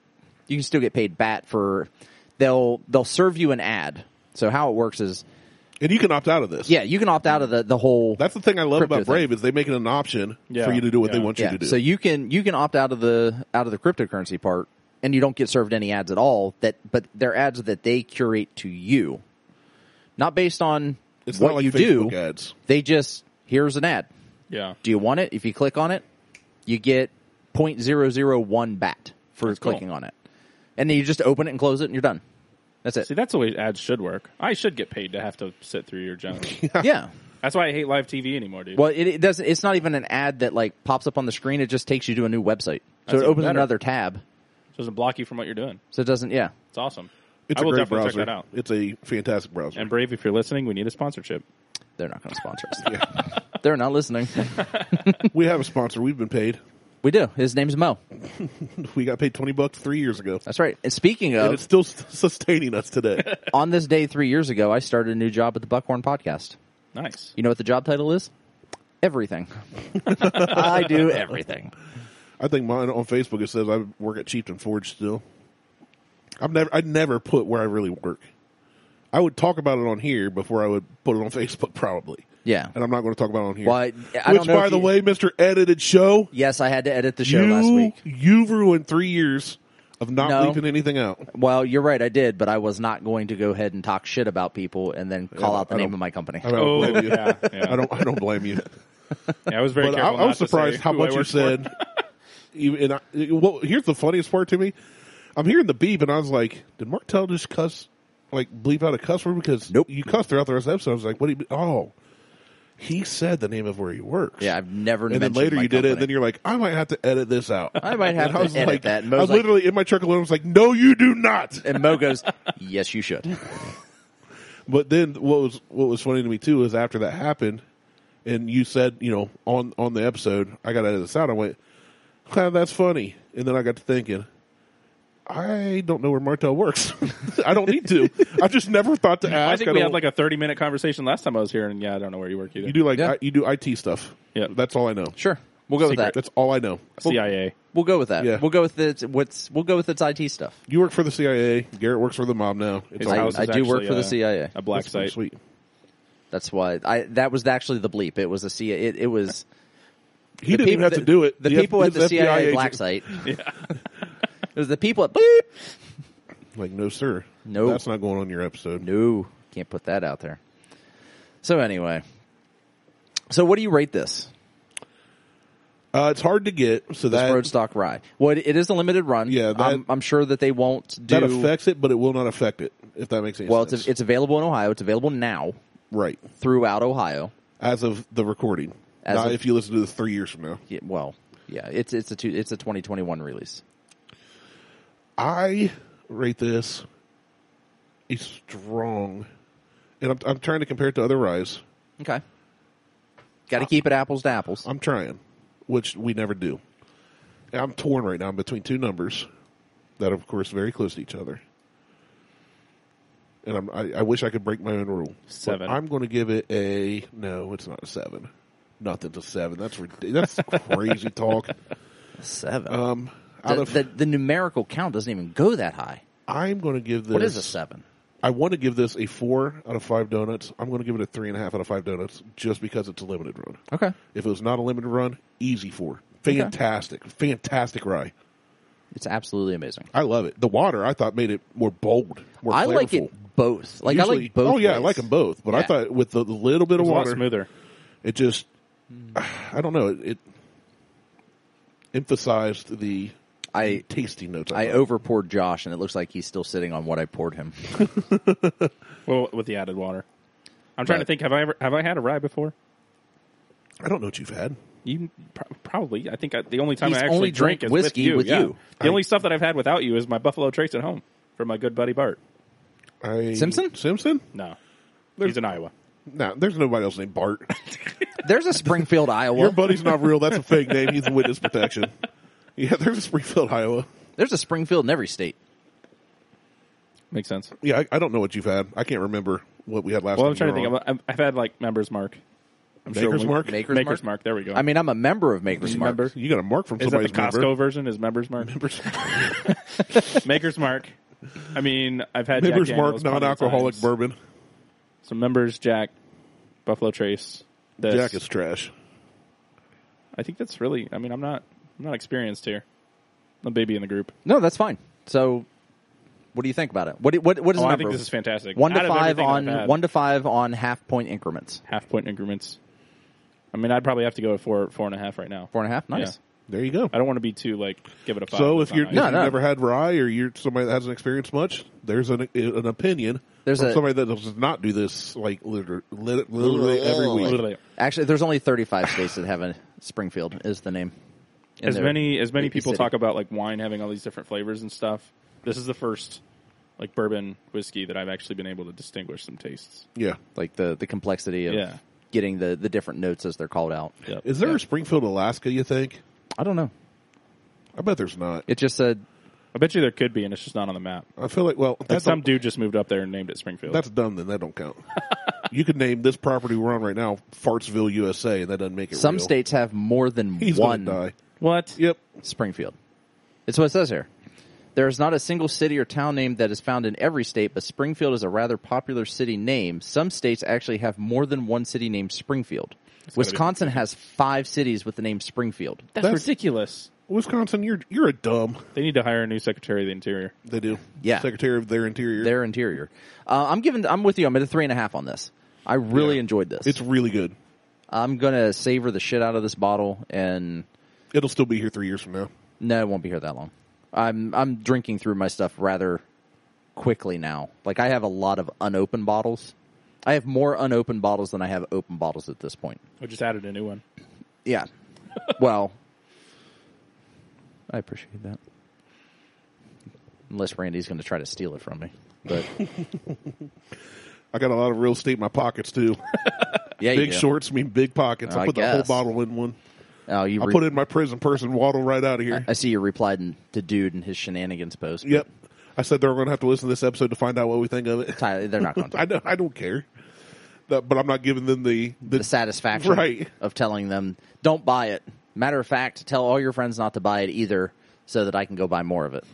[SPEAKER 4] you can still get paid bat for they'll they'll serve you an ad. So how it works is
[SPEAKER 2] And you can opt out of this.
[SPEAKER 4] yeah, you can opt out of the the whole
[SPEAKER 2] That's the thing I love
[SPEAKER 4] Crypto
[SPEAKER 2] about
[SPEAKER 4] thing.
[SPEAKER 2] Brave is they make it an option
[SPEAKER 3] Yeah.
[SPEAKER 2] for you to do what they
[SPEAKER 3] Yeah.
[SPEAKER 2] want you
[SPEAKER 4] yeah.
[SPEAKER 2] to do.
[SPEAKER 4] So you can you can opt out of the out of the cryptocurrency part, and you don't get served any ads at all. That but they're ads that they curate to you, not based on
[SPEAKER 2] it's
[SPEAKER 4] what
[SPEAKER 2] not like
[SPEAKER 4] you
[SPEAKER 2] Facebook
[SPEAKER 4] do.
[SPEAKER 2] ads.
[SPEAKER 4] They just here's an ad.
[SPEAKER 3] Yeah.
[SPEAKER 4] Do you want it? If you click on it, you get 0.001 bat for
[SPEAKER 3] That's cool.
[SPEAKER 4] clicking on it, and then you just open it and close it, and you're done. That's it.
[SPEAKER 3] See, that's the way ads should work. I should get paid to have to sit through
[SPEAKER 2] (laughs)
[SPEAKER 3] your junk.
[SPEAKER 4] yeah.
[SPEAKER 3] that's why I hate live TV anymore, dude.
[SPEAKER 4] Well, it, it doesn't. It's not even an ad that like pops up on the screen. It just takes you to a new website. So
[SPEAKER 3] That's
[SPEAKER 4] it
[SPEAKER 3] even
[SPEAKER 4] opens
[SPEAKER 3] better.
[SPEAKER 4] another tab.
[SPEAKER 3] It doesn't block you from what you're doing.
[SPEAKER 4] So it doesn't. Yeah.
[SPEAKER 3] It's awesome.
[SPEAKER 2] It's
[SPEAKER 3] I
[SPEAKER 2] a
[SPEAKER 3] will
[SPEAKER 2] great
[SPEAKER 3] definitely check
[SPEAKER 2] browser.
[SPEAKER 3] that out.
[SPEAKER 2] It's a fantastic browser.
[SPEAKER 3] And Brave, if you're listening, we need a sponsorship.
[SPEAKER 4] They're not going to sponsor us. (laughs) They're not listening.
[SPEAKER 2] we have a sponsor. We've been paid.
[SPEAKER 4] We do. His name's Mo.
[SPEAKER 2] We got paid twenty bucks three years ago,
[SPEAKER 4] That's right. And speaking
[SPEAKER 2] and
[SPEAKER 4] of,
[SPEAKER 2] it's still s- sustaining us
[SPEAKER 3] (laughs)
[SPEAKER 2] today.
[SPEAKER 4] on this day three years ago, I started a new job at the Buckhorn Podcast.
[SPEAKER 2] (laughs)
[SPEAKER 3] Nice.
[SPEAKER 4] You know what the job title is? Everything. I do everything.
[SPEAKER 2] I think mine on Facebook it says I work at Chieftain Forge still. I've never I never put where I really work. I would talk about it on here before I would put it on (laughs) Facebook probably.
[SPEAKER 4] Yeah.
[SPEAKER 2] And I'm not going to talk about it on here.
[SPEAKER 4] Well, I- I don't
[SPEAKER 2] Which
[SPEAKER 4] know
[SPEAKER 2] by
[SPEAKER 4] if
[SPEAKER 2] the
[SPEAKER 4] you-
[SPEAKER 2] way, Mr. Edited Show,
[SPEAKER 4] Yes, I had to edit the show
[SPEAKER 2] you
[SPEAKER 4] last week.
[SPEAKER 2] you've ruined 3 years of not
[SPEAKER 4] No.
[SPEAKER 2] leaving anything out.
[SPEAKER 4] Well, you're right. I did, but I was not going to go ahead and talk shit about people and then call
[SPEAKER 2] Yeah,
[SPEAKER 4] out the
[SPEAKER 2] I
[SPEAKER 4] name
[SPEAKER 2] don't-
[SPEAKER 4] of my company.
[SPEAKER 2] I don't
[SPEAKER 3] Oh,
[SPEAKER 2] blame you.
[SPEAKER 3] yeah, yeah.
[SPEAKER 2] I don't I don't blame you.
[SPEAKER 3] Yeah, I was very
[SPEAKER 2] But I,
[SPEAKER 3] careful.
[SPEAKER 2] I
[SPEAKER 3] not
[SPEAKER 2] was
[SPEAKER 3] to say
[SPEAKER 2] surprised how
[SPEAKER 3] who I
[SPEAKER 2] much you
[SPEAKER 3] worked for.
[SPEAKER 2] said.
[SPEAKER 3] (laughs)
[SPEAKER 2] Even and I, well, here's the funniest part to me. I'm hearing the beep, and I was like, "Did Martell just cuss, like bleep out a cuss word?" Because
[SPEAKER 4] Nope.
[SPEAKER 2] you cussed throughout the rest of the episode. I was like, "What? Do you, oh, he said the name of where he works."
[SPEAKER 4] Yeah, I've never.
[SPEAKER 2] and then
[SPEAKER 4] mentioned
[SPEAKER 2] later
[SPEAKER 4] my
[SPEAKER 2] you did it,
[SPEAKER 4] company.
[SPEAKER 2] and then you're like, "I might have to edit this out."
[SPEAKER 4] I might have
[SPEAKER 2] (laughs) And
[SPEAKER 4] to
[SPEAKER 2] was
[SPEAKER 4] edit
[SPEAKER 2] like,
[SPEAKER 4] that. And
[SPEAKER 2] I
[SPEAKER 4] Mo's
[SPEAKER 2] was
[SPEAKER 4] like-
[SPEAKER 2] literally in my truck alone. I was like, "No, you do not."
[SPEAKER 4] And Mo goes, "Yes, you should."
[SPEAKER 2] But then what was what was funny to me too is after that happened, and you said you know on on the episode I got out of this out. I went, "Huh, that's funny, and then I got to thinking. I don't know where Martel works. (laughs) I don't need
[SPEAKER 3] (laughs)
[SPEAKER 2] to. I just never thought to ask.
[SPEAKER 3] I think we
[SPEAKER 2] don't-
[SPEAKER 3] had like a 30 minute conversation last time I was here, and yeah, I don't know where you work either.
[SPEAKER 2] you do like
[SPEAKER 4] Yeah.
[SPEAKER 2] I, you do IT stuff.
[SPEAKER 3] Yeah.
[SPEAKER 2] that's all I know.
[SPEAKER 4] Sure, we'll go with that.
[SPEAKER 2] That's all I know.
[SPEAKER 3] CIA.
[SPEAKER 4] We'll go with that.
[SPEAKER 2] Yeah.
[SPEAKER 4] We'll go with its what's. We'll go with its IT stuff.
[SPEAKER 2] You work for the CIA. Garrett works for the mob now. It's
[SPEAKER 3] His
[SPEAKER 2] all
[SPEAKER 4] I-
[SPEAKER 3] house is
[SPEAKER 4] I do work
[SPEAKER 3] actually
[SPEAKER 4] for the
[SPEAKER 3] a-
[SPEAKER 4] CIA.
[SPEAKER 3] A black
[SPEAKER 2] it's pretty
[SPEAKER 3] site.
[SPEAKER 2] Sweet.
[SPEAKER 4] That's why I. That was actually the bleep. It was a C. It, it was.
[SPEAKER 2] He
[SPEAKER 4] the
[SPEAKER 2] didn't even
[SPEAKER 4] peop-
[SPEAKER 2] have to do it.
[SPEAKER 4] The,
[SPEAKER 2] F-
[SPEAKER 4] people at
[SPEAKER 2] his
[SPEAKER 4] the
[SPEAKER 2] FBI
[SPEAKER 4] CIA
[SPEAKER 2] agent-
[SPEAKER 4] black
[SPEAKER 2] (laughs)
[SPEAKER 4] site. It was the people at bleep.
[SPEAKER 2] Like no sir.
[SPEAKER 4] No.
[SPEAKER 2] that's not going on your episode.
[SPEAKER 4] No, can't put that out there. So anyway, so what do you rate this?
[SPEAKER 2] Uh, it's hard to get. So
[SPEAKER 4] This
[SPEAKER 2] that
[SPEAKER 4] roadstock rye. Well, it- it is a limited run.
[SPEAKER 2] Yeah, that-
[SPEAKER 4] I'm, I'm sure that they won't do.
[SPEAKER 2] that affects it, but it will not affect it. If that makes any
[SPEAKER 4] well,
[SPEAKER 2] sense.
[SPEAKER 4] it's it's available in Ohio. It's available now
[SPEAKER 2] right
[SPEAKER 4] throughout Ohio.
[SPEAKER 2] as of the recording.
[SPEAKER 4] As
[SPEAKER 2] Not
[SPEAKER 4] of-
[SPEAKER 2] if you listen to this three years from now.
[SPEAKER 4] Yeah, well, yeah, it's it's a two, it's a 2021 release.
[SPEAKER 2] I rate this a strong, and I'm, I'm trying to compare it to other rye's.
[SPEAKER 4] Okay. Got
[SPEAKER 2] Uh,
[SPEAKER 4] to keep it apples to apples.
[SPEAKER 2] I'm trying, which we never do. And I'm torn right now. I'm between two numbers that are, of course, very close to each other. And I'm, I, I wish I could break my own rule. But
[SPEAKER 3] Seven.
[SPEAKER 2] I'm going to give it a no. It's not a seven. Nothing's a seven. That's rid- that's (laughs) crazy talk.
[SPEAKER 4] Seven.
[SPEAKER 2] Um, out
[SPEAKER 4] the,
[SPEAKER 2] of
[SPEAKER 4] the, the numerical count doesn't even go that high.
[SPEAKER 2] I'm going to give this.
[SPEAKER 4] What is a seven?
[SPEAKER 2] I want to give this a four out of five donuts. I'm going to give it a three and a half out of five donuts just because it's a limited run.
[SPEAKER 4] Okay.
[SPEAKER 2] If it was not a limited run, easy four. Fantastic, fantastic rye.
[SPEAKER 4] It's absolutely amazing.
[SPEAKER 2] I love it. The water I thought made it more bold, more
[SPEAKER 4] I like
[SPEAKER 2] flavorful.
[SPEAKER 4] it both. Like I
[SPEAKER 2] Usually-
[SPEAKER 4] like both.
[SPEAKER 2] Oh yeah, I
[SPEAKER 4] ways.
[SPEAKER 2] like them both. But I
[SPEAKER 4] Yeah.
[SPEAKER 2] thought with the little bit
[SPEAKER 3] It
[SPEAKER 2] of
[SPEAKER 3] was a lot
[SPEAKER 2] water,
[SPEAKER 3] smoother.
[SPEAKER 2] it just (sighs) I don't know. It, it emphasized the
[SPEAKER 4] I
[SPEAKER 2] tasty notes.
[SPEAKER 4] I
[SPEAKER 2] thought.
[SPEAKER 4] over poured Josh, and it looks like he's still sitting on what I poured him. (laughs)
[SPEAKER 3] Well, with the added water. I'm trying
[SPEAKER 4] But-
[SPEAKER 3] to think. Have I ever have I had a rye before?
[SPEAKER 2] I don't know what you've had.
[SPEAKER 3] You pro- probably. I think I, the only time
[SPEAKER 4] He's
[SPEAKER 3] I actually
[SPEAKER 4] only
[SPEAKER 3] drink
[SPEAKER 4] drank
[SPEAKER 3] is
[SPEAKER 4] whiskey
[SPEAKER 3] with you.
[SPEAKER 4] with
[SPEAKER 3] yeah.
[SPEAKER 4] you.
[SPEAKER 3] The only stuff that I've had without you is my Buffalo Trace at home from my good buddy Bart.
[SPEAKER 2] I,
[SPEAKER 4] Simpson?
[SPEAKER 2] Simpson?
[SPEAKER 3] No, he's in Iowa.
[SPEAKER 2] No, there's nobody else named Bart. (laughs)
[SPEAKER 4] There's a Springfield, Iowa.
[SPEAKER 2] Your buddy's not real. That's a fake name. He's in witness protection. (laughs) Yeah, there's a Springfield, Iowa.
[SPEAKER 4] There's a Springfield in every state.
[SPEAKER 3] Makes sense.
[SPEAKER 2] Yeah, I, I don't know what you've had. I can't remember what we had last.
[SPEAKER 3] Well,
[SPEAKER 2] time
[SPEAKER 3] I'm trying
[SPEAKER 2] you
[SPEAKER 3] to
[SPEAKER 2] were
[SPEAKER 3] think.
[SPEAKER 2] on.
[SPEAKER 3] I'm, I'm- I've had like Members Mark. I'm
[SPEAKER 2] Maker's
[SPEAKER 3] we-
[SPEAKER 2] Mark?
[SPEAKER 4] Maker's Mark?
[SPEAKER 3] There we go.
[SPEAKER 4] I mean, I'm a member of Maker's Mark.
[SPEAKER 3] Member.
[SPEAKER 2] You got a mark from
[SPEAKER 3] Is that the
[SPEAKER 2] somebody's
[SPEAKER 3] Costco
[SPEAKER 2] member.
[SPEAKER 3] version? Is Members
[SPEAKER 4] (laughs)
[SPEAKER 2] (laughs)
[SPEAKER 3] Mark?
[SPEAKER 2] Members,
[SPEAKER 3] Maker's Mark. I mean, I've had
[SPEAKER 2] members
[SPEAKER 3] Jack
[SPEAKER 2] mark
[SPEAKER 3] Daniels plenty of
[SPEAKER 2] non-alcoholic
[SPEAKER 3] times.
[SPEAKER 2] bourbon.
[SPEAKER 3] So Members Jack, Buffalo Trace. This.
[SPEAKER 2] Jack is trash.
[SPEAKER 3] I think that's really. I mean, I'm not. I'm not experienced here. I'm a baby in the group.
[SPEAKER 4] No, that's fine. So, what do you think about it? What do- what what is
[SPEAKER 3] Oh,
[SPEAKER 4] the
[SPEAKER 3] I
[SPEAKER 4] number?
[SPEAKER 3] think this is fantastic.
[SPEAKER 4] One
[SPEAKER 3] Out
[SPEAKER 4] to
[SPEAKER 3] of
[SPEAKER 4] five
[SPEAKER 3] everything that I've
[SPEAKER 4] on
[SPEAKER 3] had,
[SPEAKER 4] one to five on half point increments.
[SPEAKER 3] half point increments. I mean, I'd probably have to go at four four and a half right now.
[SPEAKER 4] Four and a half. Nice.
[SPEAKER 2] There you go.
[SPEAKER 3] I don't want to be too like give it a five.
[SPEAKER 2] So
[SPEAKER 3] That's
[SPEAKER 2] if you're
[SPEAKER 3] not
[SPEAKER 2] if
[SPEAKER 3] nice.
[SPEAKER 2] you've
[SPEAKER 4] No, no.
[SPEAKER 2] never had rye or you're somebody that hasn't experienced much, there's an an opinion.
[SPEAKER 4] There's
[SPEAKER 2] from
[SPEAKER 4] a-
[SPEAKER 2] somebody that does not do this like liter- lit- literally every week.
[SPEAKER 3] Literally,
[SPEAKER 4] Actually, there's only 35 states that have a Springfield is the name. in
[SPEAKER 3] as
[SPEAKER 4] their-
[SPEAKER 3] many as many
[SPEAKER 4] Maybe
[SPEAKER 3] people
[SPEAKER 4] city.
[SPEAKER 3] talk about like wine having all these different flavors and stuff. This is the first like bourbon whiskey that I've actually been able to distinguish some tastes.
[SPEAKER 2] Yeah.
[SPEAKER 4] Like the the complexity of
[SPEAKER 3] Yeah.
[SPEAKER 4] getting the the different notes as they're called out.
[SPEAKER 3] Yep.
[SPEAKER 2] Is there a Springfield, Alaska? You think?
[SPEAKER 4] I don't know.
[SPEAKER 2] I bet there's not.
[SPEAKER 4] It just said
[SPEAKER 3] I bet you there could be, and it's just not on the map.
[SPEAKER 2] I feel like well,
[SPEAKER 3] Like
[SPEAKER 2] that's
[SPEAKER 3] some dude just moved up there and named it Springfield.
[SPEAKER 2] that's dumb. Then that don't count. (laughs) you could name this property we're on right now Fartsville, USA, and that doesn't make it.
[SPEAKER 4] some
[SPEAKER 2] real.
[SPEAKER 4] states have more than
[SPEAKER 2] He's
[SPEAKER 4] one
[SPEAKER 2] gonna die.
[SPEAKER 3] what?
[SPEAKER 2] Yep.
[SPEAKER 4] Springfield. It's what it says here. There is not a single city or town name that is found in every state, but Springfield is a rather popular city name. Some states actually have more than one city named Springfield. Wisconsin has five cities with the name Springfield.
[SPEAKER 3] That's,
[SPEAKER 2] That's-
[SPEAKER 3] ridiculous.
[SPEAKER 2] Wisconsin, you're you're a dumb.
[SPEAKER 3] They need to hire a new Secretary of the Interior.
[SPEAKER 2] They do.
[SPEAKER 4] Yeah.
[SPEAKER 2] Secretary of their Interior.
[SPEAKER 4] Their interior. Uh, I'm giving. I'm with you. I'm at a three and a half on this. I really
[SPEAKER 2] Yeah.
[SPEAKER 4] enjoyed this.
[SPEAKER 2] it's really good.
[SPEAKER 4] I'm gonna savor the shit out of this bottle, and
[SPEAKER 2] It'll still be here three years from now.
[SPEAKER 4] no, it won't be here that long. I'm I'm drinking through my stuff rather quickly now. Like I have a lot of unopened bottles. I have more unopened bottles than I have open bottles at this point.
[SPEAKER 3] I just added a new one.
[SPEAKER 4] Yeah. (laughs) well, I appreciate that. Unless Randy's going to try to steal it from me,
[SPEAKER 2] (laughs)
[SPEAKER 4] but
[SPEAKER 2] I got a lot of real estate in my pockets too.
[SPEAKER 4] (laughs) yeah,
[SPEAKER 2] big
[SPEAKER 4] you do.
[SPEAKER 2] shorts mean big pockets. I,
[SPEAKER 4] I
[SPEAKER 2] put
[SPEAKER 4] guess.
[SPEAKER 2] the whole bottle in one.
[SPEAKER 4] Oh, you.
[SPEAKER 2] I
[SPEAKER 4] re-
[SPEAKER 2] put it in my prison purse and waddle right out of here.
[SPEAKER 4] I see you replied in- to dude in his shenanigans post.
[SPEAKER 2] yep. I said they were going to have to listen to this episode to find out what we think of it. (laughs)
[SPEAKER 4] Ty- they're not going to.
[SPEAKER 2] I don't, I don't care, That- but I'm not giving them the the,
[SPEAKER 4] the satisfaction
[SPEAKER 2] Right.
[SPEAKER 4] of telling them, don't buy it. Matter of fact, tell all your friends not to buy it either so that I can go buy more
[SPEAKER 2] (laughs)
[SPEAKER 4] of it.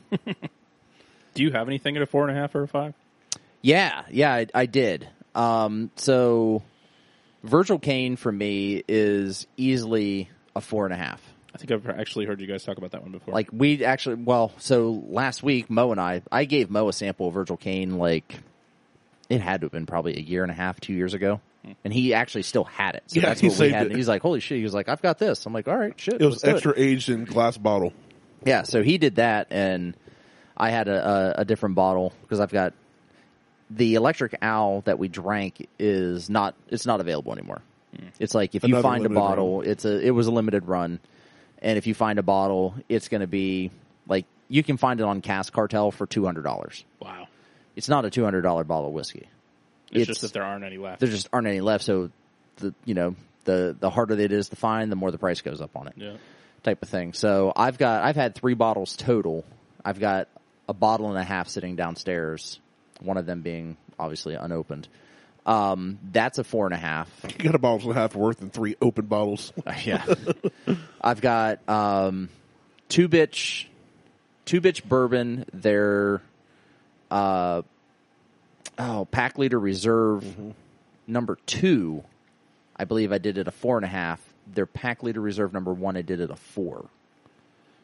[SPEAKER 3] Do you have anything at a four and a half or a five?
[SPEAKER 4] yeah, yeah, I, I did. Um, so Virgil Kane for me is easily a four and a half.
[SPEAKER 3] I think I've actually heard you guys talk about that one before.
[SPEAKER 4] Like we actually, well, so last week, Mo and I, I gave Mo a sample of Virgil Kane, like it had to have been probably a year and a half, two years ago. And he actually still had it. So
[SPEAKER 2] Hmm. Yeah,
[SPEAKER 4] that's
[SPEAKER 2] he
[SPEAKER 4] what we
[SPEAKER 2] saved
[SPEAKER 4] had.
[SPEAKER 2] it.
[SPEAKER 4] And he's like, holy shit. He was like, I've got this. I'm like, all right, shit.
[SPEAKER 2] it was
[SPEAKER 4] let's do
[SPEAKER 2] extra aged in glass bottle.
[SPEAKER 4] Yeah, so he did that, and I had a, a, a different bottle because I've got the electric owl that we drank is not it's not available anymore.
[SPEAKER 3] Hmm.
[SPEAKER 4] It's like if you
[SPEAKER 2] Another
[SPEAKER 4] find a
[SPEAKER 2] limited
[SPEAKER 4] bottle, it's a it was a limited run, and if you find a bottle, it's going to be like you can find it on Cask Cartel for two hundred dollars.
[SPEAKER 3] wow.
[SPEAKER 4] It's not a two hundred dollar bottle of whiskey.
[SPEAKER 3] It's,
[SPEAKER 4] It's-
[SPEAKER 3] just that there aren't any left.
[SPEAKER 4] There just aren't any left, so the you know the the harder it is to find, the more the price goes up on it
[SPEAKER 3] Yeah.
[SPEAKER 4] type of thing. So I've got I've had three bottles total. I've got a bottle and a half sitting downstairs, one of them being obviously unopened. Um, that's a four and a half.
[SPEAKER 2] You got a bottle and a half worth and three open bottles. (laughs)
[SPEAKER 4] (laughs) Yeah. I've got um, two bitch two bitch bourbon, their uh oh, pack leader reserve number two. I believe I did it a four and a half. Their pack leader reserve number one, I did it a four.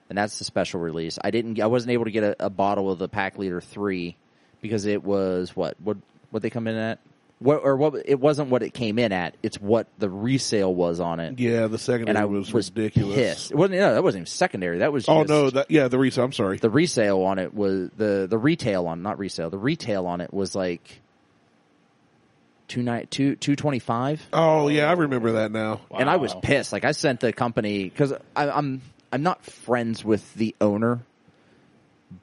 [SPEAKER 4] And that's the special release. I didn't I wasn't able to get a, a bottle of the pack leader three because it was what what what they come in at? What or what it wasn't what it came in at, it's what the resale was on it
[SPEAKER 2] Yeah, the second
[SPEAKER 4] and I
[SPEAKER 2] one
[SPEAKER 4] was,
[SPEAKER 2] was, ridiculous.
[SPEAKER 4] pissed. It wasn't, no, that wasn't even secondary. That was just
[SPEAKER 2] Oh no, that yeah, the reason I'm sorry.
[SPEAKER 4] the resale on it was the the retail on not resale. The retail on it was like two night two two twenty five,
[SPEAKER 2] oh yeah, I remember that now.
[SPEAKER 4] and I was
[SPEAKER 3] Wow.
[SPEAKER 4] pissed. Like I sent the company because I'm I'm not friends with the owner,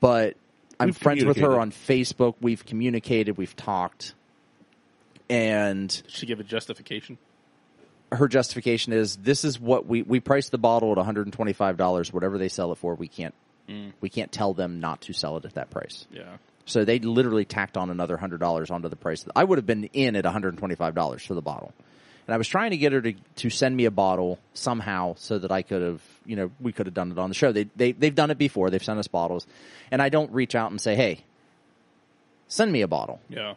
[SPEAKER 4] but I'm
[SPEAKER 2] We've
[SPEAKER 4] friends with her
[SPEAKER 2] communicated.
[SPEAKER 4] on Facebook. We've communicated. We've talked. And
[SPEAKER 3] Should give a justification.
[SPEAKER 4] her justification is this is what we we priced the bottle at one hundred and twenty five dollars. Whatever they sell it for, we can't we can't tell them not to sell it at that price.
[SPEAKER 3] Yeah.
[SPEAKER 4] So they literally tacked on another hundred dollars onto the price. I would have been in at one hundred and twenty five dollars for the bottle, and I was trying to get her to to send me a bottle somehow so that I could have you know we could have done it on the show. They they they've done it before. They've sent us bottles, and I don't reach out and say hey. Send me a bottle.
[SPEAKER 3] Yeah.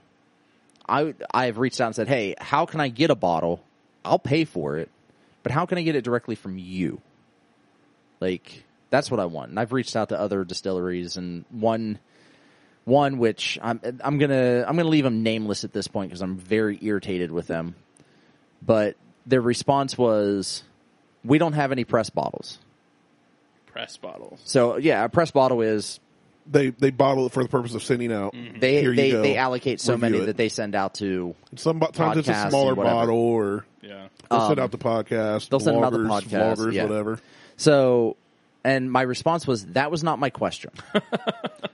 [SPEAKER 4] I I have reached out and said, "Hey, how can I get a bottle? I'll pay for it, but how can I get it directly from you?" Like that's what I want. And I've reached out to other distilleries and one one which I'm I'm going to I'm going to leave them nameless at this point cuz I'm very irritated with them. But their response was, "We don't have any press bottles."
[SPEAKER 3] Press bottles.
[SPEAKER 4] So, yeah, a press bottle is
[SPEAKER 2] They they bottle it for the purpose of sending out.
[SPEAKER 4] they
[SPEAKER 2] Here you
[SPEAKER 4] they,
[SPEAKER 2] go.
[SPEAKER 4] they allocate so
[SPEAKER 2] Review
[SPEAKER 4] many
[SPEAKER 2] it.
[SPEAKER 4] that they send out to
[SPEAKER 2] Sometimes it's
[SPEAKER 4] podcasts
[SPEAKER 2] a
[SPEAKER 4] and
[SPEAKER 2] smaller
[SPEAKER 4] whatever. Um,
[SPEAKER 2] bottle, or
[SPEAKER 3] Yeah.
[SPEAKER 2] they'll send out the podcast.
[SPEAKER 4] they'll send
[SPEAKER 2] bloggers,
[SPEAKER 4] out the podcast,
[SPEAKER 2] vloggers,
[SPEAKER 4] yeah.
[SPEAKER 2] whatever.
[SPEAKER 4] So, and my response was, that was not my question.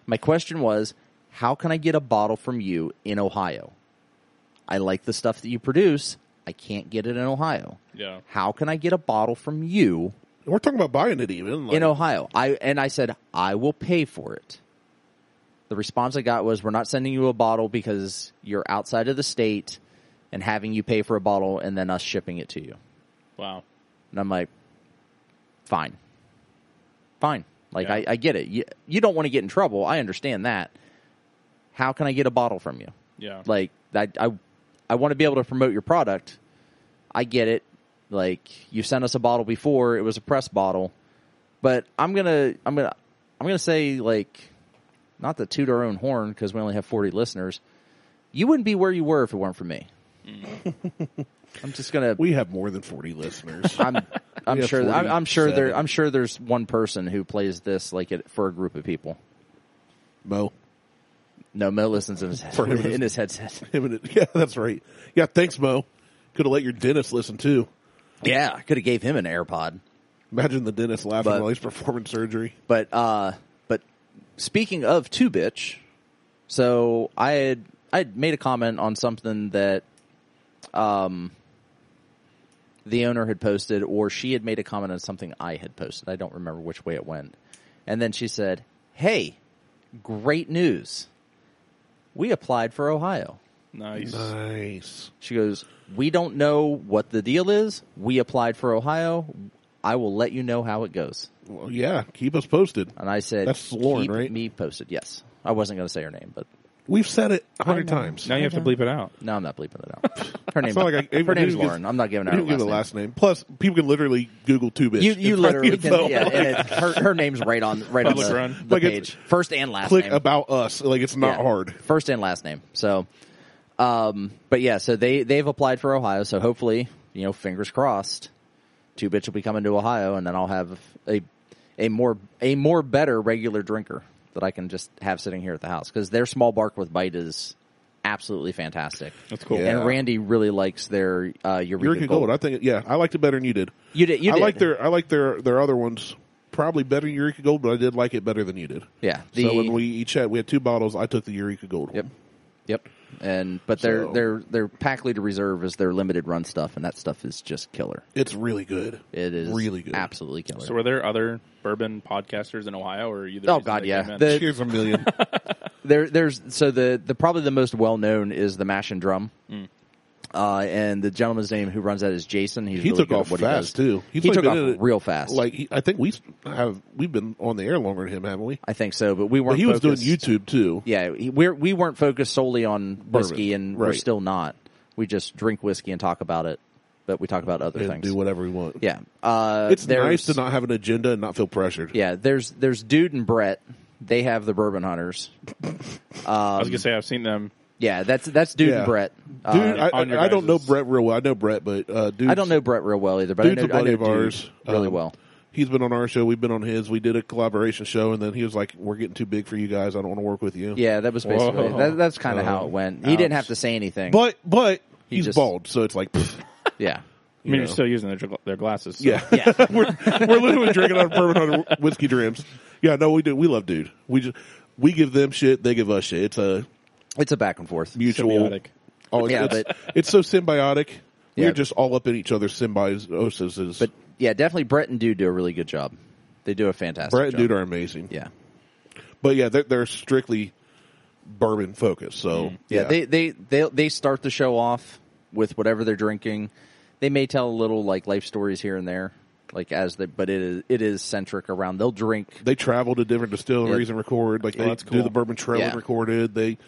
[SPEAKER 4] my question was, How can I get a bottle from you in Ohio? I like the stuff that you produce. I can't get it in Ohio.
[SPEAKER 3] Yeah.
[SPEAKER 4] How can I get a bottle from you
[SPEAKER 2] We're talking about buying it even. Like,
[SPEAKER 4] in Ohio. I and I said I will pay for it. The response I got was, "We're not sending you a bottle because you're outside of the state, and having you pay for a bottle and then us shipping it to you."
[SPEAKER 3] Wow.
[SPEAKER 4] And I'm like, "Fine, fine. Like
[SPEAKER 3] Yeah.
[SPEAKER 4] I, I get it. You, you don't want to get in trouble. I understand that. How can I get a bottle from you?
[SPEAKER 3] Yeah.
[SPEAKER 4] Like I, I, I want to be able to promote your product. I get it. Like you sent us a bottle before; it was a press bottle. But I'm gonna, I'm gonna, I'm gonna say like, not to toot our own horn because we only have 40 listeners. You wouldn't be where you were if it weren't for me. (laughs) I'm just gonna.
[SPEAKER 2] we have more than forty
[SPEAKER 4] (laughs)
[SPEAKER 2] listeners.
[SPEAKER 4] I'm, I'm
[SPEAKER 2] have
[SPEAKER 4] sure. I'm, I'm sure there.
[SPEAKER 2] 47.
[SPEAKER 4] I'm sure there's one person who plays this like it, for a group of people.
[SPEAKER 2] Mo,
[SPEAKER 4] No, Mo listens (laughs) in his,
[SPEAKER 2] For him, it is-
[SPEAKER 4] in his headset.
[SPEAKER 2] him and it, (laughs) yeah, that's right. Yeah, thanks, Mo. Could have let your dentist listen too.
[SPEAKER 4] Yeah, I could have gave him an AirPod.
[SPEAKER 2] Imagine the dentist laughing
[SPEAKER 4] But-
[SPEAKER 2] while he's performing surgery.
[SPEAKER 4] But uh, but speaking of two bitch, so I had I had made a comment on something that um the owner had posted, or she had made a comment on something I had posted. I don't remember which way it went. And then she said, "Hey, great news! We applied for Ohio."
[SPEAKER 3] Nice.
[SPEAKER 2] uh, Nice.
[SPEAKER 4] She goes, "We don't know what the deal is. We applied for Ohio. I will let you know how it goes."
[SPEAKER 2] Well, yeah, keep us posted.
[SPEAKER 4] And I said,
[SPEAKER 2] That's Lauren,
[SPEAKER 4] keep
[SPEAKER 2] right?
[SPEAKER 4] me posted. Yes. I wasn't going to say her name, but
[SPEAKER 2] We've said it a
[SPEAKER 4] I
[SPEAKER 2] hundred
[SPEAKER 4] know.
[SPEAKER 2] times.
[SPEAKER 3] now you have to bleep it out.
[SPEAKER 4] no, I'm not bleeping it
[SPEAKER 2] (laughs)
[SPEAKER 4] out. Her name,
[SPEAKER 2] It's not like I-
[SPEAKER 4] her
[SPEAKER 2] we
[SPEAKER 4] name's
[SPEAKER 2] didn't give-
[SPEAKER 4] Lauren. I'm not giving
[SPEAKER 2] We
[SPEAKER 4] out her
[SPEAKER 2] didn't
[SPEAKER 4] last,
[SPEAKER 2] give a
[SPEAKER 4] name.
[SPEAKER 2] last name. Plus, people can literally Google two bitch.
[SPEAKER 4] You, you
[SPEAKER 2] (laughs) and find
[SPEAKER 4] literally
[SPEAKER 2] the
[SPEAKER 4] can,
[SPEAKER 2] info.
[SPEAKER 4] yeah, and it, her, her name's right on,
[SPEAKER 2] (laughs)
[SPEAKER 4] right on
[SPEAKER 3] Public
[SPEAKER 4] the,
[SPEAKER 3] run.
[SPEAKER 4] the
[SPEAKER 2] Like, it's-
[SPEAKER 4] page. First and last
[SPEAKER 2] Click
[SPEAKER 4] name.
[SPEAKER 2] about us. Like it's not
[SPEAKER 4] Yeah.
[SPEAKER 2] hard.
[SPEAKER 4] First and last name. So, um, but yeah, so they, they've applied for Ohio. So hopefully, you know, fingers crossed, two bitch will be coming to Ohio and then I'll have a, a more, a more better regular drinker that I can just have sitting here at the house because their small bark with bite is absolutely fantastic.
[SPEAKER 3] That's cool.
[SPEAKER 2] Yeah.
[SPEAKER 4] And Randy really likes their, uh, Eureka,
[SPEAKER 2] Eureka
[SPEAKER 4] Gold.
[SPEAKER 2] Gold. I think. Yeah, I liked it better than you did.
[SPEAKER 4] You did, you
[SPEAKER 2] I
[SPEAKER 4] did.
[SPEAKER 2] like their. I like their their other ones. Probably better than Eureka Gold, but I did like it better than you did.
[SPEAKER 4] Yeah.
[SPEAKER 2] so when we each had we had two bottles, I took the Eureka Gold.
[SPEAKER 4] Yep. Yep. And but their
[SPEAKER 2] So-
[SPEAKER 4] their their pack leader reserve is their limited run stuff, and that stuff is just killer.
[SPEAKER 2] It's really good.
[SPEAKER 4] It is
[SPEAKER 2] really good.
[SPEAKER 4] absolutely killer.
[SPEAKER 3] So were there other bourbon podcasters in Ohio, or are you? The
[SPEAKER 4] Oh,
[SPEAKER 3] reason
[SPEAKER 4] God,
[SPEAKER 3] they
[SPEAKER 4] yeah.
[SPEAKER 3] came in?
[SPEAKER 4] The-
[SPEAKER 2] Cheers a million.
[SPEAKER 4] there there's so the the probably the most well known is the mash and drum. Uh, and the gentleman's name who runs that is Jason. (laughs) He's
[SPEAKER 2] he
[SPEAKER 4] really
[SPEAKER 2] took
[SPEAKER 4] good at
[SPEAKER 2] off
[SPEAKER 4] what
[SPEAKER 2] fast
[SPEAKER 4] he does.
[SPEAKER 2] too. He's
[SPEAKER 4] he
[SPEAKER 2] like
[SPEAKER 4] took
[SPEAKER 2] been
[SPEAKER 4] off
[SPEAKER 2] in it-
[SPEAKER 4] real fast.
[SPEAKER 2] Like he, I think we have we've been on the air longer than him, haven't we?
[SPEAKER 4] I think so, but we weren't.
[SPEAKER 2] But he was doing
[SPEAKER 4] focused.
[SPEAKER 2] YouTube too.
[SPEAKER 4] Yeah, he- we're we weren't focused solely on whiskey, and we're
[SPEAKER 2] right.
[SPEAKER 4] still not. We just drink whiskey and talk about it, but we talk about other
[SPEAKER 2] and
[SPEAKER 4] things.
[SPEAKER 2] do whatever we want.
[SPEAKER 4] yeah, uh,
[SPEAKER 2] it's
[SPEAKER 4] there's-
[SPEAKER 2] nice to not have an agenda and not feel pressured.
[SPEAKER 4] Yeah, there's there's dude and Brett. They have the bourbon hunters.
[SPEAKER 3] I
[SPEAKER 4] um,
[SPEAKER 3] was gonna say I've seen them.
[SPEAKER 4] Yeah, that's that's dude
[SPEAKER 2] Yeah.
[SPEAKER 4] and Brett. Uh,
[SPEAKER 2] Dude, I,
[SPEAKER 3] on your
[SPEAKER 2] I, I don't know
[SPEAKER 3] guys'
[SPEAKER 2] Brett real well. I know Brett, but uh, dude,
[SPEAKER 4] I don't know Brett real well either, but I
[SPEAKER 2] Dude's
[SPEAKER 4] know,
[SPEAKER 2] a buddy
[SPEAKER 4] I know
[SPEAKER 2] of ours
[SPEAKER 4] dude really
[SPEAKER 2] Um,
[SPEAKER 4] well.
[SPEAKER 2] He's been on our show. We've been on his. We did a collaboration show, and then he was like, "We're getting too big for you guys. I don't want to work with you."
[SPEAKER 4] Yeah, that was basically
[SPEAKER 3] Whoa.
[SPEAKER 4] that, that's kind of how it went. He didn't
[SPEAKER 2] Um, Ouch.
[SPEAKER 4] have to say anything.
[SPEAKER 2] but but he's
[SPEAKER 4] just-
[SPEAKER 2] bald, so it's like, (laughs) pfft,
[SPEAKER 4] yeah,
[SPEAKER 3] I mean,
[SPEAKER 2] know.
[SPEAKER 3] you're still using their gl- their glasses. so-
[SPEAKER 2] yeah,
[SPEAKER 4] Yeah.
[SPEAKER 2] (laughs) we're we're literally drinking out of bourbon on whiskey dreams. Yeah, no, we do. We love dude. We just we give them shit. They give us shit. It's a
[SPEAKER 4] it's a back and forth.
[SPEAKER 2] mutual.
[SPEAKER 3] Symbiotic.
[SPEAKER 2] Oh, it's,
[SPEAKER 4] Yeah,
[SPEAKER 2] it's,
[SPEAKER 4] but-
[SPEAKER 2] it's so symbiotic.
[SPEAKER 4] Yeah.
[SPEAKER 2] We're just all up in each other's symbioses.
[SPEAKER 4] But yeah, definitely Brett and dude do a really good job. They do a fantastic.
[SPEAKER 2] Brett and
[SPEAKER 4] job.
[SPEAKER 2] dude are amazing.
[SPEAKER 4] yeah.
[SPEAKER 2] But yeah, they're, they're strictly bourbon focused. So
[SPEAKER 4] Mm. yeah, They, they they they start the show off with whatever they're drinking. They may tell a little like life stories here and there, like as they, but it is it is centric around. They'll drink
[SPEAKER 2] they travel to different distilleries
[SPEAKER 4] Yeah.
[SPEAKER 2] and record. Like
[SPEAKER 3] Oh,
[SPEAKER 2] they
[SPEAKER 3] that's
[SPEAKER 2] do
[SPEAKER 3] cool.
[SPEAKER 2] the Bourbon Trail
[SPEAKER 4] Yeah.
[SPEAKER 2] and recorded. They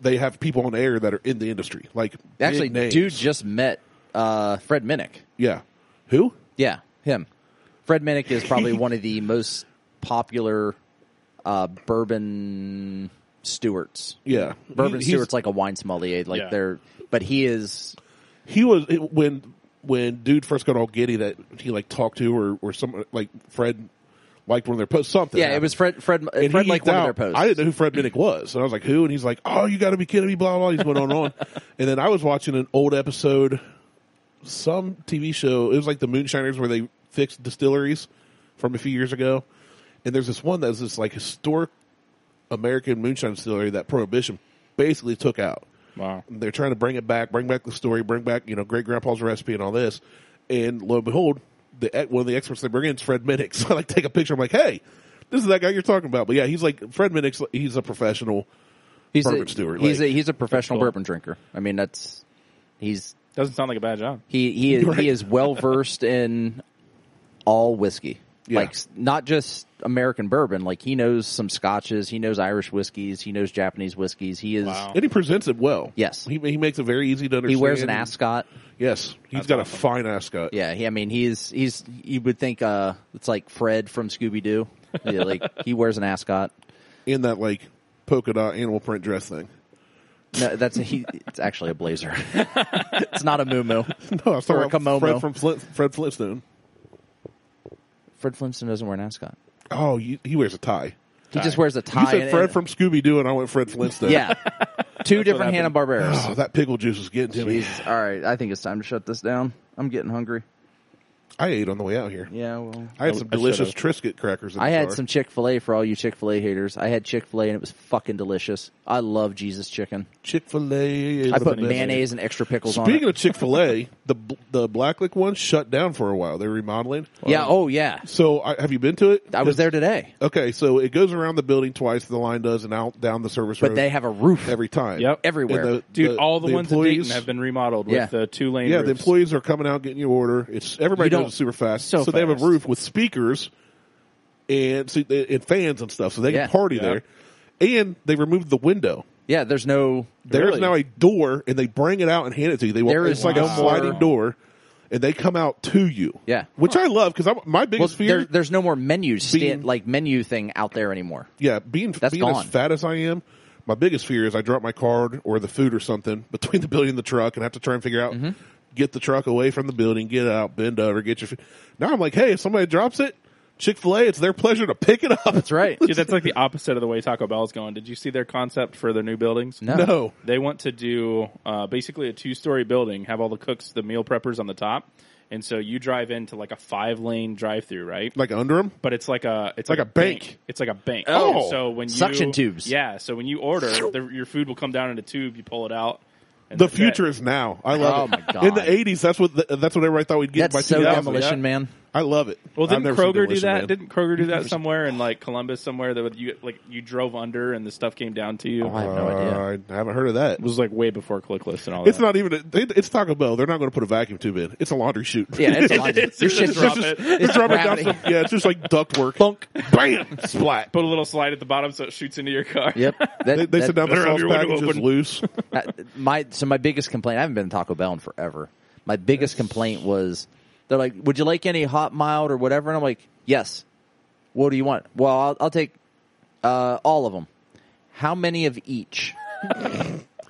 [SPEAKER 2] they have people on air that are in the industry. Like big
[SPEAKER 4] Actually,
[SPEAKER 2] names.
[SPEAKER 4] dude just met uh, Fred Minnick.
[SPEAKER 2] yeah, who?
[SPEAKER 4] Yeah, him. Fred Minnick is probably one of
[SPEAKER 2] (laughs)
[SPEAKER 4] the most popular uh, bourbon stewards.
[SPEAKER 2] Yeah,
[SPEAKER 4] Bourbon
[SPEAKER 2] He- he's-
[SPEAKER 4] stewards like a wine sommelier, like
[SPEAKER 3] Yeah.
[SPEAKER 4] they're. But he is.
[SPEAKER 2] He was when when dude first got all giddy that he like talked to or or some like Fred liked one of their posts. Something.
[SPEAKER 4] Yeah, it was Fred. Fred.
[SPEAKER 2] And
[SPEAKER 4] Fred
[SPEAKER 2] he
[SPEAKER 4] like
[SPEAKER 2] eked
[SPEAKER 4] one
[SPEAKER 2] out.
[SPEAKER 4] of their posts.
[SPEAKER 2] I didn't know who Fred Minnick was, and I was like, "Who?" And he's like, "Oh, you got to be kidding me!" Blah blah. He's went on
[SPEAKER 4] (laughs)
[SPEAKER 2] and on, and then I was watching an old episode, some TV show. It was like the Moonshiners, where they fixed distilleries from a few years ago. And there's this one that's this like historic American moonshine distillery that prohibition basically took out.
[SPEAKER 3] Wow.
[SPEAKER 2] They're trying to bring it back, bring back the story, bring back you know great grandpa's recipe and all this. And lo and behold, the ec- one of the experts they bring in is Fred Minnick. (laughs) So I like take a picture. I'm like, hey, this is that guy you're talking about. But yeah, he's like Fred Minnick's. He's a professional.
[SPEAKER 4] He's a,
[SPEAKER 2] Bourbon steward,
[SPEAKER 4] He's
[SPEAKER 2] like-
[SPEAKER 4] a he's a professional
[SPEAKER 3] cool.
[SPEAKER 4] bourbon drinker. I mean, that's he's
[SPEAKER 3] Doesn't sound like a bad job.
[SPEAKER 4] he he is,
[SPEAKER 2] Right.
[SPEAKER 4] he is well versed in all whiskey.
[SPEAKER 2] Yeah.
[SPEAKER 4] Like s- not just American bourbon. Like he knows some scotches. He knows Irish whiskeys. He knows Japanese whiskeys. He is
[SPEAKER 3] Wow.
[SPEAKER 2] And he presents it well.
[SPEAKER 4] Yes.
[SPEAKER 2] He, he makes it very easy to
[SPEAKER 4] he
[SPEAKER 2] understand.
[SPEAKER 4] wears an ascot.
[SPEAKER 2] Yes. he's
[SPEAKER 3] That's
[SPEAKER 2] got
[SPEAKER 3] awesome.
[SPEAKER 2] a fine ascot.
[SPEAKER 4] Yeah, he, I mean he's he's you would think uh it's like Fred from Scooby Doo. Yeah, like he wears an ascot.
[SPEAKER 2] In that like polka dot animal print dress thing. (laughs)
[SPEAKER 4] No, that's a, he. It's actually a blazer. (laughs) it's not a moo
[SPEAKER 2] No, I was
[SPEAKER 4] Or a
[SPEAKER 2] talking about
[SPEAKER 4] kimono.
[SPEAKER 2] Fred from Flint, Fred Flintstone.
[SPEAKER 4] Fred Flintstone doesn't wear an ascot.
[SPEAKER 2] Oh, you, he wears a tie.
[SPEAKER 4] He just
[SPEAKER 3] Tie.
[SPEAKER 4] wears a
[SPEAKER 2] You
[SPEAKER 4] tie.
[SPEAKER 2] said
[SPEAKER 4] and-
[SPEAKER 2] Fred from Scooby Doo, and I went Fred
[SPEAKER 4] (laughs)
[SPEAKER 2] Flintstone.
[SPEAKER 4] Yeah, two different Hanna
[SPEAKER 3] happened.
[SPEAKER 4] Barberas.
[SPEAKER 2] Oh, that pickle juice is getting to me.
[SPEAKER 4] Jesus. All right, I think it's time to shut this down. I'm getting hungry.
[SPEAKER 2] I ate on the way out here.
[SPEAKER 4] Yeah, well,
[SPEAKER 2] I had some
[SPEAKER 3] I
[SPEAKER 2] delicious Triscuit crackers. In
[SPEAKER 4] I
[SPEAKER 2] the
[SPEAKER 4] had
[SPEAKER 2] car.
[SPEAKER 4] some Chick Fil A for all you Chick Fil A haters. I had Chick Fil A and it was fucking delicious. I love Jesus chicken.
[SPEAKER 2] Chick Fil A.
[SPEAKER 4] I put mayonnaise and extra pickles on
[SPEAKER 2] Speaking
[SPEAKER 4] it.
[SPEAKER 2] of Chick Fil A, (laughs) the bl- the Blacklick one shut down for a while. They're remodeling.
[SPEAKER 4] yeah, oh yeah,
[SPEAKER 2] So I, have you been to it?
[SPEAKER 4] I was there today.
[SPEAKER 2] Okay, so it goes around the building twice. The line does, and out down the service
[SPEAKER 4] But
[SPEAKER 2] road
[SPEAKER 4] they have a roof.
[SPEAKER 2] every time.
[SPEAKER 3] Yep.
[SPEAKER 4] Everywhere.
[SPEAKER 2] And
[SPEAKER 3] Dude, all the, ones in Dayton
[SPEAKER 2] employees-
[SPEAKER 3] have been remodeled
[SPEAKER 4] Yeah.
[SPEAKER 3] with the two lane.
[SPEAKER 2] Yeah, the employees are coming out getting your order. It's everybody
[SPEAKER 4] You don't-
[SPEAKER 2] does it super fast.
[SPEAKER 4] so
[SPEAKER 2] they have a
[SPEAKER 4] fast.
[SPEAKER 2] roof with speakers and so- and fans and stuff, so they
[SPEAKER 4] Yeah.
[SPEAKER 2] can party
[SPEAKER 3] Yeah.
[SPEAKER 2] there. And they removed the window.
[SPEAKER 4] yeah, there's no.
[SPEAKER 2] There's
[SPEAKER 3] Really?
[SPEAKER 2] now a door, and they bring it out and hand it to you. They walk,
[SPEAKER 4] There
[SPEAKER 2] it's
[SPEAKER 4] is
[SPEAKER 2] like
[SPEAKER 4] no
[SPEAKER 2] a sliding
[SPEAKER 4] more-
[SPEAKER 2] door, and they come out to you.
[SPEAKER 4] Yeah.
[SPEAKER 2] which I love because my
[SPEAKER 4] Well,
[SPEAKER 2] biggest
[SPEAKER 4] there,
[SPEAKER 2] fear,
[SPEAKER 4] there's no more menus
[SPEAKER 2] Being-
[SPEAKER 4] stand like menu thing out there anymore.
[SPEAKER 2] yeah, being
[SPEAKER 4] That's
[SPEAKER 2] being as
[SPEAKER 4] gone.
[SPEAKER 2] fat as I am, my biggest fear is I drop my card or the food or something (laughs) between the building and the truck, and have to try and figure out
[SPEAKER 4] Mm-hmm.
[SPEAKER 2] get the truck away from the building, get out, bend over, get your. food. Now I'm like, hey, if somebody drops it, Chick Fil A, it's their pleasure to pick it up.
[SPEAKER 4] That's
[SPEAKER 2] (laughs)
[SPEAKER 4] right.
[SPEAKER 3] Dude, that's like the opposite of the way Taco Bell's going. Did you see their concept for their new buildings?
[SPEAKER 4] No.
[SPEAKER 2] No,
[SPEAKER 3] They want to do uh, basically a two story building, have all the cooks, the meal preppers on the top. And so you drive into like a five lane drive through, right?
[SPEAKER 2] like under them.
[SPEAKER 3] But it's like a it's
[SPEAKER 2] Like
[SPEAKER 3] like,
[SPEAKER 2] a bank.
[SPEAKER 3] It's like a bank.
[SPEAKER 2] Oh.
[SPEAKER 3] And so when you,
[SPEAKER 4] Suction tubes.
[SPEAKER 3] Yeah. So when you order, the, your food will come down in a tube. You pull it out. and
[SPEAKER 2] The
[SPEAKER 3] that's it.
[SPEAKER 2] future is now. I love
[SPEAKER 4] Oh
[SPEAKER 2] it.
[SPEAKER 4] my God.
[SPEAKER 2] In the '80s, that's what the, that's what everybody thought we'd get
[SPEAKER 4] That's
[SPEAKER 2] by
[SPEAKER 4] so
[SPEAKER 2] 2000.
[SPEAKER 4] demolition,
[SPEAKER 3] yeah.
[SPEAKER 4] man.
[SPEAKER 2] I love it.
[SPEAKER 3] Well,
[SPEAKER 2] I've
[SPEAKER 3] didn't
[SPEAKER 2] never seen
[SPEAKER 3] Kroger do
[SPEAKER 2] Demolition
[SPEAKER 3] that?
[SPEAKER 2] Man.
[SPEAKER 3] Didn't Kroger
[SPEAKER 2] (laughs)
[SPEAKER 3] do that somewhere in like Columbus somewhere that you like you drove under and the stuff came down to you?
[SPEAKER 4] Oh, I have
[SPEAKER 3] it
[SPEAKER 4] no idea.
[SPEAKER 2] Uh, I haven't heard of that.
[SPEAKER 3] was like way before Clicklist and all
[SPEAKER 2] It's
[SPEAKER 3] that.
[SPEAKER 2] not even. A, they, it's Taco Bell. They're not going to put a vacuum tube in. It's a laundry chute.
[SPEAKER 4] Yeah,
[SPEAKER 2] (laughs)
[SPEAKER 4] it's a lot.
[SPEAKER 3] It's
[SPEAKER 4] Your
[SPEAKER 3] just
[SPEAKER 4] shit's
[SPEAKER 3] drop
[SPEAKER 4] just-
[SPEAKER 3] it.
[SPEAKER 2] it's rubber down
[SPEAKER 4] gravity.
[SPEAKER 2] some. Yeah, it's just like duct work. Bunk. Bam. Splat.
[SPEAKER 3] Put a little slide at the bottom so it shoots into your car.
[SPEAKER 4] Yep. That,
[SPEAKER 2] They, they
[SPEAKER 4] that-
[SPEAKER 2] said now the
[SPEAKER 3] Better
[SPEAKER 2] sauce
[SPEAKER 3] have your window
[SPEAKER 2] package is
[SPEAKER 3] open.
[SPEAKER 2] loose.
[SPEAKER 4] Uh, my so my biggest complaint. I haven't been to Taco Bell in forever. My biggest complaint was they're like, "Would you like any hot mild or whatever?" And I'm like, "Yes." What do you want? Well, I'll, I'll take uh, all of them. How many of each?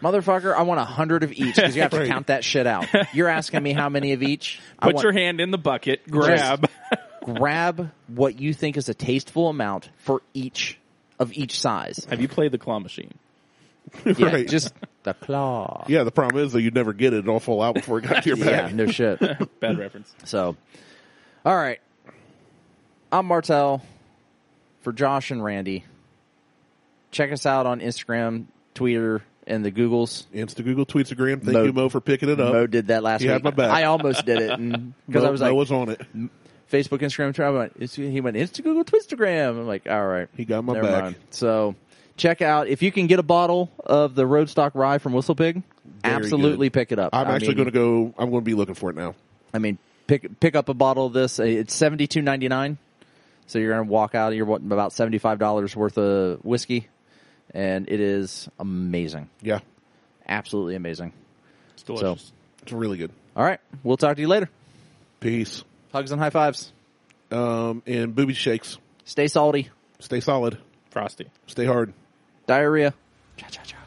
[SPEAKER 4] Motherfucker, I want a hundred of each because you have to
[SPEAKER 2] Right.
[SPEAKER 4] count that shit out. You're asking me how many of each? I
[SPEAKER 3] Put
[SPEAKER 4] want,
[SPEAKER 3] your hand in the bucket, grab.
[SPEAKER 4] grab what you think is a tasteful amount for each of each size.
[SPEAKER 3] Have you played the claw machine?
[SPEAKER 4] Yeah,
[SPEAKER 2] Right.
[SPEAKER 4] just the claw.
[SPEAKER 2] Yeah, the problem is that you'd never get it. It'd all fall out before it
[SPEAKER 4] (laughs)
[SPEAKER 2] got to your
[SPEAKER 4] yeah
[SPEAKER 2] back.
[SPEAKER 4] no shit.
[SPEAKER 3] Bad reference.
[SPEAKER 4] So, all right. I'm Martel for Josh and Randy. Check us out on Instagram, Twitter, and the Googles.
[SPEAKER 2] Insta Google tweets a gram. Thank
[SPEAKER 4] Mo-
[SPEAKER 2] you, Mo, for picking it up.
[SPEAKER 4] Mo did that last
[SPEAKER 2] You
[SPEAKER 4] week.
[SPEAKER 2] had my back.
[SPEAKER 4] I almost did it
[SPEAKER 2] (laughs)
[SPEAKER 4] because
[SPEAKER 2] Mo-
[SPEAKER 4] I was
[SPEAKER 2] Mo
[SPEAKER 4] like
[SPEAKER 2] was on it.
[SPEAKER 4] Facebook, Instagram, Twitter. I went, "Is- he went Insta, Google, Twistagram. I'm like, all right,
[SPEAKER 2] He got my
[SPEAKER 4] never
[SPEAKER 2] back.
[SPEAKER 4] mind. So check out if you can get a bottle of the Roadstock Rye from Whistle Pig.
[SPEAKER 2] Very
[SPEAKER 4] absolutely
[SPEAKER 2] good.
[SPEAKER 4] pick it up.
[SPEAKER 2] I'm
[SPEAKER 4] I
[SPEAKER 2] actually
[SPEAKER 4] mean-
[SPEAKER 2] going to go. I'm going to be looking for it now.
[SPEAKER 4] I mean, pick pick up a bottle of this. Uh, It's seventy two ninety nine. So you're gonna walk out. You're what about seventy five dollars worth of whiskey, and it is amazing,
[SPEAKER 2] Yeah,
[SPEAKER 4] absolutely amazing.
[SPEAKER 3] It's delicious.
[SPEAKER 2] it's really good.
[SPEAKER 4] All right, we'll talk to you later.
[SPEAKER 2] Peace.
[SPEAKER 4] Hugs and high fives.
[SPEAKER 2] Um, and booby shakes.
[SPEAKER 4] Stay salty.
[SPEAKER 2] Stay solid.
[SPEAKER 3] Frosty.
[SPEAKER 2] Stay hard.
[SPEAKER 4] Diarrhea. Cha cha cha.